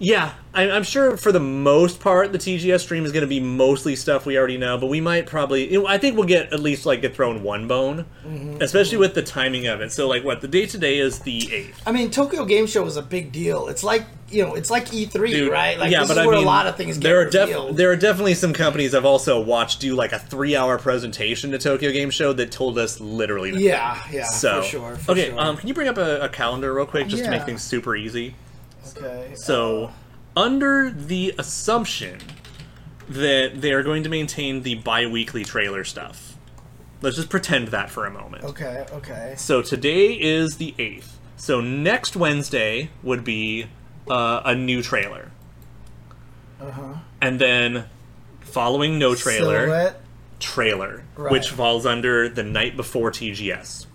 yeah, I, I'm sure for the most part, the TGS stream is going to be mostly stuff we already know. But we might probably, you know, I think we'll get at least like get thrown one bone,
Mm-hmm.
especially with the timing of it. So like, what the day today is the eighth.
I mean, Tokyo Game Show is a big deal. It's like you know, it's like E three,
Dude,
right? Like
yeah,
this
but
is
I
where
mean,
a lot of things get
there are def-
revealed.
there are definitely some companies I've also watched do like a three hour presentation to Tokyo Game Show that told us literally. nothing.
yeah, yeah,
So
for sure. For
okay,
sure.
um, can you bring up a, a calendar real quick just to make
Yeah.
things super easy?
okay.
So, under the assumption that they are going to maintain the bi weekly trailer stuff, let's just pretend that for a moment.
okay, okay.
So, today is the 8th. So, next Wednesday would be uh, a new trailer. And then, following no trailer,
Uh-huh. Silhouette.
trailer,
Right.
which falls under the night before TGS.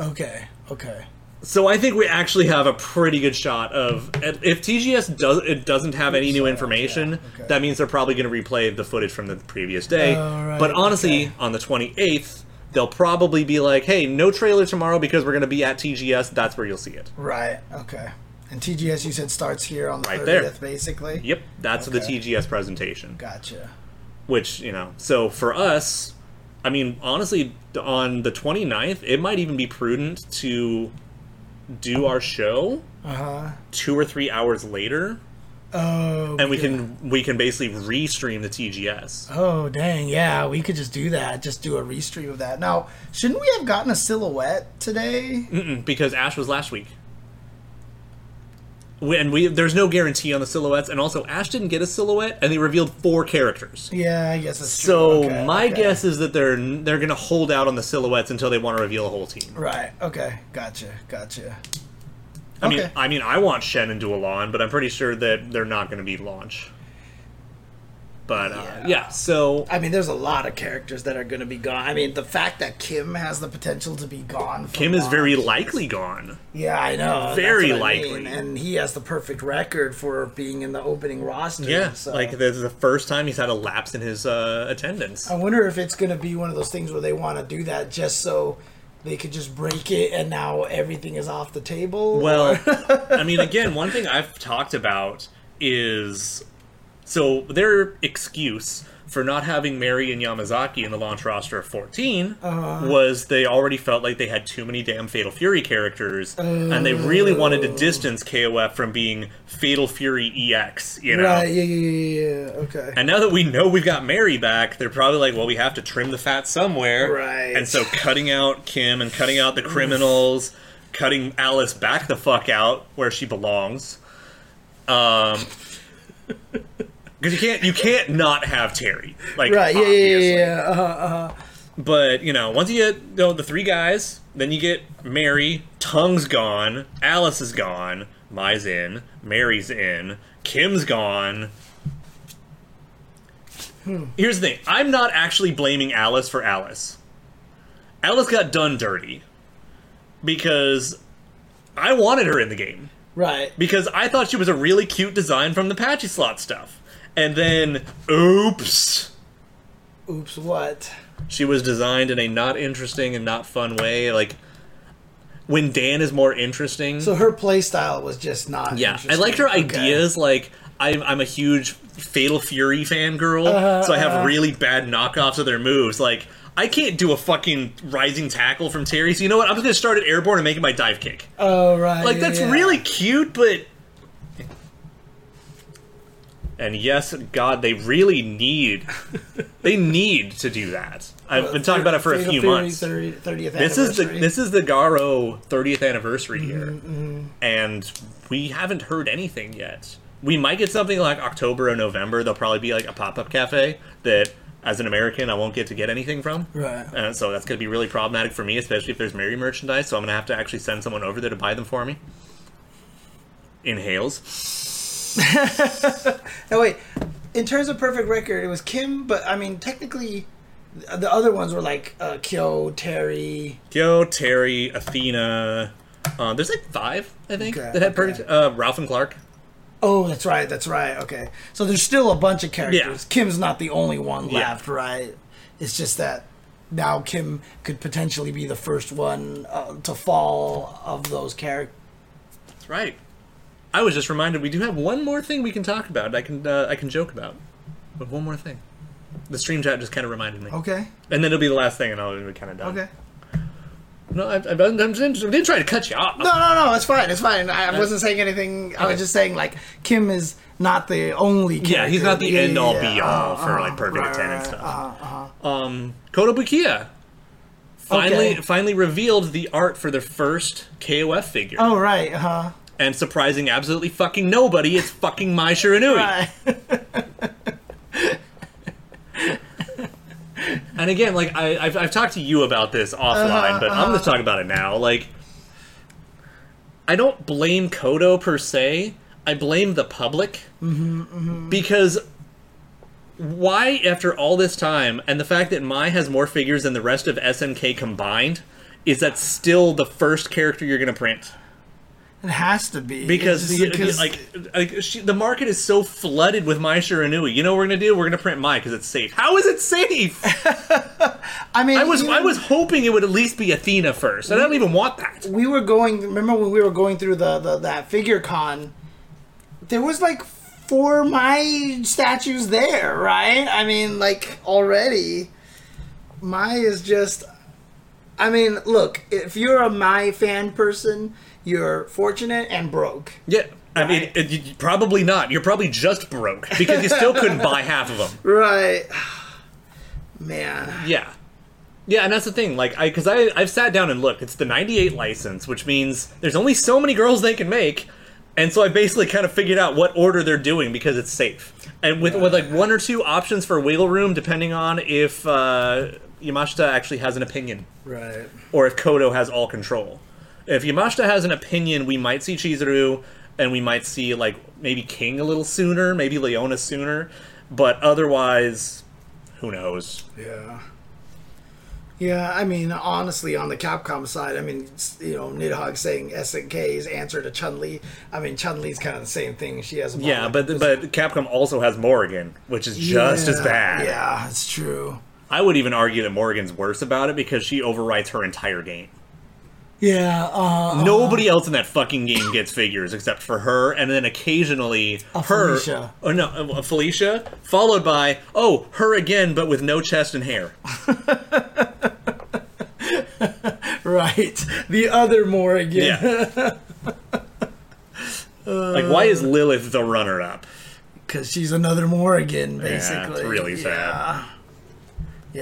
Okay, okay.
So I think we actually have a pretty good shot of if TGS does it doesn't have any new information,
okay.
that means they're probably going to replay the footage from the previous day.
Oh, right,
but honestly,
okay.
on the 28th, they'll probably be like, "Hey, no trailer tomorrow because we're going to be at TGS. That's where you'll see it."
Right, okay. And TGS, you said starts here on the
Right there.
thirtieth, basically.
Yep, that's
Okay.
the TGS presentation.
Gotcha.
Which, you know, so for us, I mean, honestly, on the 29th, it might even be prudent to do our show two or three hours later
Uh-huh. Oh,
and we can we can basically restream the TGS.
oh, dang! Yeah, we could just do that. Just do a restream of that. Now, shouldn't we have gotten a silhouette today?
Mm, because Ash was last week. We- And we there's no guarantee on the silhouettes, and also Ash didn't get a silhouette, and they revealed four characters.
Yeah, I guess that's true.
So
Okay,
my
okay.
guess is that they're they're gonna hold out on the silhouettes until they want to reveal a whole team.
Right. Okay. Gotcha. Gotcha.
I mean,
Okay.
I mean, I want Shannon to Alon, but I'm pretty sure that they're not gonna be launch. But uh, yeah. so
I mean, there's a lot of characters that are going to be gone. I mean, the fact that Kim has the potential to be gone. From
Kim is very
launch-
likely gone.
Yeah, I know.
very
that's what I mean.
likely.
and he has the perfect record for being in the opening roster.
Yeah,
so.
like this is the first time he's had a lapse in his uh, attendance.
I wonder if it's going to be one of those things where they want to do that just so they could just break it and now everything is off the table.
Well, I mean, again, one thing I've talked about is so their excuse for not having Mary and Yamazaki in the launch roster of 14 was they already felt like they had too many damn Fatal Fury characters, and they really wanted to distance KOF from being Fatal Fury EX, you know?
Right, yeah, yeah, yeah, yeah, yeah. Okay.
And now that we know we've got Mary back, they're probably like, well, we have to trim the fat somewhere.
Right.
And so cutting out Kim and cutting out the criminals, cutting Alice back the fuck out where she belongs. Um because you can't you can't not have Terry. Like
right, yeah, yeah,
obviously.
yeah, yeah. Uh-huh, uh-huh.
But, you know, once you get you know, the three guys, then you get Mary, Tongue's gone, Alice is gone, Mai's in, Mary's in, Kim's gone. Here's the thing I'm not actually blaming Alice for Alice. Alice got done dirty because I wanted her in the game
Right.
because I thought she was a really cute design from the Patchy Slot stuff. And then, oops.
Oops, what?
she was designed in a not interesting and not fun way. Like when Dan is more interesting.
So her playstyle was just not.
yeah, I
interesting.
like her
Okay.
ideas. Like I'm, I'm a huge Fatal Fury fangirl, so
Uh-huh.
I have really bad knockoffs of their moves. Like I can't do a fucking rising tackle from Terry. So you know what? I'm just gonna start at airborne and make it my dive kick.
Oh right.
Like
yeah,
that's
yeah.
really cute, but. And yes, God, they really need, they need to do that. I've been talking about it for a
Fatal
few
Fury
months.
30, 30th
This is the
anniversary. Mm-hmm,
this is the Garo 30th anniversary year, and we haven't heard anything yet. We might get something like October or November. There'll probably be like a pop up cafe that, as an American, I won't get to get anything from.
Right.
Uh, so that's going to be really problematic for me, especially if there's Mary merchandise. So I'm going to have to actually send someone over there to buy them for me. Inhales.
Now wait, in terms of perfect record, it was Kim, but I mean technically, th- the other ones were like uh, Kyo, Terry.
Yo, Terry, Athena. Uh, there's like five, I think,
Okay,
that had
okay.
perfect. Uh, Ralph and Clark.
Oh, that's right, that's right. Okay, so there's still a bunch of characters.
Yeah.
Kim's not the only one
Yeah.
left, right? It's just that now Kim could potentially be the first one uh, to fall of those characters.
That's right. I was just reminded we do have one more thing we can talk about. I can uh, I can joke about, but one more thing. The stream chat just kind of reminded me.
Okay.
And then it'll be the last thing, and I'll be kind of done.
Okay.
No, I, I, I didn't, I didn't try to cut you off.
No, no, no. It's fine. It's fine. I I wasn't saying anything. I was just saying like Kim is not the only. Character.
Yeah, he's not the
Yeah,
end all
yeah, Uh-huh.
be
yeah.
all for like perfect attendance stuff. Um, Kotobukiya finally
Okay.
finally revealed the art for their first KOF figure,
Oh right, huh?
and surprising absolutely fucking nobody, it's fucking Mai Shiranui.
Right.
And again, like I, I've, I've talked to you about this offline, but I'm going to talk about it now. Like, I don't blame Kodo per se. I blame the public because why, after all this time, and the fact that Mai has more figures than the rest of SNK combined, is that still the first character you're going to print?
It has to be
Because,
It's
the,
just- 'cause-
like, like she, the market is so flooded with Mai Shiranui. You know what we're going to do? We're going to print Mai because it's safe. How is it safe?
I mean,
I was
even-
I was hoping it would at least be Athena first. and I don't even want that.
We were going. Remember when we were going through the, the that figure con? There was like four my statues there, right? I mean, like already, my is just. I mean, look. If you're a my fan person, you're fortunate and broke.
Yeah. I mean, it, you- probably not. You're probably just broke because you still couldn't buy half of them.
Right. Man.
Yeah, yeah, and that's the thing. Like, I because I I've sat down and looked. It's the '98 license, which means there's only so many girls they can make, and so I basically kind of figured out what order they're doing because it's safe, and with with like one or two options for wiggle room depending on if uh, Yamashita actually has an opinion.
Right.
or if Kodo has all control. If Yamashita has an opinion, we might see Chizuru, and we might see like maybe King a little sooner, maybe Leona sooner, but otherwise, who knows?
Yeah. Yeah, I mean, honestly, on the Capcom side, I mean, s- you know, Nidhogg saying SNK's answer to Chun Li. I mean, Chun Li's kind of the same thing. She has a ball
Yeah,
like
but
this.
but Capcom also has Morgan, which is just as
Yeah,
bad.
Yeah, it's true.
I would even argue that Morgan's worse about it because she overwrites her entire game.
Yeah, uh,
Nobody else in that fucking game gets figures except for her, and then occasionally her.
Felicia.
Oh no, uh, Felicia, followed by oh her again, but with no chest and hair.
right. The other Morrigan.
Yeah. like, why is Lilith the runner-up?
because she's another Morrigan, basically.
Yeah, it's really sad.
Yeah,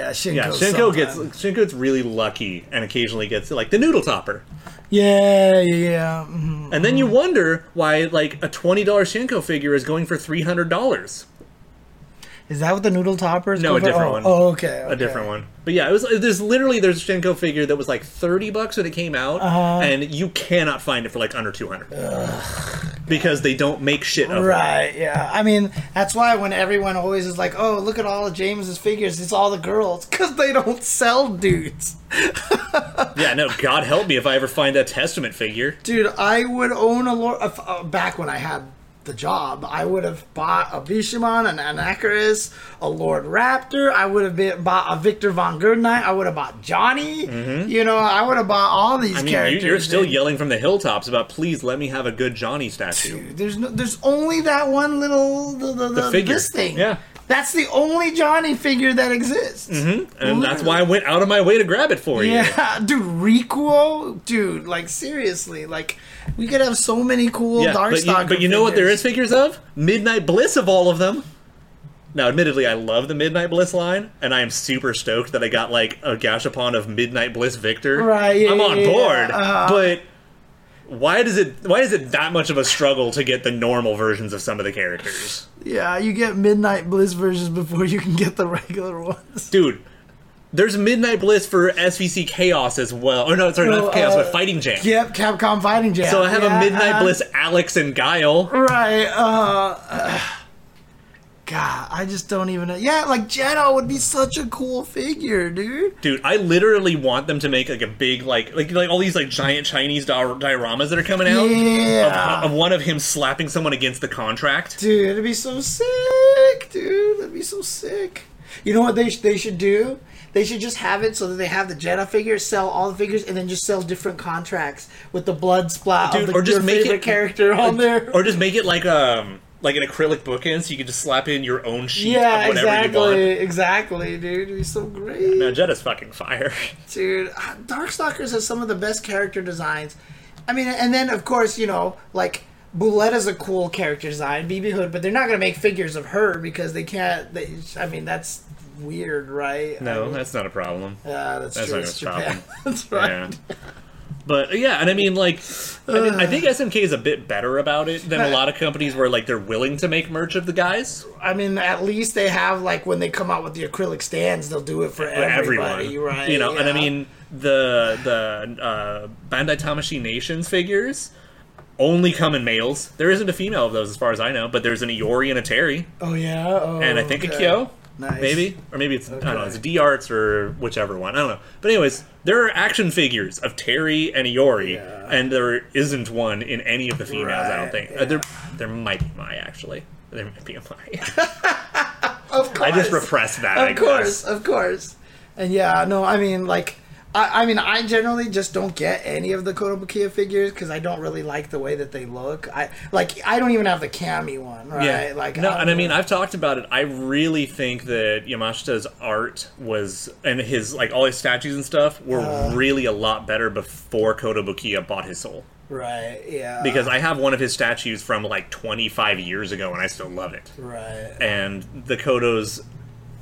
yeah Shinko.
Yeah, Shinko gets
sometime.
Shinko gets really lucky and occasionally gets like the noodle topper,
Yeah, yeah, yeah. mhm.
and then you wonder why like a twenty dollar Shinko figure is going for three hundred dollars.
Is that what the noodle toppers?
No, a different
one.
one.
Oh, okay,
a different one. But yeah, it was there's literally there's a Shenko figure that was like 30 bucks when it came out
Uh-huh.
and you cannot find it for like under 200. Because they don't make shit of it.
Right, yeah. I mean, that's why when everyone always is like, "Oh, look at all of James's figures. It's all the girls," because they don't sell dudes.
Yeah, no, god help me if I ever find a testament figure.
Dude, I would own a lord. Uh, back when I had the job, I would have bought a Bishamon, an Anacharis, a Lord Raptor. I would have been, bought a Victor von Gerdenite. I would have bought Johnny. You know, I would have bought all these
Mm-hmm. I mean, you,
characters.
you're still
and-
yelling from the hilltops about please let me have a good Johnny statue.
Dude, There's no, there's only that one little the, the, the,
figure.
This thing.
Yeah.
That's the only Johnny figure that exists.
And that's why I went out of my way to grab it for you.
Yeah, dude, Requo, dude, like seriously, like we could have so many cool
Yeah,
Darkstalker.
but you, but you know what there
figures.
is figures of? Midnight Bliss of all of them. Now, admittedly, I love the Midnight Bliss line, and I am super stoked that I got like a Gashapon of Midnight Bliss Victor.
Right, yeah,
I'm on
yeah, yeah,
board.
uh-huh.
But why does it? Why is it that much of a struggle to get the normal versions of some of the characters,
Yeah, you get Midnight Bliss versions before you can get the regular ones.
dude? There's Midnight Bliss for SVC Chaos as well. Oh no, sorry,
Well,
not Chaos,
uh,
but Fighting Jam.
Yep, Capcom Fighting Jam.
So I have
Yeah,
a Midnight
uh,
Bliss Alex and Guile.
Right. Uh, uh, God, I just don't even know. Yeah, like Jedi would be such a cool figure, dude.
Dude, I literally want them to make like a big like like like all these like giant Chinese di- dioramas that are coming out.
Yeah.
Of, of one of him slapping someone against the contract.
Dude, it'd be so sick, dude. That'd be so sick. You know what they sh- they should do? They should just have it so that they have the Jedi figure, sell all the figures, and then just sell different contracts with the blood splat
Dude,
of the,
or just
your
make
favorite
it-
character on there.
Or just make it like um like an acrylic bookend so you can just slap in your own sheet
yeah,
of whatever
exactly,
you want.
exactly, dude. It'd be so great,
No, Jeddah's fucking fire.
dude. Ah, Darkstalkers has some of the best character designs. I mean, and then of course you know like. Buletta's a cool character design, BB Hood, but they're not gonna make figures of her because they can't. They, I mean, that's weird, right? I
No,
mean,
that's not a problem.
Yeah, that's,
That's
true.
not
It's
gonna stop
Japan.
him.
that's right.
Yeah. But yeah, and I mean, like, I, mean, I think SMK is a bit better about it than a lot of companies where like they're willing to make merch of the guys.
I mean, at least they have like when they come out with the acrylic stands, they'll do it for
for
everybody,
everyone,
right?
You know, and I
yeah.
mean the the uh, Bandai Tamashii Nations figures only come in males. There isn't a female of those, as far as I know, but there's an Iori and a Terry,
oh yeah, oh,
and I think
okay.
a Kyo.
Nice.
Maybe, or maybe it's I don't know.
Okay.
It's D Arts or whichever one. I don't know. But anyways, there are action figures of Terry and Iori, and there isn't one in any of the females. I
Right,
don't think Uh, there. There might be Mai actually. There might be a Mai.
Of course,
I just repressed that.
Of
I guess.
course, of course, and yeah, no, I mean, like, I, I mean, I generally just don't get any of the Kotobukiya figures because I don't really like the way that they look. I like, I don't even have the Kami one, right?
Yeah,
Like,
no, and I mean I've talked about it. I really think that Yamashita's art was and his like all his statues and stuff were
Uh.
really a lot better before Kotobukiya bought his soul.
right, yeah,
Because I have one of his statues from like 25 years ago and I still love it.
right,
And the Kotos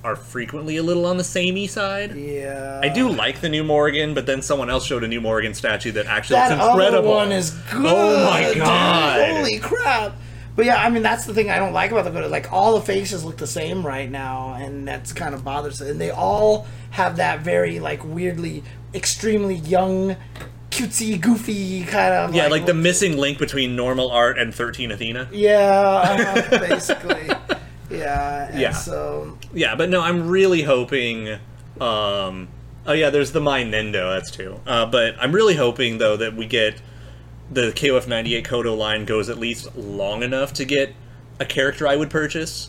are frequently a little on the samey side.
yeah.
I do like the new Morgan, but then someone else showed a new Morgan statue that actually
that
looks incredible.
other one is good.
Oh my
dude.
god!
Holy crap! But yeah, I mean that's the thing I don't like about the photo. Like all the faces look the same right now, and that's kind of bothersome. And they all have that very like weirdly, extremely young, cutesy, goofy kind of
yeah, like the missing link between normal art and 13 Athena.
yeah, uh, basically. Yeah, and
Yeah.
So
Yeah, but no, I'm really hoping. Um, oh yeah, there's the My Nendo. That's two. Uh, but I'm really hoping though that we get the KOF 98 Kodo line goes at least long enough to get a character I would purchase.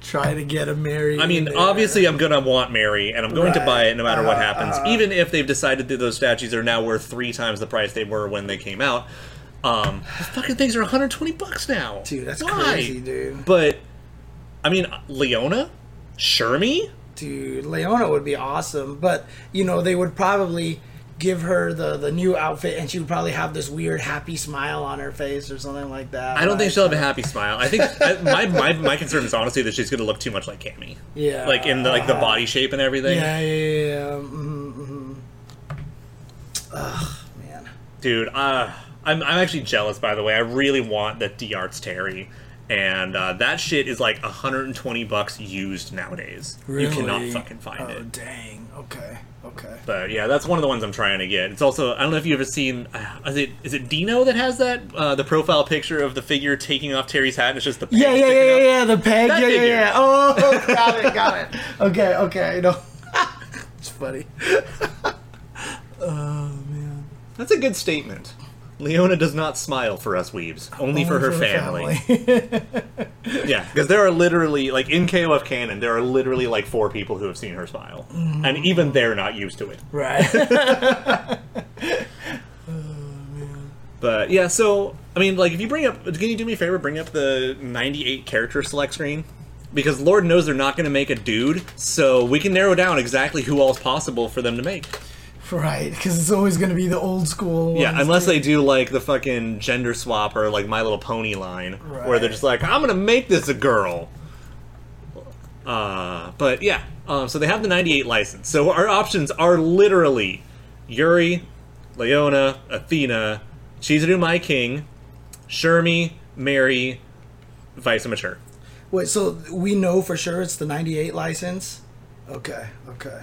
Try to get a Mary.
I
in
mean,
there.
obviously, I'm gonna want Mary, and I'm going to
Right. Uh-huh.
buy it no matter what happens, even if they've decided that those statues are now worth three times the price they were when they came out. Um, those fucking things are 120 bucks now,
Dude, that's
Why?
crazy, dude.
But I mean, Leona, Shermie,
Dude, Leona would be awesome, but you know they would probably give her the the new outfit, and she would probably have this weird happy smile on her face or something like that.
I don't think
right?
she'll have a happy smile. I think I, my, my my concern is honestly that she's going to look too much like Cammy.
Yeah.
Like in the, like the body shape and everything.
Yeah, yeah, yeah. yeah. Mm-hmm, Ugh, man.
Dude, uh, I'm I'm actually jealous. By the way, I really want the D'Arts Terry, and uh, that shit is like 120 bucks used nowadays. You cannot
Really?
fucking find
Oh,
it.
dang. Okay. Okay.
But yeah, that's one of the ones I'm trying to get. It's also I don't know if you've ever seen uh, is it is it Dino that has that uh, the profile picture of the figure taking off Terry's hat and it's just the
Yeah,
peg
yeah,
sticking
yeah,
out?
yeah, yeah. The peg.
That
yeah, yeah,
figure.
yeah. Oh, got it, got it. Okay, okay. No, it's funny.
That's a good statement. Leona does not smile for us weebs, only, for her family. yeah, because there are literally, like, in KOF canon, there are literally, like, four people who have seen her smile. And even they're not used to it.
right.
But, yeah, so, I mean, like, if you bring up, can you do me a favor, bring up the 98 character select screen? Because Lord knows they're not going to make a dude, so we can narrow down exactly who all's possible for them to make.
Right, because it's always going to be the old school.
Yeah,
ones.
unless they do like the fucking gender swap or like My Little Pony line, where they're
Right.
just like, "I'm gonna make this a girl." Uh, but yeah, um, so they have the '98 license. So our options are literally Yuri, Leona, Athena, Chizuru My King, Shermie, Mary, Vice Mature.
Wait, so we know for sure it's the '98 license. Okay, okay.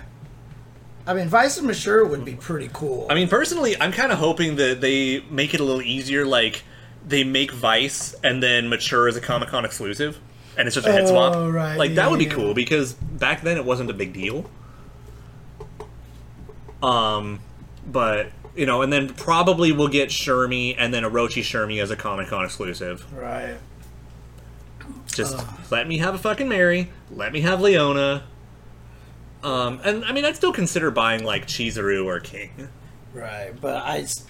I mean, Vice and Mature would be pretty cool.
I mean, personally, I'm kind of hoping that they make it a little easier. Like they make Vice and then Mature as a Comic Con exclusive, and it's just a head swap.
Oh, right,
Like that
yeah,
would be
yeah.
cool because back then it wasn't a big deal. Um, but you know, and then probably we'll get Shermie and then Orochi Shermie as a Comic Con exclusive.
right.
Just let me have a fucking Mary. Let me have Leona. Um, and I mean, I'd still consider buying like Chizuru or King.
Right, but I s-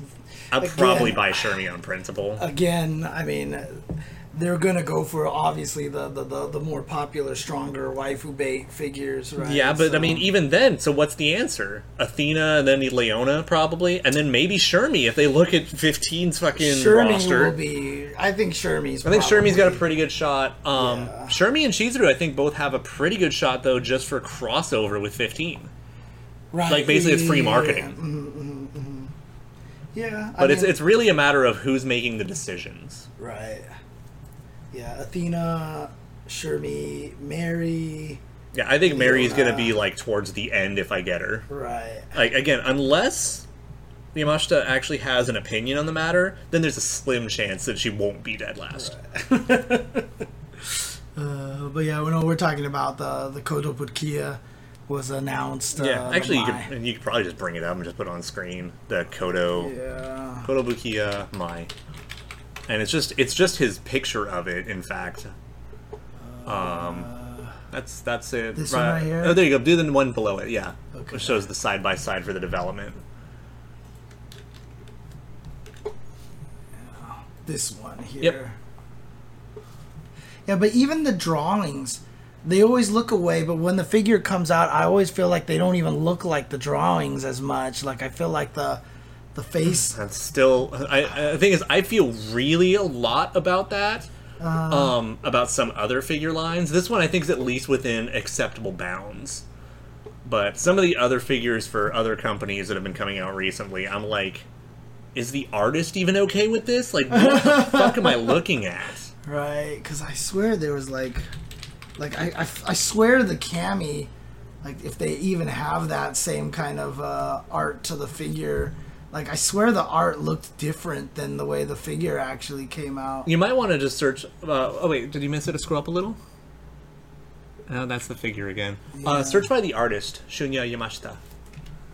I'd probably
Again.
buy Shermie on principle.
again, I mean, they're gonna go for obviously the the, the, the more popular, stronger waifu bait figures, right?
Yeah, but I
So-
mean, even then, so what's the answer? Athena and then Leona, probably, and then maybe Shermie if they look at 15's fucking
Shermie
roster.
will be. I think Shermie's.
I think Shermie's got a
probably-
pretty good shot. Um, Shermie and Shizuru, I think, both have a pretty good shot though, just for crossover with 15.
right,
Like basically, it's free
yeah,
marketing,
Yeah, yeah I
but it's
mean-
it's really a matter of who's making the decisions.
right. Yeah, Athena, Shermie, Mary.
Yeah, I think Mary's gonna be like towards the end if I get her.
Right.
like again, unless Yamashita actually has an opinion on the matter, then there's a slim chance that she won't be dead last.
Uh, but yeah, we know we're talking about the the Kodobukiya was announced.
Yeah,
uh,
actually, you could,
by-
and you could probably just bring it up and just put it on screen the Kodo
Yeah.
Kodobukiya Mai, and it's just it's just his picture of it. In fact, um, that's that's it.
Uh, this one right here?
Oh, there you go. Do the one below it. Yeah,
Okay.
which shows the side by side for the development.
this one here. Yeah, but even the drawings, they always look away, but when the figure comes out, I always feel like they don't even look like the drawings as much. Like I feel like the the face
That's still. I, I the thing is, I feel really a lot about that. um, about some other figure lines. This one I think is at least within acceptable bounds. But some of the other figures for other companies that have been coming out recently, I'm like, is the artist even okay with this? Like, what the fuck am I looking at?
Right, because I swear there was like, like I, I, I swear the cami, like if they even have that same kind of uh, art to the figure, like I swear the art looked different than the way the figure actually came out.
You might want to just search. Uh, oh wait, did you miss it? To scroll up a little. Oh, that's the figure again. Uh, search by the artist Shunya Yamashita.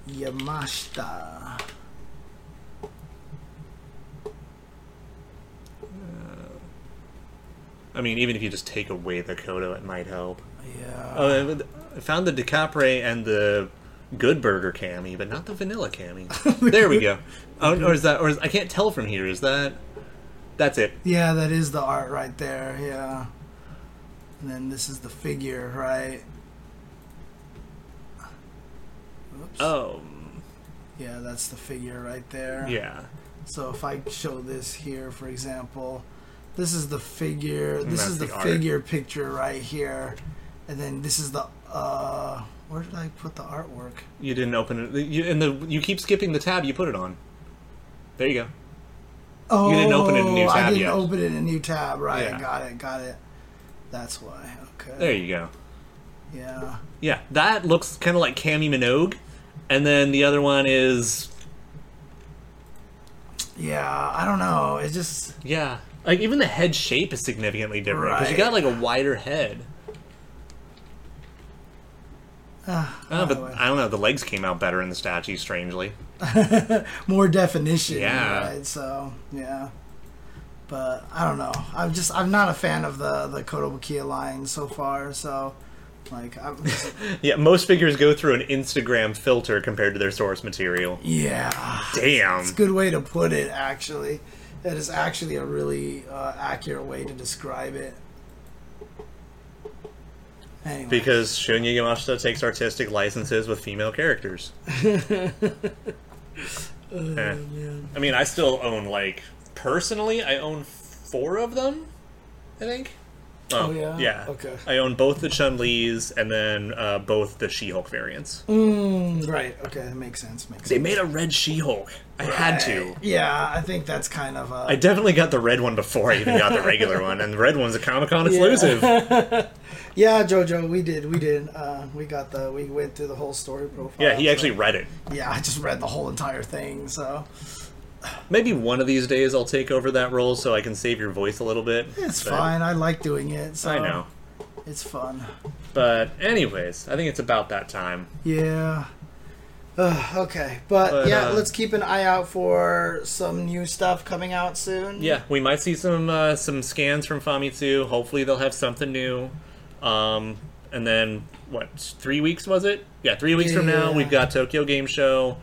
Yamashita.
I mean, even if you just take away the Kodo, it might help.
Yeah.
Uh, I found the DiCaprio and the Good Burger cami, but not the Vanilla cami. there we go. Oh, or is that? Or is, I can't tell from here. Is that? That's it.
Yeah, that is the art right there. Yeah. And then this is the figure, right? Oops.
Oh,
Yeah, that's the figure right there.
yeah.
So if I show this here, for example, this is the figure. This
Mm, that's
is the,
the art.
figure picture right here, and then this is the. uh Where did I put the artwork?
You didn't open it. You, and the you keep skipping the tab you put it on. There you go.
Oh,
didn't open it in a new
I
tab
didn't
yet.
open it in a new tab. Right,
Yeah.
got it, got it. That's why. Okay.
There you go.
Yeah.
Yeah, that looks kind of like Cami Minogue, and then the other one is
Yeah. I don't know. It just.
yeah. Like even the head shape is significantly different because you
Right.
got like a wider head. Uh, but
way.
I don't know. The legs came out better in the statue, strangely.
more definition.
Yeah.
Right? So yeah. But I don't know. I'm just I'm not a fan of the the Kotobukiya line so far. So like I'm
Yeah, most figures go through an Instagram filter compared to their source material.
yeah.
Damn.
Good way to put it. Actually, that is actually a really uh, accurate way to describe it. Anyway.
Because Shunya Yamashita takes artistic licenses with female characters. Eh. I mean, I still own, like, personally, I own four of them, I think. Oh,
yeah?
Yeah.
Okay.
I own both the Chun Li's and then uh, both the She Hulk variants.
Mm, right. Okay. That makes sense. Makes
They
sense.
made a red She Hulk. I had to.
Yeah, I think that's kind of uh, a.
I definitely got the red one before I even got the regular one, and the red one's a Comic Con exclusive.
Yeah, Jojo, we did, we did. Uh, we got the, we went through the whole story profile.
yeah, he
so-
actually read it.
Yeah, I just read the whole entire thing. So
Maybe one of these days I'll take over that role so I can save your voice a little bit.
it's
But-
fine. I like doing it. So
I know.
it's fun.
But anyways, I think it's about that time.
Yeah. Ugh, okay, but,
But,
yeah,
uh,
let's keep an eye out for some new stuff coming out soon.
Yeah, we might see some uh, some scans from Famitsu. Hopefully they'll have something new. Um, and then what? Three weeks was it? Yeah, three weeks from now
Yeah.
we've got Tokyo Game Show,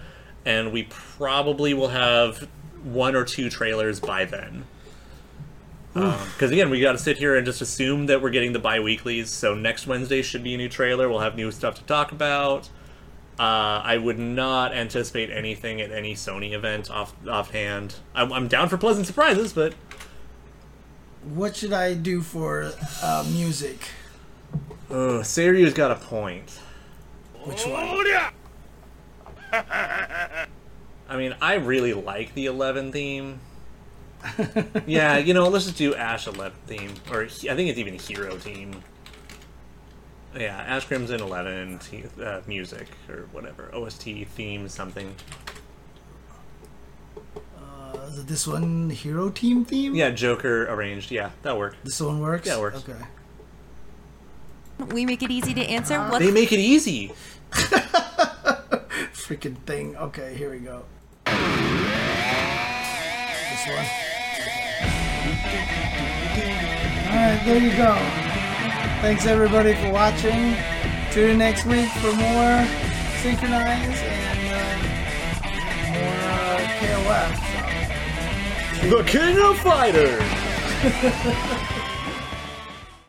and we probably will have one or two trailers by then. Because again, we got to sit here and just assume that we're getting the bi-weeklies. So next Wednesday should be a new trailer. We'll have new stuff to talk about. Uh, I would not anticipate anything at any Sony event off offhand. I'm, I'm down for pleasant surprises, but
What should I do for uh, music?
uh, Seryu's got a point.
Which one?
I mean, I really like the Eleven theme. yeah, you know, let's just do Ash Eleven theme, or he- I think it's even Hero theme. Yeah, Ash Crimson Eleven t- uh, music or whatever OST theme something.
Uh, is it this one hero team theme?
Yeah, Joker arranged. Yeah, that worked.
This one works.
Yeah, it works.
Okay.
We make it easy to answer. What
They make it easy.
freaking thing. Okay, here we go. This one. Alright, there you go. Thanks everybody for watching. Tune in next week for more Synchronize and uh, more uh, KOF. So.
The King of Fighters.